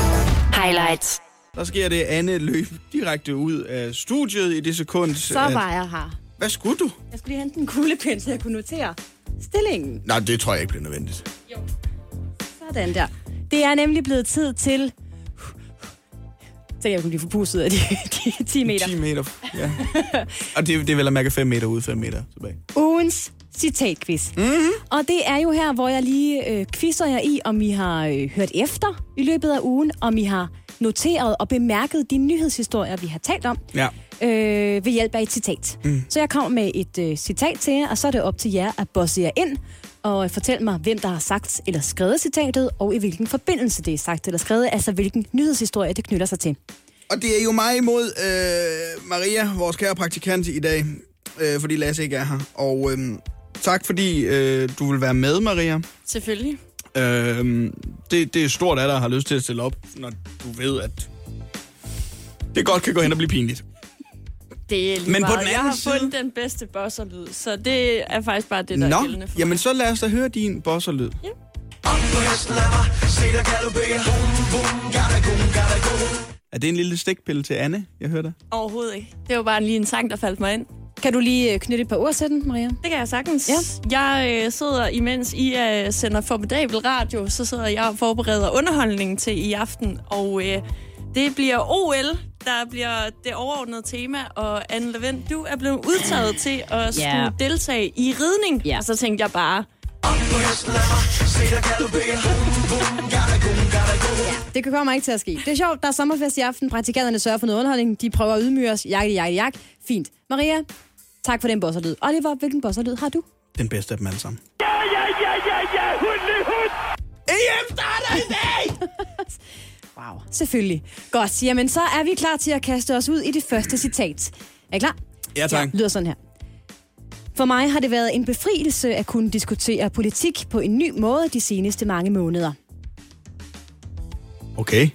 A: Highlights.
D: Der sker det, Anne løb direkte ud af studiet i det sekund.
B: Så var jeg her.
D: Hvad skulle du?
B: Jeg skulle lige hente en kuglepen, så jeg kunne notere stillingen.
D: Nej, det tror jeg ikke bliver nødvendigt.
B: Sådan der. Det er nemlig blevet tid til... Så jeg kunne blive forpustet af de, de 10 meter.
D: 10 meter, ja. og det, det er vel at mærke 5 meter ud, 5 meter tilbage.
B: Ugens citatquiz. Mm-hmm. Og det er jo her, hvor jeg lige øh, quizzer jer i, om I har øh, hørt efter i løbet af ugen, om I har noteret og bemærket de nyhedshistorier, vi har talt om,
D: Ja.
B: øh, ved hjælp af et citat. Mm. Så jeg kommer med et øh, citat til jer, og så er det op til jer at bosse jer ind og øh, fortælle mig, hvem der har sagt eller skrevet citatet, og i hvilken forbindelse det er sagt eller skrevet, altså hvilken nyhedshistorie det knytter sig til.
D: Og det er jo mig imod øh, Maria, vores kære praktikant i dag, øh, fordi Lasse ikke er her. Og øh, tak, fordi øh, du vil være med, Maria.
K: Selvfølgelig.
D: Øh, det, det er stort af dig, at har lyst til at stille op, når du ved, at det godt kan gå hen og blive pinligt.
K: Det er lige
D: Men på
K: meget.
D: den
K: jeg
D: anden
K: har fundet
D: side-
K: den bedste bosserlyd, så det er faktisk bare det, der er
D: Nå,
K: gældende for
D: jamen så lad os da høre din bosserlyd. Er det en lille stikpille til Anne, jeg hørte?
K: mig. Overhovedet ikke. Det var bare lige en sang, der faldt mig ind.
B: Kan du lige øh, knytte et par ord til den, Maria?
K: Det kan jeg sagtens. Ja. Jeg øh, sidder, imens I øh, sender formidabel radio, så sidder jeg og forbereder underholdningen til i aften. Og øh, det bliver OL, der bliver det overordnede tema. Og Anne Levent, du er blevet udtaget til at skulle
B: Ja.
K: deltage i ridning.
B: Ja.
K: Og så tænkte jeg bare,
B: Det kan kommer ikke til at ske. Det er sjovt, der er sommerfest i aften. Praktikanterne sørger for noget underholdning. De prøver at ydmyge os. Jak, jak, jak. Fint. Maria, tak for den bosserlyd. Oliver, hvilken bosserlyd har du?
D: Den bedste af dem alle sammen.
B: Wow. Selvfølgelig. Godt. Jamen, så er vi klar til at kaste os ud i det første citat. Er I klar?
D: Ja, tak.
B: lyder sådan her. For mig har det været en befrielse at kunne diskutere politik på en ny måde de seneste mange måneder.
D: Okay.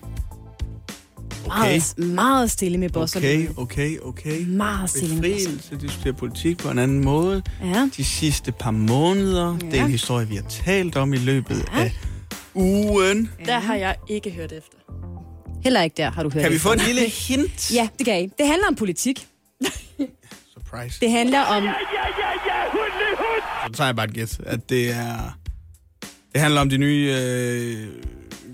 B: Meget, meget stille med bosserne.
D: Okay, okay, okay.
B: Meget stille med bosserne.
D: Befrielse, diskuterer politik på en anden måde.
B: Ja.
D: De sidste par måneder. Ja. Det er en historie, vi har talt om i løbet ja. af ugen.
K: Der har jeg ikke hørt efter.
B: Heller ikke der har du hørt
D: Kan vi
B: det
D: få
B: fra.
D: en lille hint?
B: Ja, det kan I. Det handler om politik.
D: Surprise.
B: Det handler om...
D: Så tager jeg bare et gæt, at det er... Det handler om de nye øh,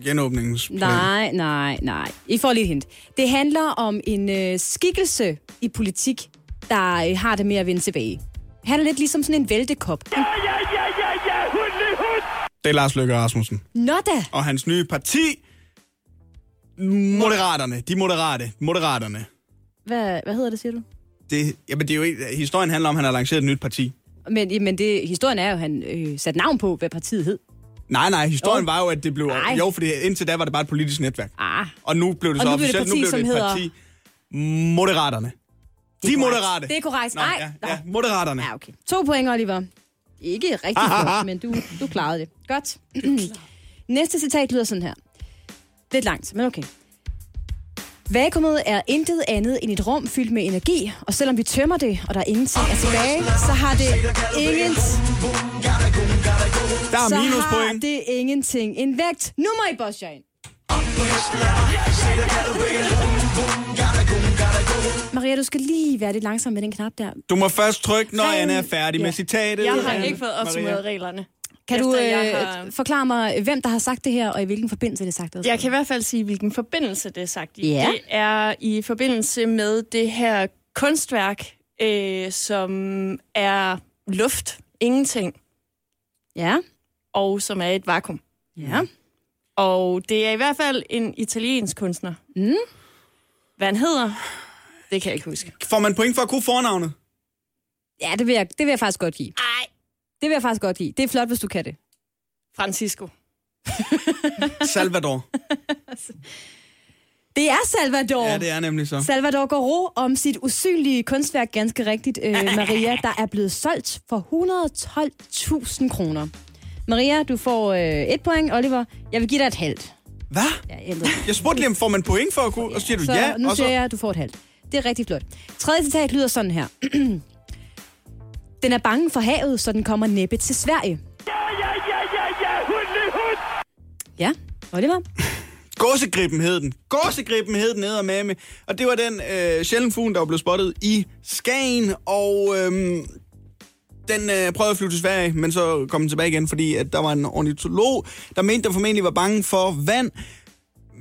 D: genåbningsplaner.
B: Nej, nej, nej. I får lige et hint. Det handler om en øh, skikkelse i politik, der øh, har det med at vende tilbage. Han er lidt ligesom sådan en væltekop.
D: Det er Lars Løkke Rasmussen.
B: Nå da!
D: Og hans nye parti... Moderaterne. De moderate. Moderaterne.
B: Hvad, hvad hedder det, siger du?
D: Det, jamen, det er jo ikke, historien handler om, at han har lanceret et nyt parti.
B: Men, men det, historien er jo, at han øh, satte navn på, hvad partiet hed.
D: Nej, nej, historien
B: Jo.
D: jo. var jo, at det blev...
B: Nej.
D: Nej. Jo, fordi indtil da var det bare et politisk netværk.
B: Ah,
D: Og nu blev det
B: Og
D: så
B: nu blev det
D: officielt, nu blev
B: parti,
D: det et
B: som
D: parti. Moderaterne. De moderate.
B: det er korrekt.
D: Nå,
B: Nej,
D: ja,
B: nå.
D: ja, moderaterne.
B: Ja, okay. To point, Oliver. Ikke rigtig godt, men du, du klarede det. Godt. Næste citat lyder sådan her. Lidt langt, men okay. Vakuumet er intet andet end et rum fyldt med energi, og selvom vi tømmer det, og der ingenting er tilbage, så har det ingen...
D: Der er
B: så har
D: minuspoint.
B: det ingenting en vægt. Nu må I bosse jer ind. Maria, du skal lige være lidt langsom med den knap der.
D: Du må først trykke, når
B: Ren-
D: Anna er færdig
B: Ja.
D: med citatet.
K: Jeg har
D: Anna.
K: ikke fået
D: Maria.
K: opsummeret reglerne.
B: Kan du
K: Efter
B: øh,
K: jeg har-
B: forklare mig, hvem der har sagt det her, og i hvilken forbindelse det er sagt?
K: Jeg kan i hvert fald sige, hvilken forbindelse det er sagt i.
B: Ja.
K: Det er i forbindelse med det her kunstværk, øh, som er luft, ingenting,
B: Ja.
K: og som er et vakuum.
B: Ja.
D: Mm.
K: Og det er i hvert fald en italiensk kunstner.
B: Mm.
K: Hvad han hedder, det kan jeg ikke huske.
D: Får man point for at kunne fornavnet?
B: Ja, det vil, jeg, det vil jeg faktisk godt give.
K: Ej.
B: Det vil jeg faktisk godt give. Det er flot, hvis du kan det.
K: Francisco.
D: Salvador.
B: Det er Salvador.
D: Ja, det er nemlig så.
B: Salvador Garo om sit usynlige kunstværk, ganske rigtigt, øh, Maria, der er blevet solgt for 112.000 kroner. Maria, du får øh, et point. Oliver, jeg vil give dig et halvt.
D: Hvad?
B: Ja, jeg ved.
D: Jeg spurgte lige, om får man point for at kunne, og så siger du
B: Så
D: ja,
B: nu
D: og så...
B: siger jeg, at du får et halvt. Det er rigtig flot. Tredje citat lyder sådan her. den er bange for havet, så den kommer næppe til Sverige. Ja, Oliver.
D: Gåsegrippen hed den. Gåsegrippen hed den eddermame. Og det var den øh, sjældent fugl, der blev spottet i Skagen, og øhm, den øh, prøvede at flyve til Sverige, men så kom den tilbage igen, fordi at der var en ornitolog, der mente, den formentlig var bange for vand.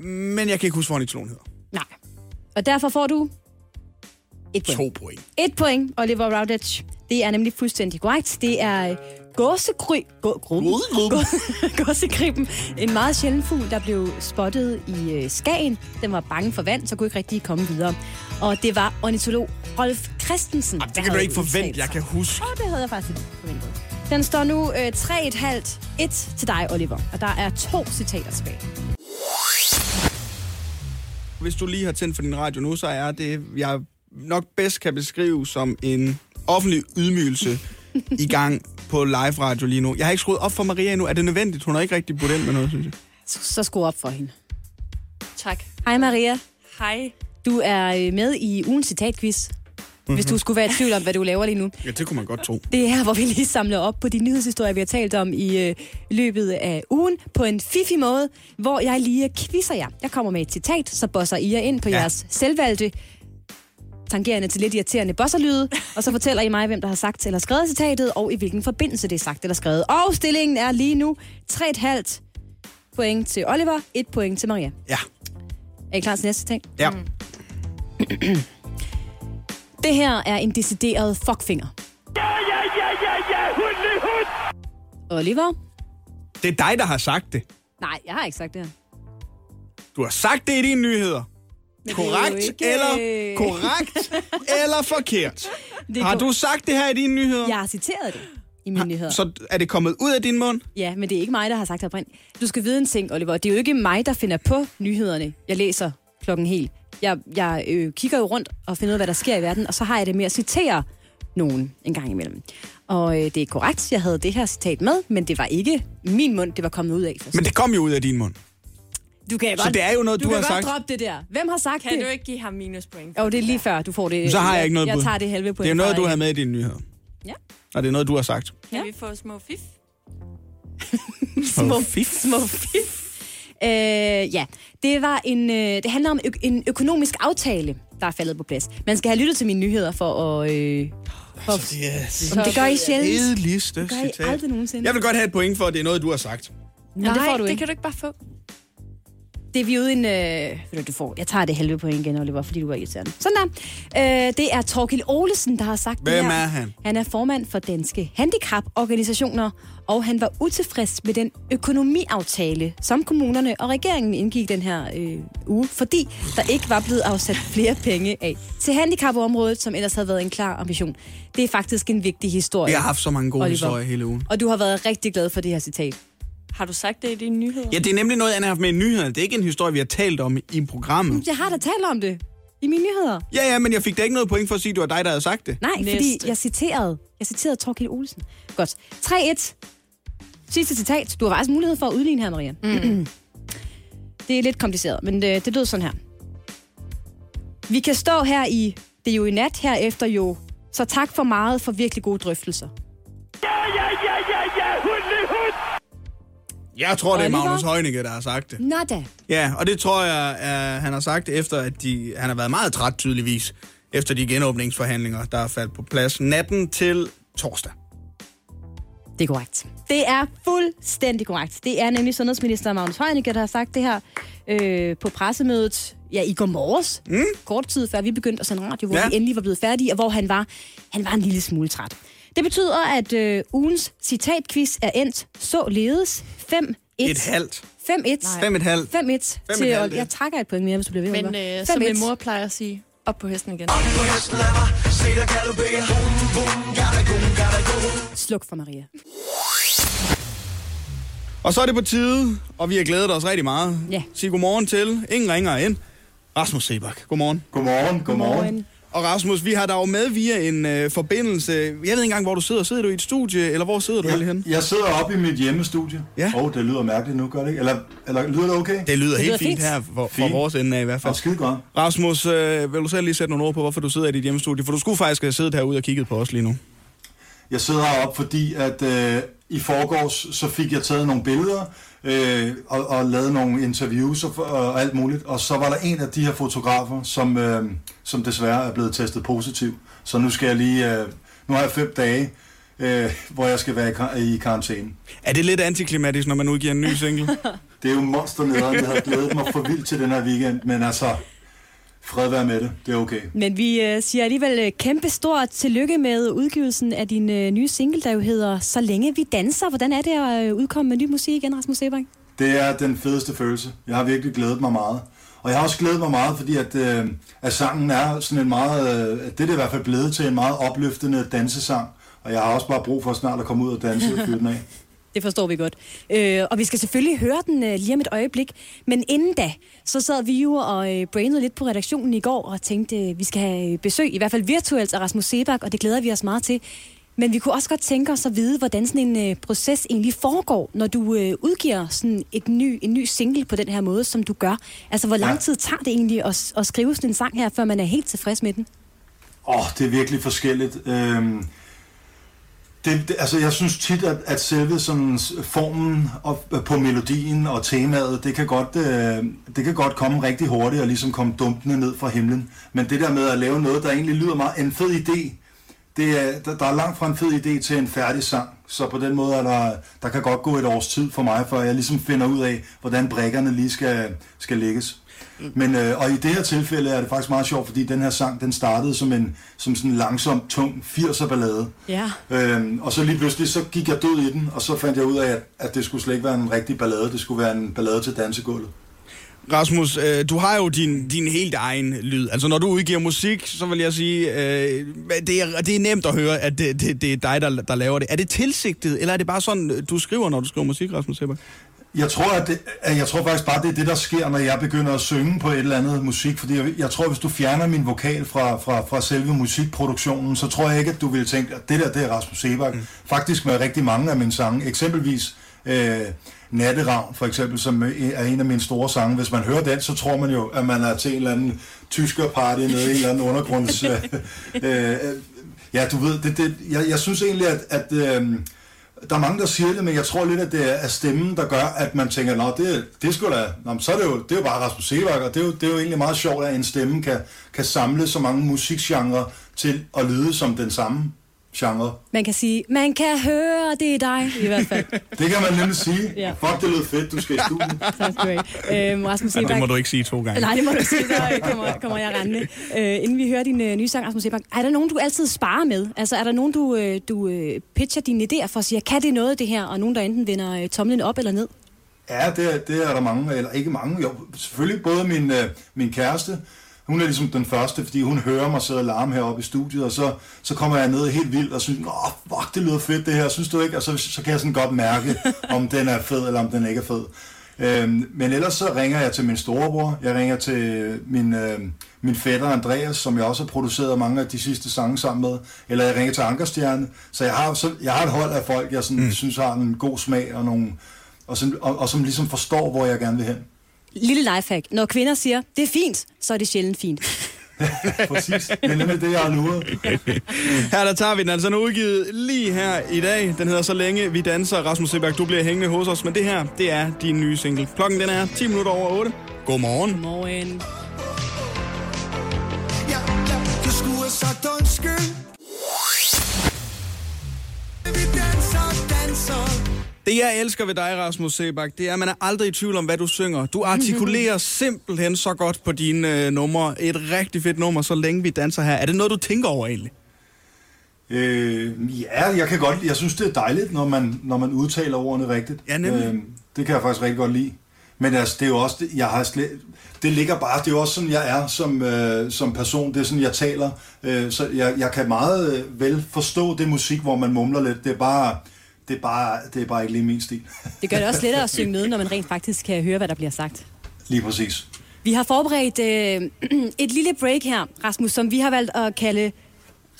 D: Men jeg kan ikke huske, hvor ornitologen hedder.
B: Nej. Og derfor får du et point.
D: To point.
B: Et point, Oliver Routledge. Det er nemlig fuldstændig korrekt. Det er øh, gåsegry... Gå, gruppen. Gå- Gåsegrippen. En meget sjælden fugl, der blev spottet i øh, Skagen. Den var bange for vand, så kunne ikke rigtig komme videre. Og det var ornitolog Rolf Christensen. der
D: Det kan du
B: havde
D: ikke
B: udtalt
D: forvente, jeg
B: sig.
D: kan huske.
B: Og det havde jeg faktisk ikke forventet. Den står nu øh, 3,5-1 til dig, Oliver. Og der er to citater tilbage.
D: Hvis du lige har tændt for din radio nu, så er det, jeg nok bedst kan beskrive som en offentlig ydmygelse i gang på live radio lige nu. Jeg har ikke skruet op for Maria endnu. Er det nødvendigt? Hun har ikke rigtig budt ind med noget, synes jeg.
B: Så, så skru op for hende.
K: Tak.
B: Hej Maria.
K: Hej.
B: Du er øh, med i ugens citatquiz. Hvis du skulle være i tvivl om, hvad du laver lige nu.
D: Ja, det kunne man godt tro.
B: Det er her, hvor vi lige samler op på de nyhedshistorier, vi har talt om i øh, løbet af ugen, på en fiffig måde, hvor jeg lige quizzer jer. Jeg kommer med et citat, så bosser I jer ind på ja.
D: Ja.
B: jeres selvvalgte, tangerende til lidt irriterende bosserlyde, og så fortæller I mig, hvem der har sagt eller skrevet citatet, og i hvilken forbindelse det er sagt eller skrevet. Og stillingen er lige nu 3,5 point til Oliver, 1 point til Maria.
D: Ja.
B: Er I klar til næste citat?
D: Ja.
H: Mm.
B: Det her er en decideret fuckfinger. Oliver?
D: Det er dig, der har sagt det.
B: Nej, jeg har ikke sagt det her.
D: Du har sagt det i dine nyheder.
B: er jo
D: Korrekt
B: ikke-
D: eller korrekt eller forkert.
B: Det
D: Har
B: går-
D: du sagt det her i dine nyheder?
B: Jeg har citeret det i mine nyheder.
D: Så er det kommet ud af din mund?
B: Ja, men det er ikke mig, der har sagt det oprindeligt. Du skal vide en ting, Oliver. Det er jo ikke mig, der finder på nyhederne. Jeg læser klokken helt. Jeg, jeg øh, kigger jo rundt og finder ud af, hvad der sker i verden, og så har jeg det med at citere nogen en gang imellem. Og øh, det er korrekt, jeg havde det her citat med, men det var ikke min mund, det var kommet ud af først.
D: Men det kom jo ud af din mund.
B: Du kan
D: Så det er jo noget, du
B: kan
D: har
B: godt
D: sagt.
B: droppe det der. Hvem har sagt
K: Kan
B: det?
K: du ikke give ham minuspoint?
B: Jo, det er lige før, du får det.
D: Så har jeg ikke noget
B: Jeg
D: bud.
B: tager det halve point.
D: Det er noget, du
B: Frederik.
D: havde med i dine nyheder.
B: Ja.
D: Og det er noget, du har sagt.
K: Kan vi få små fif?
B: Små
D: fif.
B: Små fif. Øh, ja, det, var en, øh, det handler om ø- en økonomisk aftale, der er faldet på plads. Man skal have lyttet til mine nyheder for at... Øh, for, altså,
D: det, er,
B: Jamen, det gør I sjældent.
D: Kedeligste
B: Det gør I
D: citat.
B: aldrig nogensinde.
D: Jeg vil godt have et point for, at det er noget, du har sagt.
B: Men det får du
K: det
B: ikke.
K: kan du ikke bare få.
B: Det er vi ude i en... Øh, ved du, du får, jeg tager det halve point igen, Oliver, fordi du var irriterende. Sådan der. Øh, det er Torkil Olesen, der har sagt det
D: Hvem
B: her.
D: er han?
B: Han er formand for Danske Handicaporganisationer, og han var utilfreds med den økonomiaftale, som kommunerne og regeringen indgik den her øh, uge, fordi der ikke var blevet afsat flere penge af til handicapområdet, som ellers havde været en klar ambition. Det er faktisk en vigtig historie.
D: Jeg har haft så mange gode
B: Oliver.
D: historier hele ugen.
B: Og du har været rigtig glad for det her citat.
K: Har du sagt det i dine nyheder?
D: Ja, det er nemlig noget, han har haft med i nyhederne. Det er ikke en historie, vi har talt om i programmet.
B: Mm, Jeg har da talt om det i mine nyheder.
D: Ja, ja, men jeg fik da ikke noget point for at sige, at det var dig, der havde sagt det.
B: Nej, Næste. fordi
K: Næste.
B: jeg citerede, jeg citerede Torkild Olsen. Godt. 3-1. Sidste citat. Du har faktisk mulighed for at udligne her, Maria. Mm. det er lidt kompliceret, men øh, det, det lød sådan her. Vi kan stå her i, det er jo i nat herefter jo, så tak for meget for virkelig gode drøftelser.
D: Jeg tror, det er
B: Oliver?
D: Magnus Heunicke, der har sagt det.
B: Nå da.
D: Ja, og det tror jeg, at han har sagt, efter at de, han har været meget træt tydeligvis, efter de genåbningsforhandlinger, der er faldt på plads natten til torsdag.
B: Det er korrekt. Det er fuldstændig korrekt. Det er nemlig sundhedsminister Magnus Heunicke, der har sagt det her øh, på pressemødet ja, i går morges. Mm. Kort tid før vi begyndte at sende radio, hvor ja.
D: Ja.
B: vi endelig var blevet færdige, og hvor han var, han var en lille smule træt. Det betyder, at øh, ugens citatquiz er endt således 5-1. 5-1.
D: Et halvt.
B: 5-1.
D: Fem et halvt.
B: 5-1 til
D: halvt,
B: Ol- Jeg trækker et point mere, hvis du bliver ved.
K: Men
B: Oliver.
K: øh, som
B: 5-1.
K: min mor plejer at sige, op på hesten igen.
B: Sluk for Maria.
D: Og så er det på tide, og vi har glædet os rigtig meget.
B: Ja.
D: Sig godmorgen til, ingen ringer ind, Rasmus Sebak. Godmorgen.
E: Godmorgen,
B: Godmorgen.
D: Og Rasmus, vi har dig jo med via en øh, forbindelse. Jeg ved ikke engang, hvor du sidder. Sidder du i et studie, eller hvor sidder du ja. henne?
L: Jeg sidder oppe i mit hjemmestudie.
D: Ja.
L: Åh, oh, det lyder mærkeligt nu, gør det ikke? Eller, eller lyder det okay?
D: Det lyder, det
B: lyder
D: helt fint,
B: fint.
D: her for, fra
L: Fint.
D: vores ende af i hvert fald.
L: Og skide godt.
D: Rasmus, øh, vil du selv lige sætte nogle ord på, hvorfor du sidder i dit hjemmestudie? For du skulle faktisk have siddet herude og kigget på os lige nu.
L: Jeg sidder heroppe, fordi at øh, i forgårs, så fik jeg taget nogle billeder øh, og, og lavet nogle interviews og, og alt muligt. Og så var der en af de her fotografer, som, øh, som desværre er blevet testet positiv. Så nu skal jeg lige... Øh, nu har jeg fem dage, øh, hvor jeg skal være i kar- i karantæne.
D: Er det lidt antiklimatisk, når man udgiver en ny single?
L: Det er jo monsternederen, jeg havde glædet mig for vildt til den her weekend, men altså, fred være med det, det er okay.
B: Men vi øh, siger alligevel øh, kæmpe stort tillykke med udgivelsen af din øh, nye single, der jo hedder Så længe vi danser. Hvordan er det at øh, udkomme med ny musik igen, Rasmus Sebring?
L: Det er den fedeste følelse. Jeg har virkelig glædet mig meget. Og jeg har også glædet mig meget, fordi at, øh, at sangen er sådan en meget, øh, det er det i hvert fald blevet til en meget opløftende dansesang. Og jeg har også bare brug for snart at komme ud og danse og fyre den af.
B: Det forstår vi godt. Øh, og vi skal selvfølgelig høre den øh, lige om et øjeblik. Men inden da, så sad vi jo og øh, brainede lidt på redaktionen i går og tænkte, øh, vi skal have besøg, i hvert fald virtuelt, af Rasmus Sebak, og det glæder vi os meget til. Men vi kunne også godt tænke os at vide, hvordan sådan en øh, proces egentlig foregår, når du øh, udgiver sådan et ny, en ny single på den her måde, som du gør. Altså, hvor lang
L: Ja.
B: tid tager det egentlig at, s- at skrive sådan en sang her, før man er helt tilfreds med den?
L: Åh, oh, det er virkelig forskelligt. Øhm, det, det, altså, jeg synes tit, at, at selve sådan s- formen og, på melodien og temaet, det kan, godt, øh, det kan godt komme rigtig hurtigt og ligesom komme dumpende ned fra himlen. Men det der med at lave noget, der egentlig lyder meget en fed idé, det er, der, der er langt fra en fed idé til en færdig sang. Så på den måde er der, der kan godt gå et års tid for mig, før jeg ligesom finder ud af, hvordan brækkerne lige skal, skal lægges. Men, øh, og i det her tilfælde er det faktisk meget sjovt, fordi den her sang, den startede som en som sådan en langsom, tung 80'er ballade.
B: Ja.
L: Øhm, og så lige pludselig, så gik jeg død i den, og så fandt jeg ud af, at, at det skulle slet ikke være en rigtig ballade, det skulle være en ballade til dansegulvet.
D: Rasmus, øh, du har jo din, din helt egen lyd. Altså, når du udgiver musik, så vil jeg sige, øh, det, er, det er nemt at høre, at det, det, det er dig, der, der laver det. Er det tilsigtet, eller er det bare sådan, øh, du skriver, når du skriver musik, Rasmus Sebak?
L: Jeg tror, at det, at jeg tror faktisk bare, det er det, der sker, når jeg begynder at synge på et eller andet musik. Fordi jeg, jeg tror, hvis du fjerner min vokal fra, fra, fra selve musikproduktionen, så tror jeg ikke, at du ville tænke, at det der, det er Rasmus Sebak. Mm. Faktisk med rigtig mange af mine sange. Eksempelvis Øh, Natteravn, for eksempel, som er en af mine store sange. Hvis man hører den, så tror man jo, at man er til en eller anden tyskerparty nede i en eller anden undergrunds... øh, øh, ja, du ved, det, det, jeg, jeg synes egentlig, at, at øh, der er mange, der siger det, men jeg tror lidt, at det er stemmen, der gør, at man tænker, nå, det, det er sgu da, nå, men så er det jo, det er jo bare Rasmus Sebak, og det er, jo, det er jo egentlig meget sjovt, at en stemme kan, kan samle så mange musikgenre til at lyde som den samme genre.
B: Man kan sige, man kan høre, det er dig i hvert fald.
L: Det kan man nemlig sige.
B: Ja.
L: Fuck, det lød fedt, du skal i studiet.
B: tak skal du have. Øhm, Rasmus
L: Ja, det
B: Sebak.
L: må du
D: ikke sige to gange.
B: Nej, det må du ikke sige, så øh, kommer, kommer jeg rendende. Øh, inden vi hører din øh, nye sang, Rasmus Sebak, er der nogen, du altid sparer med? Altså, er der nogen, du, øh, du øh, pitcher dine idéer for at sige, kan det noget, det her? Og nogen, der enten vender øh, tomlen op eller ned?
L: Ja, det, er- det er der mange, eller ikke mange. Jo, selvfølgelig både min, øh, min kæreste, hun er ligesom den første, fordi hun hører mig sidde og larme heroppe i studiet, og så, så kommer jeg ned helt vildt og synes, Nå, fuck, det lyder fedt det her, synes du ikke? Og så, så kan jeg sådan godt mærke, om den er fed, eller om den ikke er fed. Øhm, men ellers så ringer jeg til min storebror, jeg ringer til min, øh, min fætter Andreas, som jeg også har produceret mange af de sidste sange sammen med, eller jeg ringer til Ankerstjerne, så jeg har, så, jeg har et hold af folk, jeg sådan, mm. synes har en god smag og nogle, og som, og, og som ligesom forstår, hvor jeg gerne vil hen.
B: Lille lifehack. Når kvinder siger, det er fint, så er det sjældent fint.
L: Præcis. Det er nemlig det, jeg har luret.
D: Her der tager vi den altså nu udgivet lige her i dag. Den hedder Så længe vi danser. Rasmus Seberg, du bliver hængende hos os. Men det her, det er din nye single. Klokken den er 10 minutter over 8. Godmorgen.
B: Godmorgen.
M: Du skulle have sagt undskyld. Vi danser, danser.
D: Det, jeg elsker ved dig, Rasmus Sebak, det er, at man er aldrig i tvivl om, hvad du synger. Du artikulerer simpelthen så godt på dine øh, numre. Et rigtig fedt nummer, så længe vi danser her. Er det noget, du tænker over egentlig?
L: Øh, ja, jeg kan godt lide- Jeg synes, det er dejligt, når man, når man udtaler ordene rigtigt. Ja,
D: nemlig.
L: det kan jeg faktisk rigtig godt lide. Men altså, det er jo også... det- Jeg har slet, det ligger bare... Det er jo også sådan, jeg er som, øh, som person. Det er sådan, jeg taler. Øh, så jeg, jeg kan meget øh, vel forstå det musik, hvor man mumler lidt. Det er bare... Det er bare, det er bare ikke lige min stil.
B: Det gør det også lettere at synge med, når man rent faktisk kan høre, hvad der bliver sagt.
L: Lige præcis.
B: Vi har forberedt øh, et lille break her, Rasmus, som vi har valgt at kalde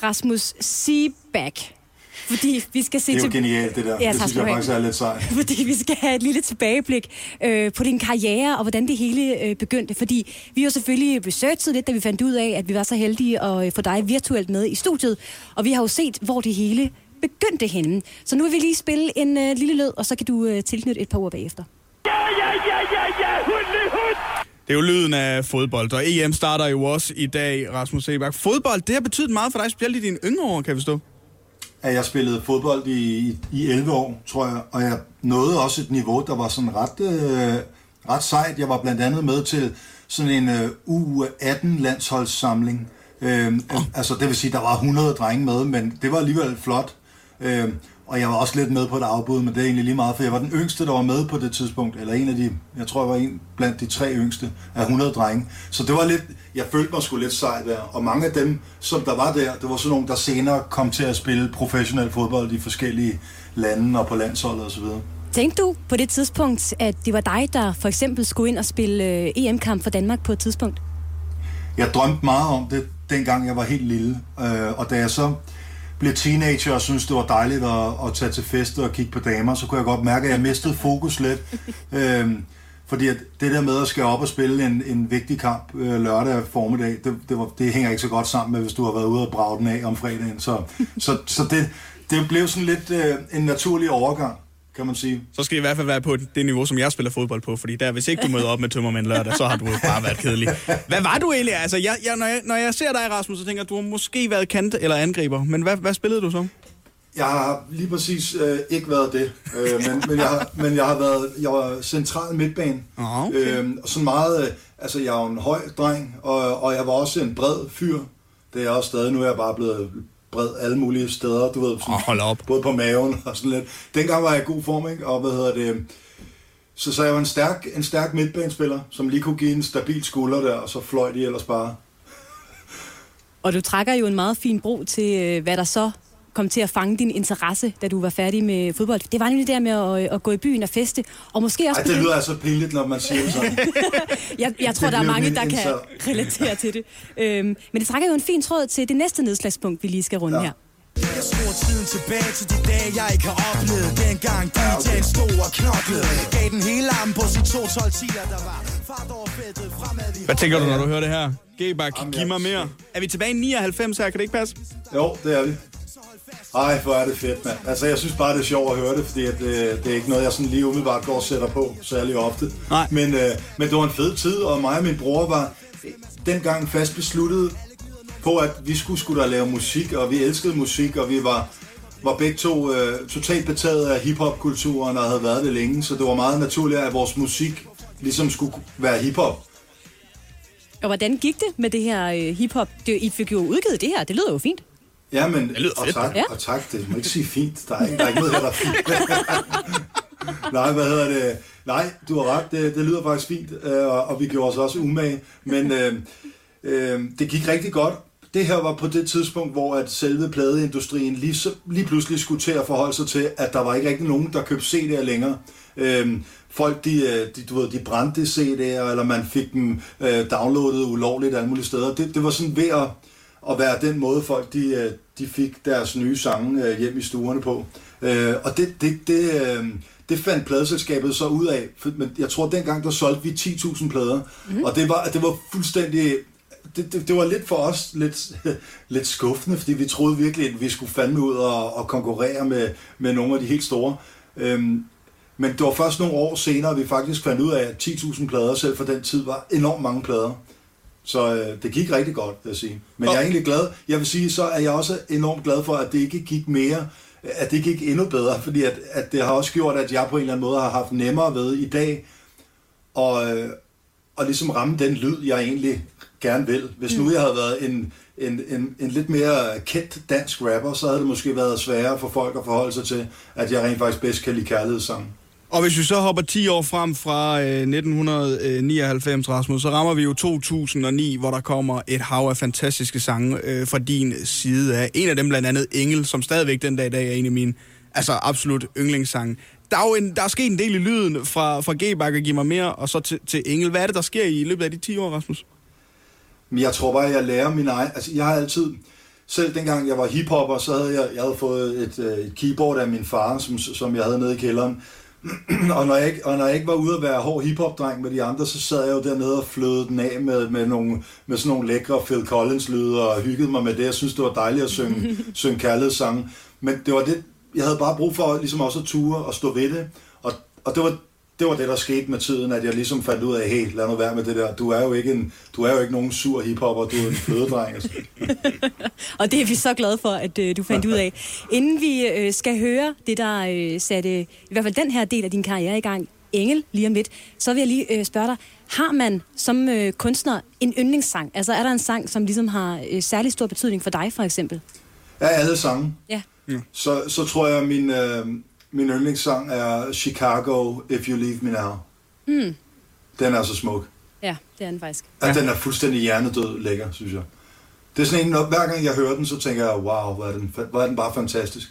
B: Rasmus Seaback. Fordi vi skal se
L: Det er jo
B: til-
L: genialt, det der.
B: Ja,
L: det
B: tak
L: synes
B: skal du
L: jeg
B: have.
L: faktisk er lidt sejt.
B: Fordi vi skal have et lille tilbageblik øh, på din karriere og hvordan det hele øh, begyndte. Fordi vi har jo selvfølgelig researchet lidt, da vi fandt ud af, at vi var så heldige at øh, få dig virtuelt med i studiet. Og vi har jo set, hvor det hele begyndte henne. Så nu vil vi lige spille en øh, lille lyd, og så kan du øh, tilknytte et par ord bagefter.
D: Det er jo lyden af fodbold, og EM starter jo også i dag, Rasmus Sebak. Fodbold, det har betydet meget for dig, specielt i dine yngre år, kan vi stå.
L: at jeg spillede fodbold i, i 11 år, tror jeg, og jeg nåede også et niveau, der var sådan ret, øh, ret sejt. Jeg var blandt andet med til sådan en øh, U18-landsholdssamling. Øh, oh. Altså, det vil sige, der var 100 drenge med, men det var alligevel flot. Øh, og jeg var også lidt med på et afbud, men det er egentlig lige meget, for jeg var den yngste, der var med på det tidspunkt, eller en af de, jeg tror, jeg var en blandt de tre yngste af 100 drenge. Så det var lidt, jeg følte mig sgu lidt sej der, og mange af dem, som der var der, det var sådan nogle, der senere kom til at spille professionel fodbold i forskellige lande og på landsholdet osv.
B: Tænkte du på det tidspunkt, at det var dig, der for eksempel skulle ind og spille øh, EM-kamp for Danmark på et tidspunkt?
L: Jeg drømte meget om det, dengang jeg var helt lille, øh, og da jeg så blev teenager og syntes, det var dejligt at, at tage til fester og kigge på damer, så kunne jeg godt mærke, at jeg mistede fokus lidt. Øhm, fordi at det der med at skal op og spille en, en vigtig kamp øh, lørdag formiddag, det, det, var, det hænger ikke så godt sammen med, hvis du har været ude og brage den af om fredagen. Så, så, så det, det blev sådan lidt øh, en naturlig overgang, kan man sige.
D: Så skal I i hvert fald være på det niveau, som jeg spiller fodbold på, fordi der, hvis ikke du møder op med tømmermænd lørdag, så har du jo bare været kedelig. Hvad var du egentlig? Altså, jeg, jeg, når, jeg, når jeg ser dig, Rasmus, så tænker jeg, du har måske været kant eller angriber, men hvad, hvad spillede du så?
L: Jeg har lige præcis øh, ikke været det, øh, men, men, jeg har, men jeg har været jeg var central midtbane.
D: Oh,
L: okay. øh, sådan meget, øh, altså jeg er jo en høj dreng, og, og jeg var også en bred fyr. Det er jeg også stadig, nu er jeg bare blevet bred alle mulige steder, du ved, sådan,
D: hold op.
L: både på maven og sådan lidt. Dengang var jeg i god form, ikke? og hvad hedder det, så, så jeg var en stærk, en stærk midtbanespiller, som lige kunne give en stabil skulder der, og så fløj de ellers bare.
B: Og du trækker jo en meget fin bro til, øh, hvad der så kom til at fange din interesse, da du var færdig med fodbold. Det var nemlig det der med at, øh, at gå i byen og feste, og måske også...
L: Ej, det lyder altså pinligt, når man siger det sådan.
B: jeg, jeg
L: det
B: tror, der er
L: blev
B: mange,
L: min
B: der kan
L: indsats.
B: relatere til det. Øhm, men det trækker jo en fin tråd til det næste nedslagspunkt, vi lige skal runde ja. her.
M: Jeg skruer tiden tilbage til de dage, jeg ikke har oplevet Dengang DJ'en stod og knoklede Gav den hele armen på sin 212 10'er, der var Fart over feltet, fremad i
D: Hvad tænker du, når du hører det her? G-Bak, giv mig mere. Er vi tilbage i 99 her? Kan det ikke passe?
L: Jo, det er vi. Ej, hvor er det fedt, mand. Altså, jeg synes bare, det er sjovt at høre det, fordi at, øh, det er ikke noget, jeg sådan lige umiddelbart går og sætter på særlig ofte. Nej. Men, øh, men det var en fed tid, og mig og min bror var dengang fast besluttet på, at vi skulle skulle da lave musik, og vi elskede musik, og vi var, var begge to øh, totalt betaget af hiphop-kulturen, og havde været det længe, så det var meget naturligt, at vores musik ligesom skulle være hiphop.
B: Og hvordan gik det med det her øh, hiphop? Det, I fik jo udgivet det her, det lyder jo fint.
L: Ja, men, det
B: lyder
L: og,
B: fedt,
L: tak,
B: da.
L: og tak, det må ikke sige fint. Der er ikke, der er ikke noget her, der er fint. Nej, hvad hedder det? Nej, du har ret, det, det lyder faktisk fint, øh, og, og vi gjorde os også umage, men øh, øh, det gik rigtig godt. Det her var på det tidspunkt, hvor at selve pladeindustrien lige, så, lige pludselig skulle til at forholde sig til, at der var ikke rigtig nogen, der købte CD'er længere. Øhm, folk, de, øh, de, du ved, de brændte CD'er, eller man fik dem øh, downloadet ulovligt alle mulige steder. Det, det var sådan ved at, at være den måde, folk de, øh, de fik deres nye sange øh, hjem i stuerne på. Øh, og det, det, det, øh, det fandt pladeselskabet så ud af. For- Men jeg tror, dengang der solgte vi 10.000 plader. Mm. Og det var, det var fuldstændig... Det, det, det var lidt for os lidt, lidt skuffende, fordi vi troede virkelig, at vi skulle fandme ud og, og konkurrere med, med nogle af de helt store. Øhm, men det var først nogle år senere, at vi faktisk fandt ud af, at 10.000 plader selv for den tid var enormt mange plader. Så øh, det gik rigtig godt, vil jeg sige. Men jeg er egentlig glad. Jeg vil sige, så er jeg også enormt glad for, at det ikke gik mere, at det gik endnu bedre, fordi at, at det har også gjort, at jeg på en eller anden måde har haft nemmere ved i dag, og, øh, og ligesom ramme den lyd, jeg egentlig gerne vil. Hvis nu jeg havde været en, en, en, en lidt mere kendt dansk rapper, så havde det måske været sværere for folk at forholde sig til, at jeg rent faktisk bedst kan lide kærlighedssange.
D: Og hvis vi så hopper 10 år frem fra øh, 1999, Rasmus, så rammer vi jo 2009, hvor der kommer et hav af fantastiske sange øh, fra din side af. En af dem blandt andet Engel, som stadigvæk den dag i dag er en af mine altså absolut yndlingssange. Der er jo en, der er sket en del i lyden fra, fra G-Bakke, Giv mig mere, og så til, til Engel. Hvad er det, der sker i løbet af de 10 år, Rasmus?
L: Men jeg tror bare, jeg lærer min egen... Altså, jeg har altid... Selv dengang jeg var hiphopper, så havde jeg, jeg havde fået et, øh, et keyboard af min far, som, som jeg havde nede i kælderen. og, når jeg ikke, og når jeg ikke var ude at være hård hiphop-dreng med de andre, så sad jeg jo dernede og flødede den af med, med, nogle, med sådan nogle lækre Phil Collins-lyde og hyggede mig med det. Jeg synes, det var dejligt at synge, synge kærlighedssange. Men det var det, jeg havde bare brug for ligesom også at ture og stå ved det. Og, og det, var, det var det, der skete med tiden, at jeg ligesom fandt ud af, hey, lad nu være med det der. Du er jo ikke, en, du er jo ikke nogen sur hiphopper, du er en flødedreng. Altså.
B: Og det er vi så glade for, at øh, du fandt ud af. Inden vi øh, skal høre det, der øh, satte i hvert fald den her del af din karriere i gang, Engel, lige om lidt, så vil jeg lige øh, spørge dig, har man som øh, kunstner en yndlingssang? Altså er der en sang, som ligesom har øh, særlig stor betydning for dig, for eksempel?
L: Af alle sange,
B: Ja.
D: Mm.
L: så, så tror jeg, min, øh, min yndlingssang er Chicago, If You Leave Me Now.
B: Mm.
L: Den er så smuk.
B: Ja, det er den faktisk.
L: Ja. den er fuldstændig hjernedød lækker, synes jeg. Det er sådan en, når, hver gang jeg hører den, så tænker jeg, wow, hvor er den, fa- hvor er den bare fantastisk.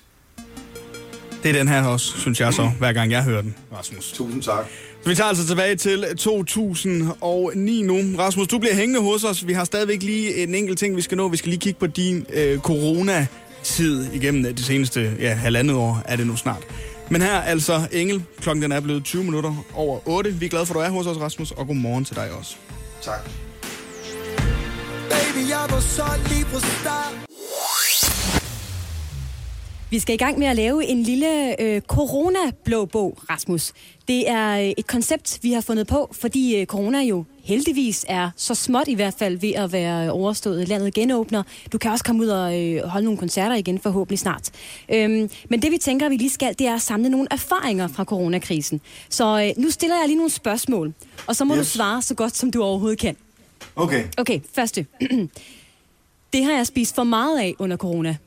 D: Det er den her også, synes jeg så, hver gang jeg hører den, Rasmus.
L: Tusind tak.
D: Så vi tager altså tilbage til 2009 nu. Rasmus, du bliver hængende hos os. Vi har stadigvæk lige en enkelt ting, vi skal nå. Vi skal lige kigge på din øh, corona-tid igennem øh, de seneste ja, halvandet år, er det nu snart. Men her altså, Engel, klokken den er blevet 20 minutter over 8. Vi er glade for, at du er hos os, Rasmus, og godmorgen til dig også.
L: Tak.
M: Baby, jeg var så lige fra start
B: Vi skal i gang med at lave en lille øh, corona-blå bog, Rasmus. Det er øh, et koncept, vi har fundet på, fordi øh, corona jo heldigvis er så småt i hvert fald ved at være øh, overstået. Landet genåbner. Du kan også komme ud og øh, holde nogle koncerter igen forhåbentlig snart. Øhm, men det vi tænker, vi lige skal, det er at samle nogle erfaringer fra coronakrisen. Så øh, nu stiller jeg lige nogle spørgsmål, og så må yes. du
L: Yes.
B: svare så godt, som du overhovedet kan.
L: Okay,
B: Okay, første. det har jeg spist for meget af under corona.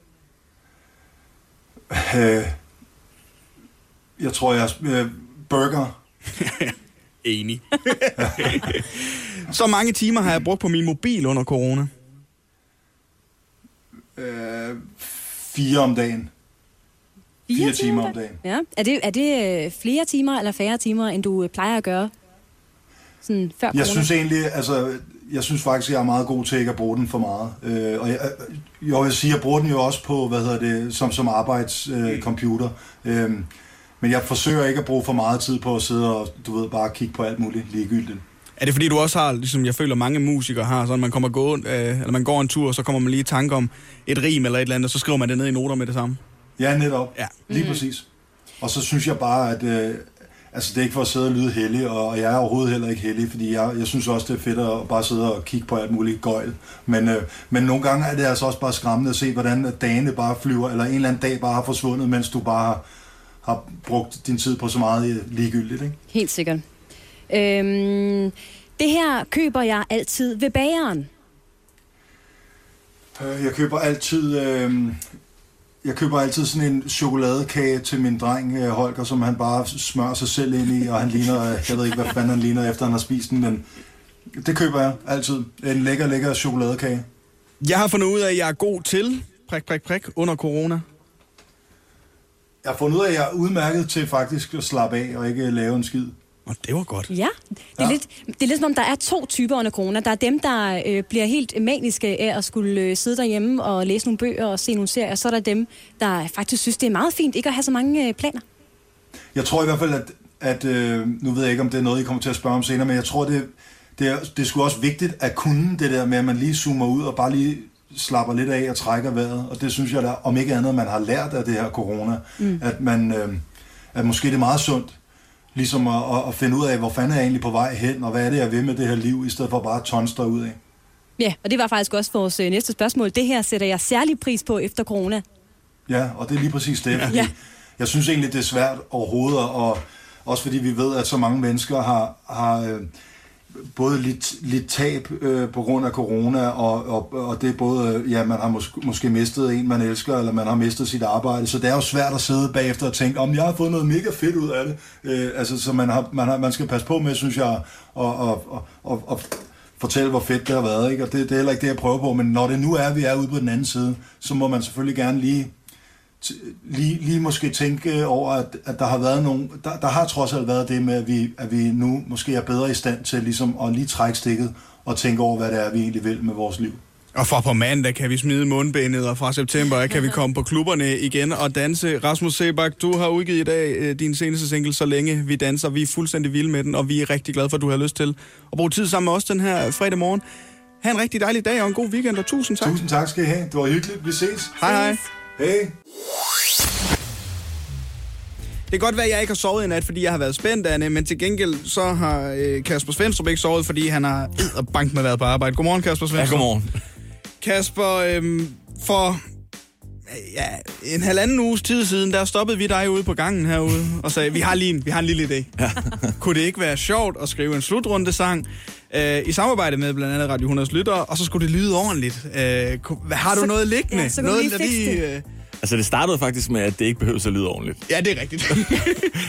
L: øh, jeg tror, jeg øh, burger.
D: Enig. Så mange timer har jeg brugt på min mobil under corona.
L: Øh, fire om dagen. Fire timer om dagen.
B: Ja. Er det, er det øh, flere timer eller færre timer, end du øh, plejer at gøre? Sådan før
L: Jeg
B: corona?
L: synes egentlig, altså, jeg synes faktisk, jeg er meget god til ikke at bruge den for meget. Øh, og jeg, jeg vil sige, jeg bruger den jo også på, hvad hedder det, som, som arbejdscomputer. Øh, computer. øh, men jeg forsøger ikke at bruge for meget tid på at sidde og, du ved, bare kigge på alt muligt ligegyldigt.
D: Er det fordi, du også har, ligesom jeg føler mange musikere har, sådan man kommer gå, øh, eller man går en tur, og så kommer man lige i tanke om et rim eller et eller andet, og så skriver man det ned i noter med det samme?
L: Ja, netop.
D: Ja.
L: Lige præcis. Og så synes jeg bare, at øh, altså, det er ikke for at sidde og lyde heldig, og, og jeg er overhovedet heller ikke heldig, fordi jeg, jeg synes også, det er fedt at bare sidde og kigge på alt muligt gøjl. Men, øh, men nogle gange er det altså også bare skræmmende at se, hvordan dagene bare flyver, eller en eller anden dag bare har forsvundet, mens du bare har, har brugt din tid på så meget øh, ligegyldigt. Ikke?
B: Helt sikkert. Øhm, det her køber jeg altid ved bageren.
L: Øh, Jeg køber altid... Øh, jeg køber altid sådan en chokoladekage til min dreng øh, Holger, som han bare smører sig selv ind i, og han ligner, øh, jeg ved ikke, hvad fanden han ligner, efter han har spist den, men det køber jeg altid. En lækker, lækker chokoladekage.
D: Jeg har fundet ud af, at jeg er god til, prik, prik, prik, under corona.
L: Jeg har fundet ud af, at jeg er udmærket til faktisk at slappe af og ikke øh, lave en skid.
D: Og det var godt.
B: Ja, det er, ja. Lidt, det er lidt som om, der er to typer under corona. Der er dem, der øh, bliver helt maniske af at skulle øh, sidde derhjemme og læse nogle bøger og se nogle serier. Og så er der dem, der faktisk synes, det er meget fint ikke at have så mange øh, planer.
L: Jeg tror i hvert fald, at, at øh, nu ved jeg ikke, om det er noget, I kommer til at spørge om senere, men jeg tror, det, det, er, det er sgu også vigtigt at kunne det der med, at man lige zoomer ud og bare lige slapper lidt af og trækker vejret. Og det synes jeg, der, om ikke andet, man har lært af det her corona,
N: Mm.
L: mm. at, man, øh, at måske det er meget sundt ligesom at, at, at finde ud af, hvor fanden er jeg egentlig på vej hen, og hvad er det, jeg vil med det her liv, i stedet for bare at tonse derud af.
B: Ja, og det var faktisk også vores øh, næste spørgsmål. Det her sætter jeg særlig pris på efter corona.
L: Ja, og det er lige præcis det. Fordi
B: Ja.
L: Jeg synes egentlig, det er svært overhovedet, og også fordi vi ved, at så mange mennesker har, har øh, både lidt, lidt tab øh, på grund af corona, og, og, og det er både, øh, ja, man har måske, måske mistet en, man elsker, eller man har mistet sit arbejde, så det er jo svært at sidde bagefter og tænke, om jeg har fået noget mega fedt ud af det. Øh, altså, så man, har, man, har, man skal passe på med, synes jeg, og, og, og, og, og fortælle, hvor fedt det har været, ikke? og det, det er heller ikke det, jeg prøver på, men når det nu er, at vi er ude på den anden side, så må man selvfølgelig gerne lige t- lige, lige måske tænke over, at, at der har været nogle, der, der har trods alt været det med, at vi, at vi nu måske er bedre i stand til ligesom at lige trække stikket og tænke over, hvad det er, vi egentlig vil med vores liv.
D: Og fra på mandag kan vi smide mundbindet, og fra september kan vi komme på klubberne igen og danse. Rasmus Sebak, du har udgivet i dag øh, din seneste single, Så længe vi danser. Vi er fuldstændig vilde med den, og vi er rigtig glade for, at du har lyst til at bruge tid sammen med os den her fredag morgen. Ha' en rigtig dejlig dag og en god weekend, og tusind tak.
L: Tusind tak skal I have. Det var hyggeligt. Vi ses.
D: Hej hej.
L: Hej.
D: Det kan godt være, at jeg ikke har sovet i nat, fordi jeg har været spændt, Anne, men til gengæld så har øh, Kasper Svendstrup ikke sovet, fordi han har og bank med været på arbejde. Godmorgen, Kasper Svendstrup.
I: godmorgen.
D: Kasper, øhm, for øh, ja, en halvanden uges tid siden, der stoppede vi dig ude på gangen herude og sagde, vi har lige en, vi har en lille idé. Ja. Kunne det ikke være sjovt at skrive en slutrundesang øh, i samarbejde med blandt andet Radio 100's lyttere, og så skulle det lyde ordentligt. Øh, ku- hvad, har du
O: Så-
D: noget liggende?
O: ja, så kunne vi
D: noget,
O: lige
D: der
O: fikse det.
D: øh,
O: Altså, det startede faktisk med, at det ikke behøver at lyde ordentligt.
D: Ja, det er rigtigt.
O: Det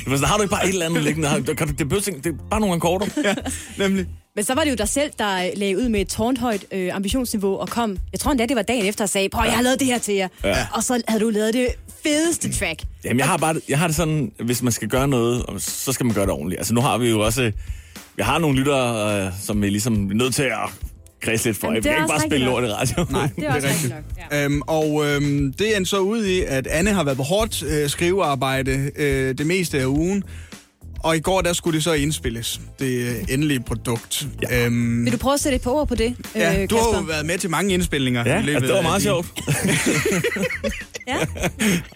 O: var sådan, har du ikke bare et eller andet liggende? Har, kan du, det, behøves, ikke- det er bare nogle akkorder.
D: Ja, nemlig.
B: Men så var det jo dig selv, der øh, lagde ud med et tårnhøjt øh, ambitionsniveau og kom. Jeg tror endda, det var dagen efter og sagde, prøv, jeg har lavet det her til jer.
O: Ja.
B: Og så havde du lavet det fedeste track.
O: Jamen, jeg har, bare, jeg har det sådan, hvis man skal gøre noget, så skal man gøre det ordentligt. Altså, nu har vi jo også... øh, Jeg har nogle lyttere, øh, som vi ligesom er nødt til at kredse lidt for.
D: Jamen,
O: Jamen, jeg
D: det er
O: kan ikke
D: også
O: bare spille
D: rigtigt nok.
O: lort i radioen.
D: Nej,
O: det er også rigtigt.
D: Øhm, og øhm, det endte så ud i, at Anne har været på hårdt øh, skrivearbejde øh, det meste af ugen. Og i går, der skulle det så indspilles, det øh, endelige produkt. Ja. Øhm,
B: Vil du prøve at sætte et par ord på det,
D: ja,
B: øh,
D: du har jo
B: Kasper?
D: været med til mange indspilninger.
O: Ja,
D: i løbet
O: altså, det var
D: af
O: meget
D: din-
O: sjovt.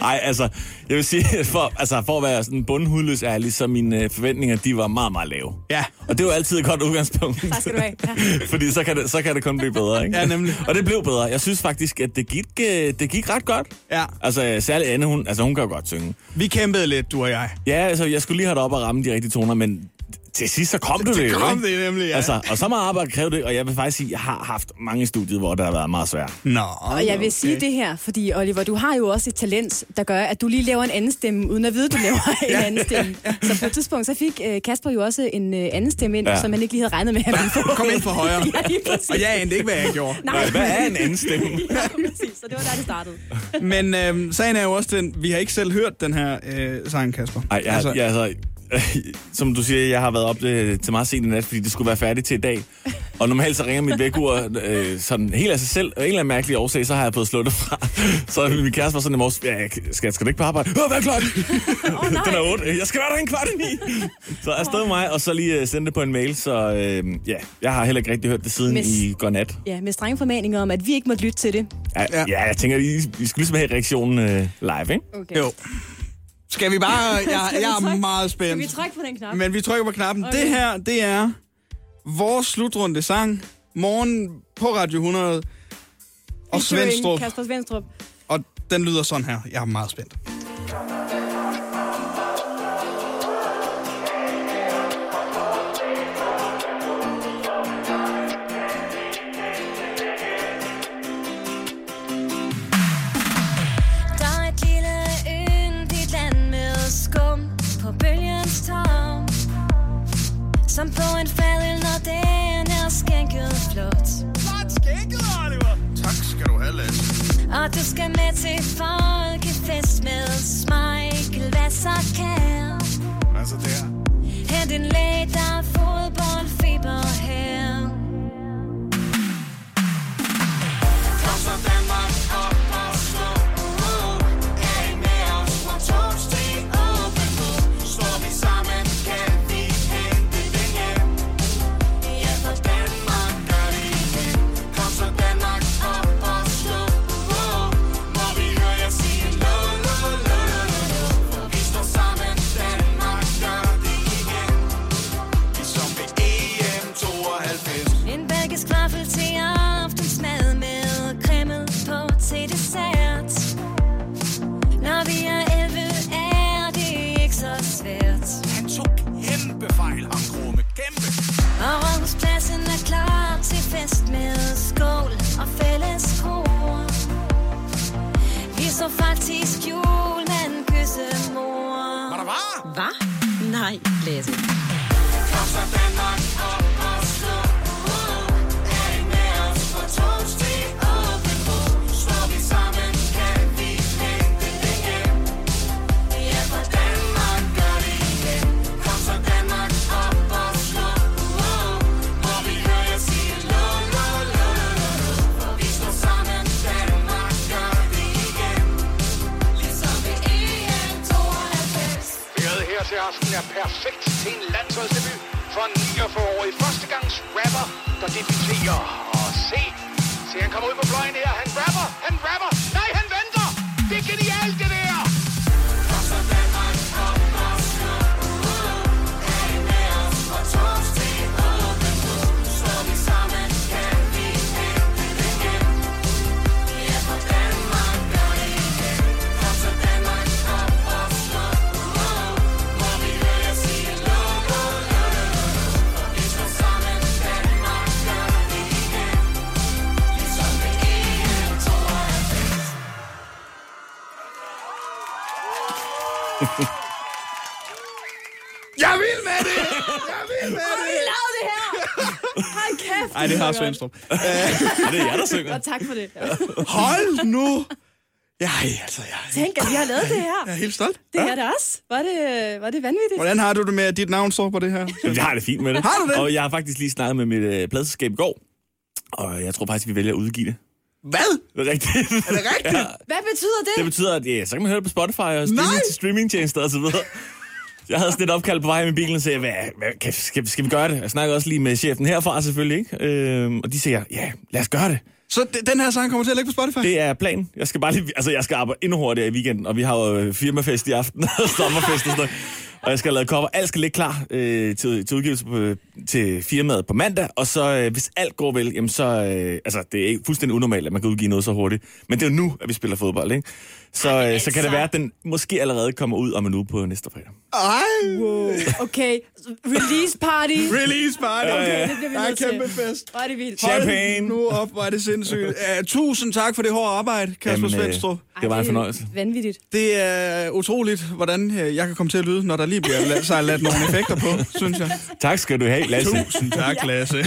O: Nej, altså, jeg vil sige, at for, altså, for at være sådan bundhudløs ærlig, så mine øh, forventninger, de var meget, meget lave.
D: Ja.
O: Og det er jo altid et godt udgangspunkt.
B: Tak skal du have. Ja.
O: Fordi så kan, det, så kan det kun blive bedre, ikke?
D: Ja, nemlig.
O: Og det blev bedre. Jeg synes faktisk, at det gik, øh, det gik ret godt.
D: Ja.
O: Altså, særlig Anne, hun, altså, hun kan jo godt synge.
D: Vi kæmpede lidt, du og jeg.
O: Ja, altså, jeg skulle lige have det op og ramme de rigtige toner, men til sidst så kom det,
D: Det
O: jo,
D: kom
O: ikke?
D: det nemlig, ja.
O: Altså, og så meget arbejde krævede det, og jeg vil faktisk sige, at jeg har haft mange studier, hvor det har været meget svært.
D: Nå,
B: Og jeg vil okay. sige det her, fordi Oliver, du har jo også et talent, der gør, at du lige laver en anden stemme, uden at vide, at du laver en anden stemme. Så på et tidspunkt, så fik øh, Kasper jo også en øh, anden stemme ind,
O: Ja.
B: ja. som man ikke lige havde regnet med, at han ville få.
D: Kom ind fra højre.
B: ja, lige præcis.
D: Og jeg anede ikke, hvad jeg gjorde.
B: Nej.
O: Øh, Hvad er en anden stemme?
B: Ja, præcis. Så det var der, det startede.
D: Men øhm, sagen er jo også den, vi har ikke selv hørt den her øh, sang, Kasper.
O: Nej, jeg, altså, jeg, altså, som du siger, jeg har været op øh, til, til meget sent i nat, fordi det skulle være færdigt til i dag. Og normalt så ringer mit vækkeur øh, sådan helt af sig selv, og af en eller anden mærkelig årsag, så har jeg fået slået det fra. Så min kæreste var sådan i morges, ja, jeg- skal, skal du ikke på arbejde? Øh, hvad er klokken? oh, Den er otte. Jeg skal være der en kvart i ni. Så afsted med mig, og så lige øh, sende det på en mail, så øh, ja, jeg har heller ikke rigtig hørt det siden
B: Miss.
O: i går nat.
B: Ja, med strenge formaninger om, at vi ikke måtte lytte til det.
O: Ja, ja. ja jeg tænker, I, I skulle ligesom have reaktionen øh, live, ikke?
B: Okay.
D: Jo. Skal vi bare... Jeg, jeg er meget spændt.
B: Skal vi trykke på den knap?
D: Men vi trykker på knappen. Okay. Det her, det er vores slutrunde sang. Morgen på Radio 100. Og
B: Featuring
D: Svendstrup.
B: Kasper Svendstrup.
D: Og den lyder sådan her. Jeg er meget spændt.
N: Der er et lille yndigt land med skum på bølgens tom Som på en fadøl, når den er skænket flot Flot skænket, Oliver!
P: Tak skal du have, Lasse.
N: Og du skal med til folkefest med Michael Wasserkær
P: Altså der.
N: Hent en læge, der er fodboldfeber her
P: Kom så Danmark op og stå. Er I med os på torsdag? Åben nu. Står vi sammen, kan vi hente den hjem. Ja, for Danmark gør det igen. Kom så Danmark op og stå. Må vi høre jer sige lo, lo, lo, lo, lo, lo. For vi står sammen, Danmark gør det igen. Ligesom ved EM 92.
N: En belgisk vaffel til aftensmad med cremel på til dessert. Når vi er 11, er det ikke så svært. Han tog kæmpe fejl, ham krumme, kæmpe. Og Rådhuspladsen er klar til fest med skål og fælles kor. Vi så faktisk julemanden kysse mor. Var der var? Hvad? Nej, Lasse.
P: Kom så Danmark op og slå. Er I med os på torsdag? Åben bro. Står vi sammen, kan vi hente det hjem. Ja, for Danmark gør det igen. Kom så Danmark op og slå. Må vi høre jer sige lo, lo, lo, lo, lo, lo. For vi står sammen, Danmark gør det igen. Ligesom ved EM 92.
Q: Øret her til aften er perfekt til en landsholdsdebut for en 49-årig førstegangsrapper, der debuterer. Og se, se han kommer ud på fløjen her. Han rapper, han rapper. Nej, han venter. Det er genialt, det der.
D: Jeg vil med det! Jeg vil med det!
B: Vi lavede det her! Hold kæft!
D: Ej, det har
B: lyder godt.
D: Svendstrup. Øh, det er jer, der synger.
B: Og tak for det.
D: Hold nu! Ja, altså, jeg,
B: Tænk, at vi har lavet det her.
D: jeg er helt stolt.
B: Det er det også. Var det, var det vanvittigt?
D: Hvordan har du det med, at dit navn står på det her?
O: Jamen, jeg har det fint med det.
D: Har du det?
O: Og jeg har faktisk lige snakket med mit øh, pladselskab i går, og jeg tror faktisk, vi vælger at udgive det.
D: Hvad?
O: Det er rigtigt. Er det rigtigt? ja.
B: Hvad betyder det?
O: Det betyder, at ja, så kan man høre det på Spotify og streaming til streamingtjenester og så videre. Jeg havde sådan et opkald på vej med bilen og sagde, hvad, hvad, kan, skal, skal vi gøre det? Jeg snakkede også lige med chefen herfra selvfølgelig, ikke? Øhm, og de siger, ja, lad os gøre det.
D: Så den her sang kommer til at ligge på Spotify?
O: Det er planen. Jeg skal bare lige, altså jeg skal arbejde endnu hurtigere i weekenden, og vi har jo øh, firmafest i aften og sommerfest og sådan noget. Og jeg skal lave cover. Alt skal ligge klar øh, til, til udgivelse på, til firmaet på mandag. Og så, øh, hvis alt går vel, jamen så... Øh, altså, det er ikke fuldstændig unormalt, at man kan udgive noget så hurtigt. Men det er jo nu, at vi spiller fodbold, ikke? Så, øh, så kan det være, at den måske allerede kommer ud om en uge på næste fredag.
D: Ej!
B: Wow. Okay, release party.
D: Release party.
B: Okay, det bliver vi
D: Der er
B: nødt til.
D: kæmpe fest.
B: Hvor er det vildt.
D: Hold nu op, hvor er det sindssygt. Uh, tusind tak for det hårde arbejde, Kasper
O: Jamen, øh,
D: Svendstrup.
O: det var en fornøjelse.
B: Vanvittigt.
D: Det er utroligt, hvordan øh, jeg kan komme til at lyde, når der lige bliver la- sig ladt nogle effekter på, synes jeg.
O: Tak skal du have, Lasse.
D: Tusind tak, Lasse.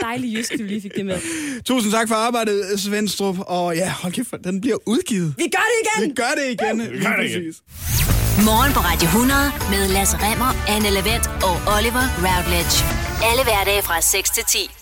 B: Dejlig jysk, du lige fik det med.
D: Tusind tak for arbejdet, Svendstrup. Og ja, hold kæft, den bliver udgivet.
B: Vi gør det igen!
D: Vi gør det igen.
O: Vi gør det igen.
D: Lige præcis.
A: Morgen på Radio 100 med Lasse Remmer, Anne Lavendt og Oliver Routledge. Alle hverdage fra 6 til 10.